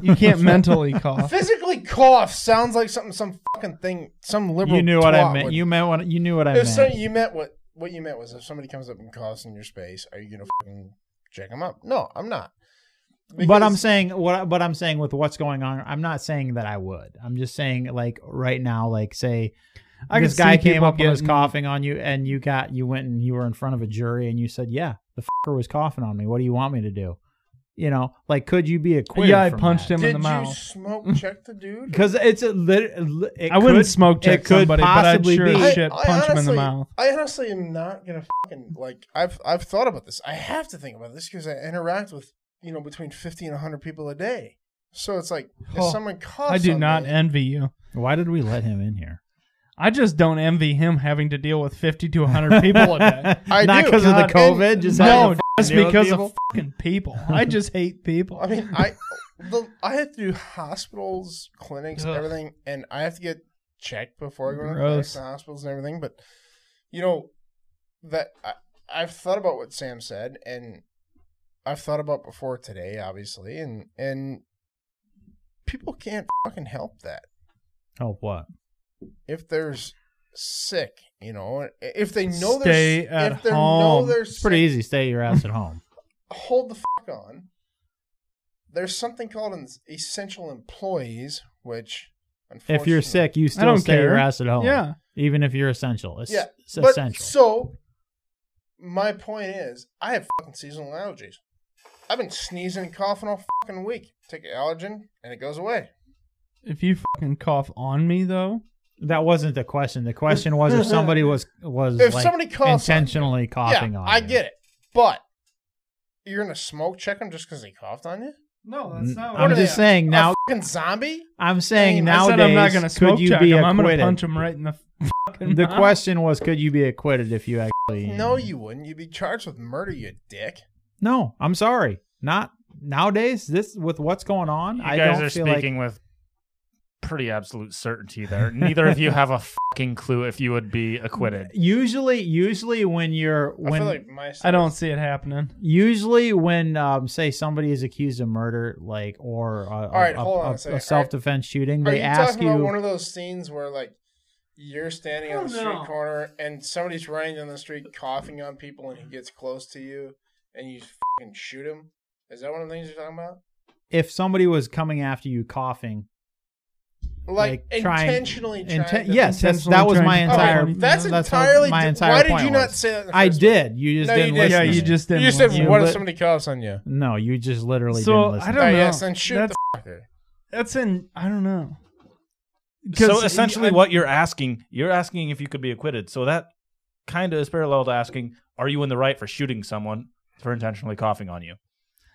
S4: You can't mentally cough.
S1: physically cough sounds like something some fucking thing some liberal.
S2: You knew what I
S1: twat
S2: meant.
S1: would-
S2: You meant what you knew what I
S1: if
S2: meant.
S1: so, you meant what what you meant was if somebody comes up and coughs in your space, are you gonna fucking check them up? No, I'm not.
S2: but I'm
S1: Because-
S2: saying what I- but I'm saying with what's going on, I'm not saying that I would. I'm just saying like right now, like say
S4: I
S2: this
S4: could see
S2: guy came
S4: people
S2: up and was
S4: getting-
S2: coughing on you, and you got you went and you were in front of a jury, and you said, "Yeah, the fucker was coughing on me. What do you want me to do?" You know, like could you be a queer?
S4: Yeah, I punched him in
S1: did
S4: the
S1: you
S4: mouth.
S1: smoke check the dude?
S2: because it's a lit. li- It
S4: I wouldn't
S2: could-
S4: smoke check
S2: it could
S4: somebody, but I'd
S2: possibly
S4: sure
S2: be.
S4: as shit punch him in the
S1: honestly-
S4: mouth.
S1: I honestly am not gonna fucking like. I've I've thought about this. I have to think about this because I interact with you know between fifty and hundred people a day. So it's like if
S4: Oh,
S1: someone coughs,
S4: I do
S1: on
S4: not
S1: me-
S4: envy you.
S2: Why did we let him in here?
S4: I just don't envy him having to deal with 50 to 100 people a day.
S1: I
S2: Not
S1: do.
S2: because of the
S1: God, and-
S2: COVID, just
S4: no,
S2: having to
S4: just
S2: deal with
S4: because of
S2: people?
S4: fucking people. I just hate people.
S1: I mean, I the, I have to do hospitals, clinics,
S4: Ugh.
S1: everything, and I have to get checked before I go to the
S4: Gross.
S1: clinics, and hospitals, and everything. But you know that I, I've thought about what Sam said, and I've thought about before today, obviously, and and people can't fucking help that
S2: oh what?
S1: if there's sick, you know, if they know
S4: Stay
S1: they're
S4: at
S1: if they know
S4: home.
S1: they're
S2: It's
S1: sick,
S2: pretty easy. Stay your ass at home.
S1: hold the fuck on. There's something called an essential employees, which
S2: if you're
S1: unfortunately-
S2: sick, you still
S4: don't
S2: stay your
S4: care.
S2: ass at home.
S4: Yeah.
S2: even if you're essential. It's,
S1: yeah,
S2: it's
S1: but
S2: essential.
S1: so my point is, I have fucking seasonal allergies. I've been sneezing and coughing all fucking week. Take an allergen and it goes away.
S4: If you fucking cough on me, though,
S2: that wasn't the question. The question was if somebody was was
S1: If
S2: like,
S1: somebody coughs on you.
S2: intentionally coughing
S1: yeah,
S2: on.
S1: I
S2: you.
S1: get it, but you're gonna smoke check them just because they coughed on you?
S4: no,
S2: N-
S1: what
S2: I'm
S1: are
S2: just
S1: they,
S2: saying now.
S1: A fucking zombie?
S2: I'm saying
S1: I
S4: I
S2: nowadays.
S4: said I'm not going to smoke
S2: could you
S4: check
S2: be
S4: him. I'm going
S2: acquitted?
S4: to punch him right in the fucking
S2: the
S4: mouth.
S2: question was, could you be acquitted if you actually?
S1: No, you wouldn't. You'd be charged with murder, you dick.
S2: No, I'm sorry. Not nowadays. This with what's going on.
S3: You
S2: I
S3: guys
S2: don't
S3: are
S2: feel
S3: speaking
S2: like
S3: with pretty absolute certainty there. Neither of you have a fucking clue if you would be acquitted.
S2: usually. Usually when you're
S1: I
S2: when
S1: feel like my
S4: I don't see it happening.
S2: usually when um, say somebody is accused of murder, like or a, a,
S1: right,
S2: a-
S1: hold on a
S2: a-
S1: second.
S2: a self-defense shooting,
S1: Are
S2: they
S1: you
S2: ask
S1: talking
S2: you.
S1: about one of those scenes where like you're standing on the
S4: Oh,
S1: street
S4: no.
S1: corner and somebody's running down the street coughing on people and he gets close to you and you fucking shoot him? Is that one of the things you're talking about?
S2: if somebody was coming after you coughing,
S1: Like,
S2: Like, trying-
S1: intentionally trying.
S2: inten-
S1: to- Oh,
S2: yes, that's,
S4: intentionally
S2: that was my
S4: trying to-
S2: entire.
S4: Okay,
S1: that's,
S2: what
S1: entirely.
S2: my
S1: di-
S2: entire
S1: why did
S2: point
S1: you not
S2: was.
S1: say that? In the
S2: I
S1: first
S2: did. You just
S1: No, you
S2: didn't
S1: didn't.
S2: listen.
S4: Yeah,
S2: to
S4: you
S2: me.
S4: just
S1: place?
S4: didn't.
S1: You said,
S4: listen.
S1: "What if
S2: lit-
S1: somebody coughs on you?"
S2: No, you just literally
S4: So,
S2: didn't
S4: I
S2: listen.
S4: don't
S1: Oh,
S4: know.
S1: yes, then shoot
S4: That's-
S1: the fucker.
S4: That's in. I don't know. 'Cause
S3: So essentially,
S4: I-
S3: what you're asking, you're asking if you could be acquitted. So that kind of is parallel to asking, are you in the right for shooting someone for intentionally coughing on you?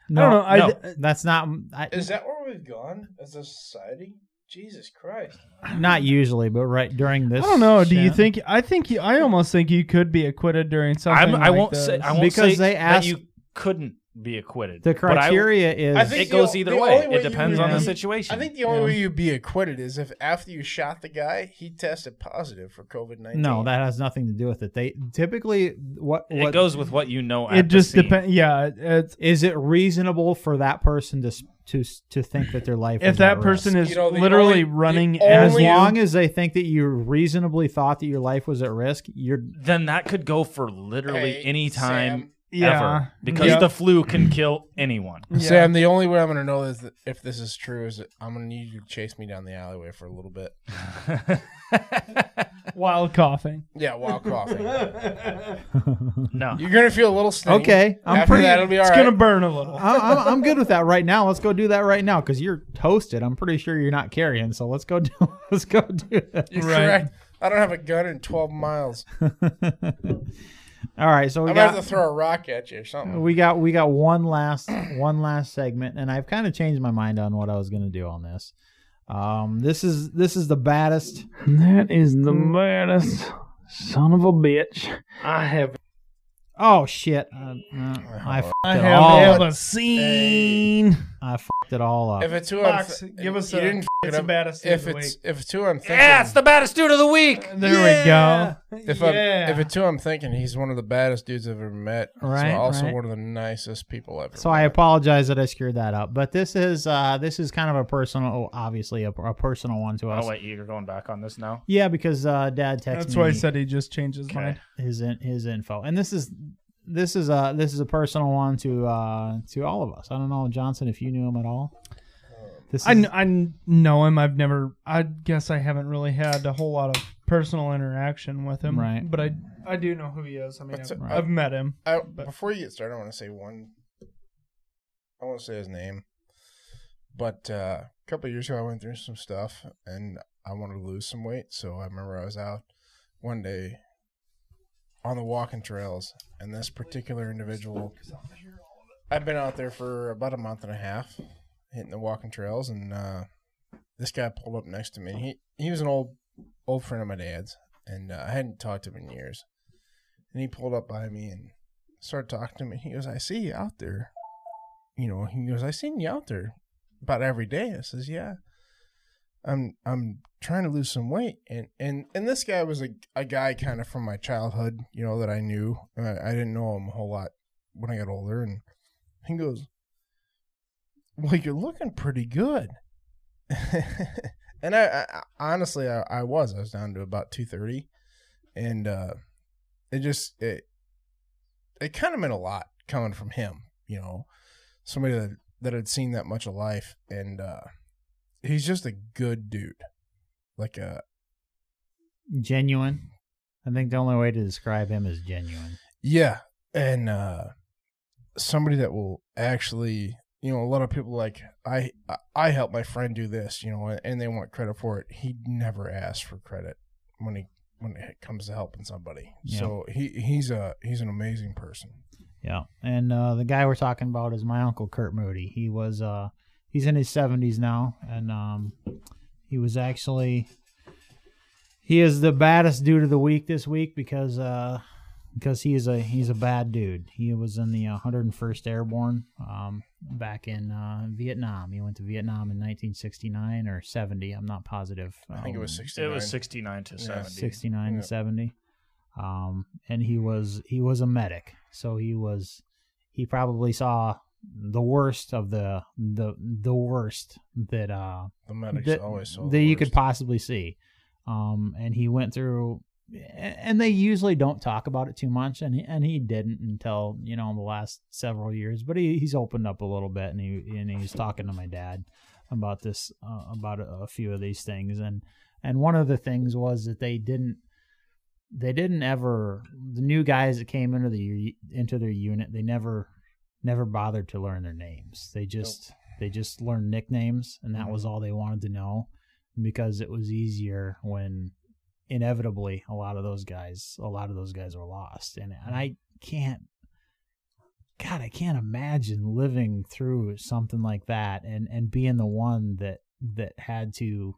S4: I
S2: No,
S4: don't know. I,
S3: no.
S2: that's not I,
S1: Is that where we've gone as a society? Jesus Christ!
S2: not usually, but right during
S4: I
S2: this.
S4: don't know. Do you
S2: shit.
S4: think? I think you. I almost think you could be acquitted during
S3: I'm,
S4: something.
S3: I
S4: like
S3: won't
S4: this.
S3: say I won't
S2: Because
S3: say
S2: they
S3: that
S2: ask-
S3: you couldn't be acquitted.
S2: the
S3: but I-
S2: criteria is?
S1: I think
S3: it goes
S1: the-
S3: either
S1: the
S3: way.
S1: only way
S3: It
S1: you
S3: depends
S4: would
S3: on the
S4: be-
S3: situation.
S1: I think the only
S4: Yeah.
S1: way you'd be acquitted is if after you shot the guy, he tested positive for COVID nineteen.
S2: no, that has nothing to do with it. They typically what
S3: it
S2: what
S3: goes with what you know. At
S4: It just
S3: the scene.
S4: depends. Yeah. it- It's
S2: is it reasonable for that person to s- to s- to think that their life
S4: if
S2: is
S4: that
S2: at
S4: person
S2: risk?
S4: is
S1: You know, the only-
S4: literally
S1: the
S2: as
S4: running as
S1: only-
S2: long
S4: long.
S2: as they think that you reasonably thought that your life was at risk, you're
S3: Then that could go for literally
S1: Hey,
S3: any time
S1: Sam.
S4: Yeah.
S3: ever because
S4: Yeah.
S3: the flu can kill anyone.
S4: Yeah.
S1: Sam, the only way I'm gonna know is that if this is true is that I'm gonna need you to chase me down the alleyway for a little bit.
S4: while coughing.
S1: Yeah, while coughing.
S3: No.
S1: You're gonna feel a little stingy.
S2: Okay, I'm
S1: After
S2: pretty-
S1: that, it'll be all
S4: It's
S1: right.
S4: gonna burn a little.
S2: I- I'm, I'm good with that right now. Let's go do that right now because you're toasted. I'm pretty sure you're not carrying. So let's go do. Let's go do that.
S1: You're
S4: Right.
S1: correct. I don't have a gun in 12 miles.
S2: All right. So
S1: I'm
S2: we
S1: gonna
S2: got
S1: have to throw a rock at you or something.
S2: we got we got one last one last segment, and I've kind of changed my mind on what I was going to do on this. Um, this is this is the baddest.
S4: That is the maddest son of a bitch I have.
S2: Oh shit! Uh, uh, I f-
S4: I
S2: it
S4: have
S2: all.
S4: ever seen.
S2: I fucked it all up.
S1: If it's too
S4: Fox,
S1: unth-
S4: give us
S1: you
S4: a-
S1: didn't f-
S4: it's
S1: it
S4: a
S1: up.
S4: baddest
S1: If
S4: of the
S1: it's
S4: week.
S1: if it's who I'm thinking.
S3: Yeah, it's the baddest dude of the week.
S4: There we go.
S1: If
S4: Yeah.
S1: I'm if it's who I'm thinking, he's one of the baddest dudes I've ever met.
S2: Right,
S1: So also
S2: right.
S1: one of the nicest people ever.
S2: So I
S1: met.
S2: apologize that I screwed that up, but this is uh, this is kind of a personal, obviously a, a personal one to us.
S3: Oh wait, you're going back on this now.
S2: Yeah, because uh, Dad texted
S4: That's
S2: me
S4: why I said he just changed his mind.
S2: his in, his info, and this is this is a this is a personal one to uh, to all of us. I don't know, Johnson, if you knew him at all. This is,
S4: Uh, I, kn- I kn- know him. I've never. I guess I haven't really had a whole lot of personal interaction with him.
S2: Right.
S4: But I I do know who he is. I mean,
S1: What's
S4: I've,
S1: it-
S4: I've met him.
S1: I, before you get started, I want to say one. I won't say his name, but uh, a couple of years ago, I went through some stuff, and I wanted to lose some weight. So I remember I was out one day on the walking trails, and this particular individual. I've been out there for about a month and a half, hitting the walking trails, and uh, this guy pulled up next to me. He he was an old old friend of my dad's, and uh, I hadn't talked to him in years. And he pulled up by me and started talking to me. He goes, I see you out there. You know, he goes, I seen you out there about every day. I says, Yeah. I'm I'm trying to lose some weight. And and, and this guy was a, a guy kind of from my childhood, you know, that I knew. Uh, I didn't know him a whole lot when I got older. And he goes, Well, you're looking pretty good. and I, I I- honestly I, I was. I was down to about two thirty. And uh it just it it kind of meant a lot coming from him, you know, somebody that, that had seen that much of life. And uh, he's just a good dude. Like, uh,
S2: genuine. I think the only way to describe him is genuine.
S1: yeah. And uh, somebody that will actually, you know, a lot of people like, I, I- I help my friend do this, you know, and they want credit for it. He never asks for credit when he, when it comes to helping somebody.
S2: Yeah.
S1: So he, he's a, he's an amazing person.
S2: Yeah, and uh, the guy we're talking about is my uncle Kurt Moody. He was uh, he's in his seventies now, and um, he was actually he is the baddest dude of the week this week because uh, because he is a he's a bad dude. He was in the uh, 101st Airborne um, back in uh, Vietnam. He went to Vietnam in 1969 or 70. I'm not positive.
S1: I think it was
S2: Um,
S1: 69.
S3: It was 69 to
S1: Yeah.
S3: 70.
S2: 69
S1: Yeah.
S2: and 70 um and he was he was a medic so he was he probably saw the worst of the the the worst that uh
S1: The medics
S2: that,
S1: always saw
S2: that
S1: the
S2: you could
S1: worst.
S2: possibly see um and he went through and they usually don't talk about it too much and he, and he didn't until you know in the last several years but he, he's opened up a little bit and he and he's talking to my dad about this uh, about a, a few of these things and and one of the things was that they didn't they didn't ever the new guys that came into the u- into their unit they never never bothered to learn their names they just they just learned nicknames and that was all they wanted to know because it was easier when inevitably a lot of those guys a lot of those guys were lost and and I can't god I can't imagine living through something like that and and being the one that that had to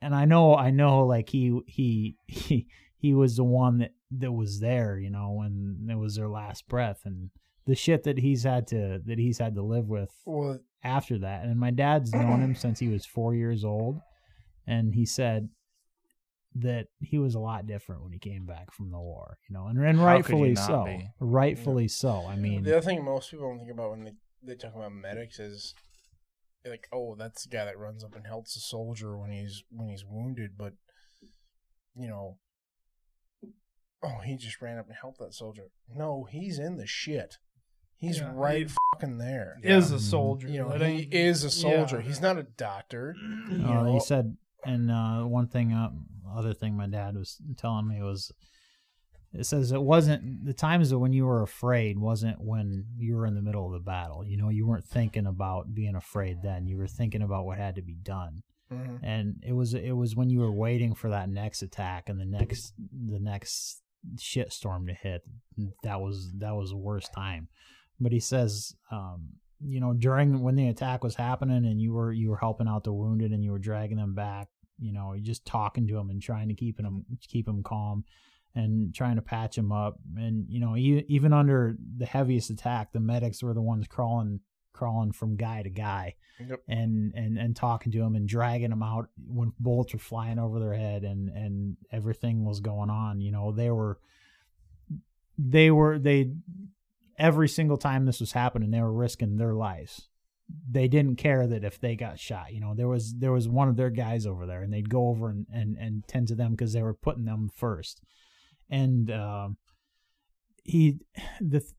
S2: and I know I know like he he he he was the one that that was there you know when it was their last breath and the shit that he's had to that he's had to live with
S1: Well,
S2: after that. And my dad's known him since he was four years old. And he said that he was a lot different when he came back from the war, you know, and, and
S3: How could you
S2: rightfully
S3: not
S2: so.
S3: be?
S2: Rightfully so. I mean,
S1: The other thing most people don't think about when they, they talk about medics is like, oh, that's the guy that runs up and helps a soldier when he's when he's wounded, but you know, oh, he just ran up and helped that soldier. No, he's in the shit. He's
S4: Yeah,
S1: right
S4: he-
S1: fucking there.
S4: Is a
S2: Mhm.
S4: soldier.
S1: Mm-hmm. You know,
S4: That
S1: he
S4: ain't-
S1: is a soldier.
S4: yeah.
S1: He's not a doctor.
S2: uh, he said and uh, one thing, uh, other thing, my dad was telling me was, it says it wasn't the times when you were afraid wasn't when you were in the middle of the battle. You know, you weren't thinking about being afraid then. You were thinking about what had to be done,
S1: Mhm.
S2: and it was it was when you were waiting for that next attack and the next the next shitstorm to hit. That was that was the worst time. But he says, um, you know, during when the attack was happening and you were you were helping out the wounded and you were dragging them back, you know, you're just talking to them and trying to keep them keep them calm and trying to patch him up. And you know, e- even under the heaviest attack, the medics were the ones crawling crawling from guy to guy
S1: Yep.
S2: and and and talking to him and dragging him out when bullets were flying over their head and and everything was going on you know they were they were they every single time this was happening they were risking their lives they didn't care that if they got shot you know there was there was one of their guys over there and they'd go over and and, and tend to them because they were putting them first and um he the th-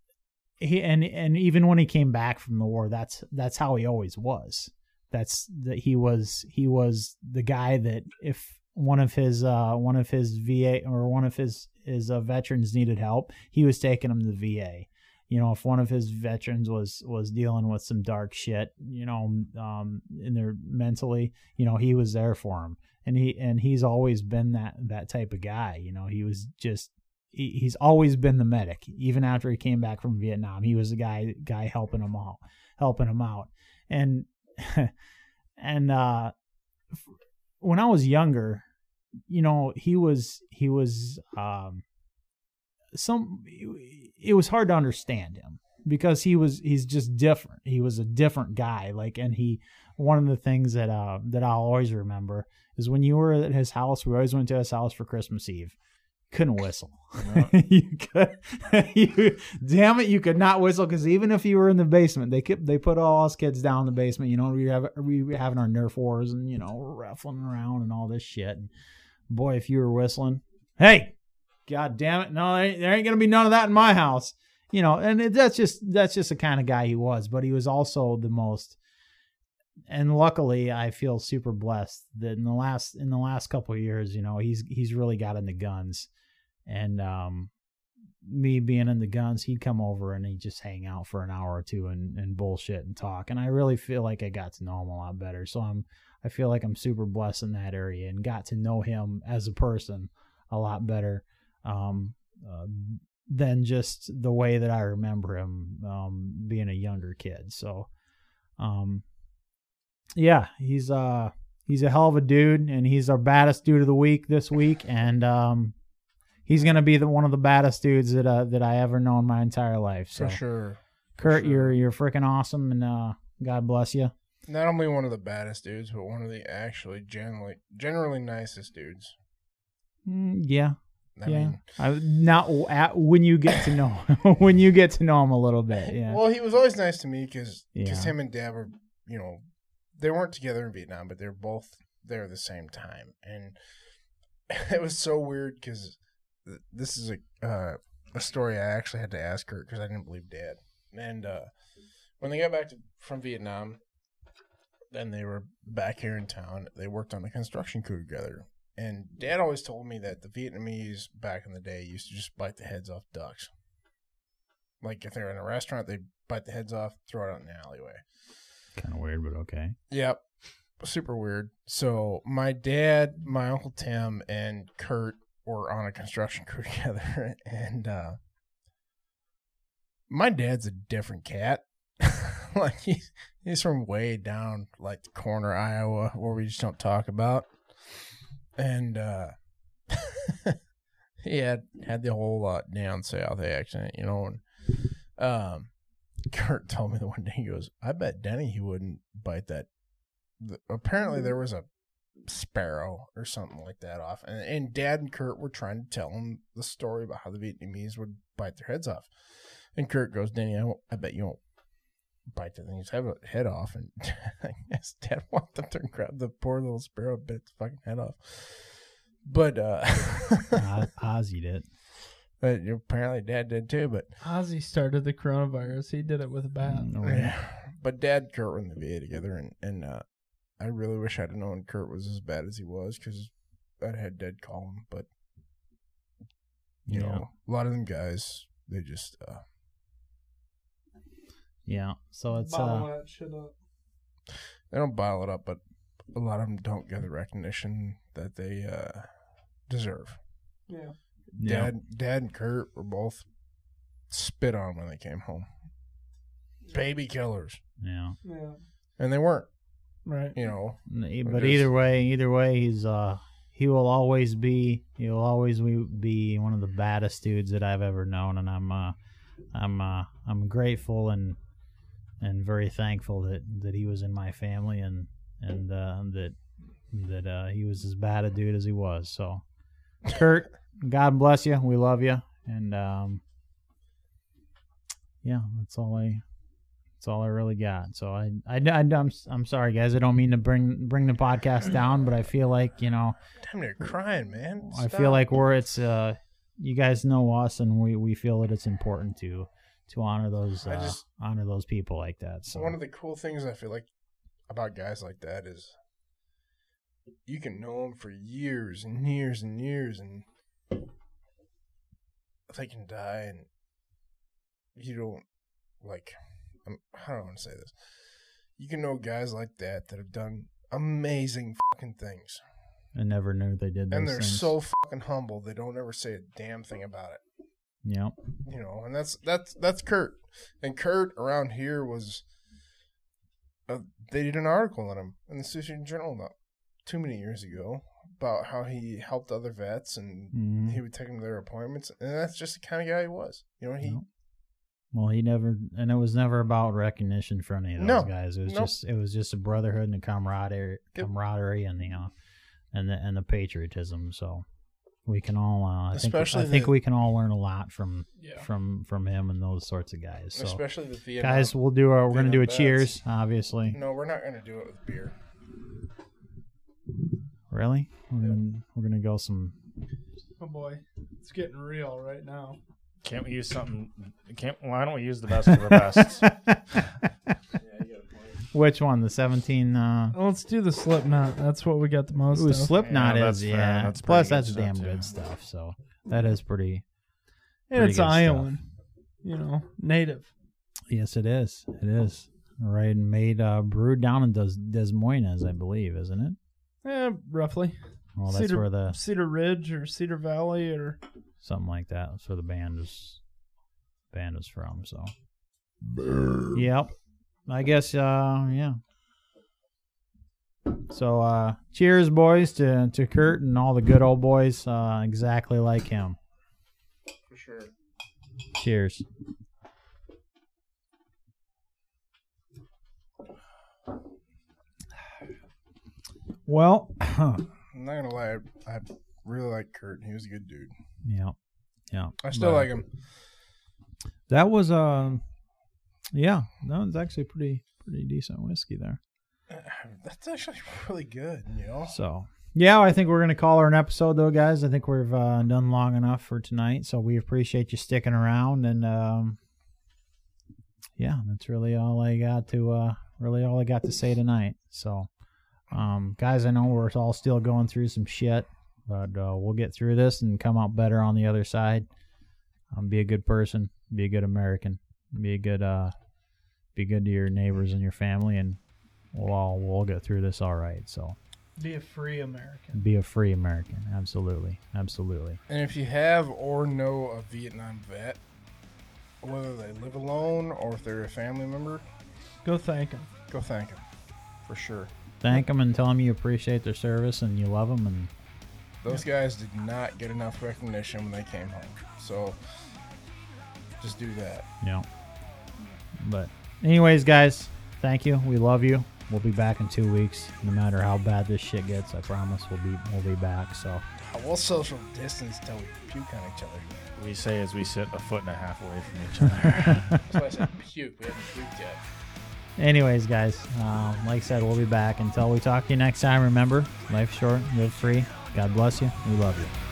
S2: he and and even when he came back from the war that's that's how he always was that's that he was he was the guy that if one of his uh one of his VA or one of his his uh, veterans needed help he was taking him to the VA you know if one of his veterans was was dealing with some dark shit you know um in their mentally you know he was there for him and he and he's always been that that type of guy you know he was just he, he's always been the medic even after he came back from vietnam he was the guy guy helping him out helping him out and and uh f- when i was younger you know he was he was um some it was hard to understand him because he was he's just different he was a different guy like and he one of the things that uh that i'll always remember is when you were at his house we always went to his house for christmas eve couldn't whistle you could you damn it you could not whistle because even if you were in the basement they kept they put all us kids down in the basement you know we have we were having our nerf wars and you know raffling around and all this shit and boy if you were whistling hey god damn it no there ain't, there ain't gonna be none of that in my house you know and it, that's just that's just the kind of guy he was but he was also the most and luckily I feel super blessed that in the last in the last couple of years, you know, he's he's really got into guns. And um me being into guns, he'd come over and he'd just hang out for an hour or two and, and bullshit and talk. And I really feel like I got to know him a lot better. So I'm I feel like I'm super blessed in that area and got to know him as a person a lot better. Um uh, than just the way that I remember him um, being a younger kid. So, um, yeah, he's uh he's a hell of a dude, and he's our baddest dude of the week this week, and um, he's gonna be the one of the baddest dudes that uh, that I ever know in my entire life. So,
S1: For sure.
S2: Kurt,
S1: sure.
S2: you're you're freaking awesome, and uh, God bless you.
S1: Not only one of the baddest dudes, but one of the actually generally generally nicest dudes.
S2: Mm, yeah,
S1: I
S2: yeah.
S1: mean,
S2: I, not at, when you get to know when you get to know him a little bit. Yeah.
S1: well, he was always nice to me because
S2: Yeah.
S1: him and Dad were, you know, they weren't together in Vietnam, but they're both there at the same time, and it was so weird because th- this is a uh, a story I actually had to ask her because I didn't believe Dad. And uh, when they got back to, from Vietnam, then they were back here in town. They worked on a construction crew together. And Dad always told me that the Vietnamese back in the day used to just bite the heads off ducks. Like if they were in a restaurant, they bite the heads off, throw it out in the alleyway.
S2: Kind of weird, but okay.
S1: Yep. Super weird. So my dad, my uncle Tim, and Kurt were on a construction crew together, and uh, my dad's a different cat. like he's he's from way down, like the corner Iowa, where we just don't talk about. And uh, he had had the whole uh, down south accent, you know. And um, Kurt told me the one day he goes, "I bet Denny he wouldn't bite that." th- apparently there was a sparrow or something like that off, and, and Dad and Kurt were trying to tell him the story about how the Vietnamese would bite their heads off, and Kurt goes, "Denny, I, won't, I bet you won't bite the thing's head, head off." And I guess Dad walked up there and grabbed the poor little sparrow, bit its fucking head off. But uh,
S2: Oz- Ozzy did.
S1: but apparently Dad did too. But
S4: Ozzy started the coronavirus. He did it with a bat.
S2: Mm, all right.
S1: Yeah. But dad and Kurt were in the VA together and, and uh I really wish I'd have known Kurt was as bad as he was because I'd had dead call him. But you
S2: Yeah.
S1: know, a lot of them guys, they just uh,
S2: Yeah. So it's
S4: Bottle
S2: uh,
S4: that shit up.
S1: they don't bottle it up, but a lot of them don't get the recognition that they uh, deserve.
S4: Yeah.
S2: yeah.
S1: Dad, Dad, and Kurt were both spit on when they came home. Baby killers,
S2: Yeah.
S4: Yeah.
S1: and they weren't.
S4: Right.
S1: You know,
S2: N-
S1: Or
S2: But
S1: just-
S2: either way, either way, he's uh he will always be he will always we- be one of the baddest dudes that I've ever known, and I'm uh I'm uh I'm grateful and and very thankful that that he was in my family and and uh, that that uh, he was as bad a dude as he was. So, Kurt, God bless you. We love you, and um, yeah, that's all I that's all I really got. So I, I, I am I'm sorry guys. I don't mean to bring bring the podcast down, but I feel like you know
S1: damn near crying, man.
S2: I
S1: Stop.
S2: feel like we're it's uh you guys know us and we we feel that it's important to to honor those
S1: I
S2: uh,
S1: just-
S2: honor those people like that. So
S1: one of the cool things I feel like about guys like that is you can know them for years and years and years, and they can die, and you don't like. I'm, I don't want to say this. You can know guys like that that have done amazing fucking things,
S2: I never knew they did those
S1: and they're
S2: things.
S1: so fucking humble they don't ever say a damn thing about it
S2: yep.
S1: you know, and that's that's that's Kurt. And Kurt around here was uh, they did an article on him in the Citizen Journal not too many years ago about how he helped other vets and
S2: Mhm.
S1: he would take them to their appointments, and that's just the kind of guy he was. You know, he
S2: Yep. Well, he never, and it was never about recognition for any of those
S1: No.
S2: guys. It was
S1: Nope.
S2: just, it was just a brotherhood and a camaraderie,
S1: Yep.
S2: camaraderie, and the, uh, and the and the patriotism. So we can all, uh, I
S1: Especially
S2: think, I think
S1: the-
S2: we can all learn a lot from
S4: Yeah.
S2: from from him and those sorts of guys. So
S1: especially the Vietnam.
S2: guys, we'll do our, we're gonna do a
S1: Vietnam vets.
S2: cheers, obviously.
S1: no, we're not gonna do it with beer.
S2: Really, we're gonna we're gonna go some.
S4: Oh boy, it's getting real right now.
S3: Can't we use something? Can't why don't we use the best of the best?
S2: Which one? The seventeen. Uh,
S4: Let's do the Slipknot. That's what we got the most.
S2: Ooh,
S4: of.
S2: Slipknot
S3: Yeah,
S2: is
S3: that's fair.
S2: yeah.
S3: That's
S2: Plus,
S3: pretty good
S2: that's
S3: stuff,
S2: damn
S3: too.
S2: good stuff. So that is pretty.
S4: and it's
S2: pretty good
S4: Iowan. You know, native.
S2: Yes, it is. It is right and made uh, brewed down in Des, Des Moines, I believe, isn't it?
S4: Yeah, roughly.
S2: Well, that's
S4: Cedar-
S2: where the
S4: Cedar Ridge or Cedar Valley or
S2: something like that. That's where the band is band is from. So, yep. I guess, uh, yeah. So, uh, cheers, boys, to to Kurt and all the good old boys, uh, exactly like him.
S1: For sure.
S2: Cheers. Well,
S1: I'm not gonna lie, I, I really like Kurt. He was a good dude.
S2: yeah, yeah.
S1: I still
S2: But
S1: like him.
S2: That was um, yeah. That was actually pretty pretty decent whiskey there.
S1: That's actually really good. You know,
S2: So yeah, I think we're gonna call her an episode though, guys. I think we've uh, done long enough for tonight. So we appreciate you sticking around, and um, yeah, that's really all I got to uh, really all I got to say tonight. So um, guys, I know we're all still going through some shit, but uh, we'll get through this and come out better on the other side. Um, be a good person, be a good American, be a good uh, be good to your neighbors and your family, and we'll all we'll get through this all right. So
S4: be a free American.
S2: be a free American. Absolutely. Absolutely.
S1: And if you have or know a Vietnam vet, whether they live alone or if they're a family member,
S4: Go thank him.
S1: go thank them for sure.
S2: Thank them and tell them you appreciate their service and you love them. And
S1: Those guys did not get enough recognition when they came home, so just do that.
S2: you know. But, anyways, guys, thank you. We love you. We'll be back in two weeks. No matter how bad this shit gets, I promise we'll be we'll be back. So
S1: We'll social distance till we puke on each other.
S3: we say as we sit a foot and a half away from each other.
S1: That's why I said puke. We haven't puked yet.
S2: anyways, guys, um, like I said, we'll be back. Until we talk to you next time, remember, life's short, live free. God bless you. We love you.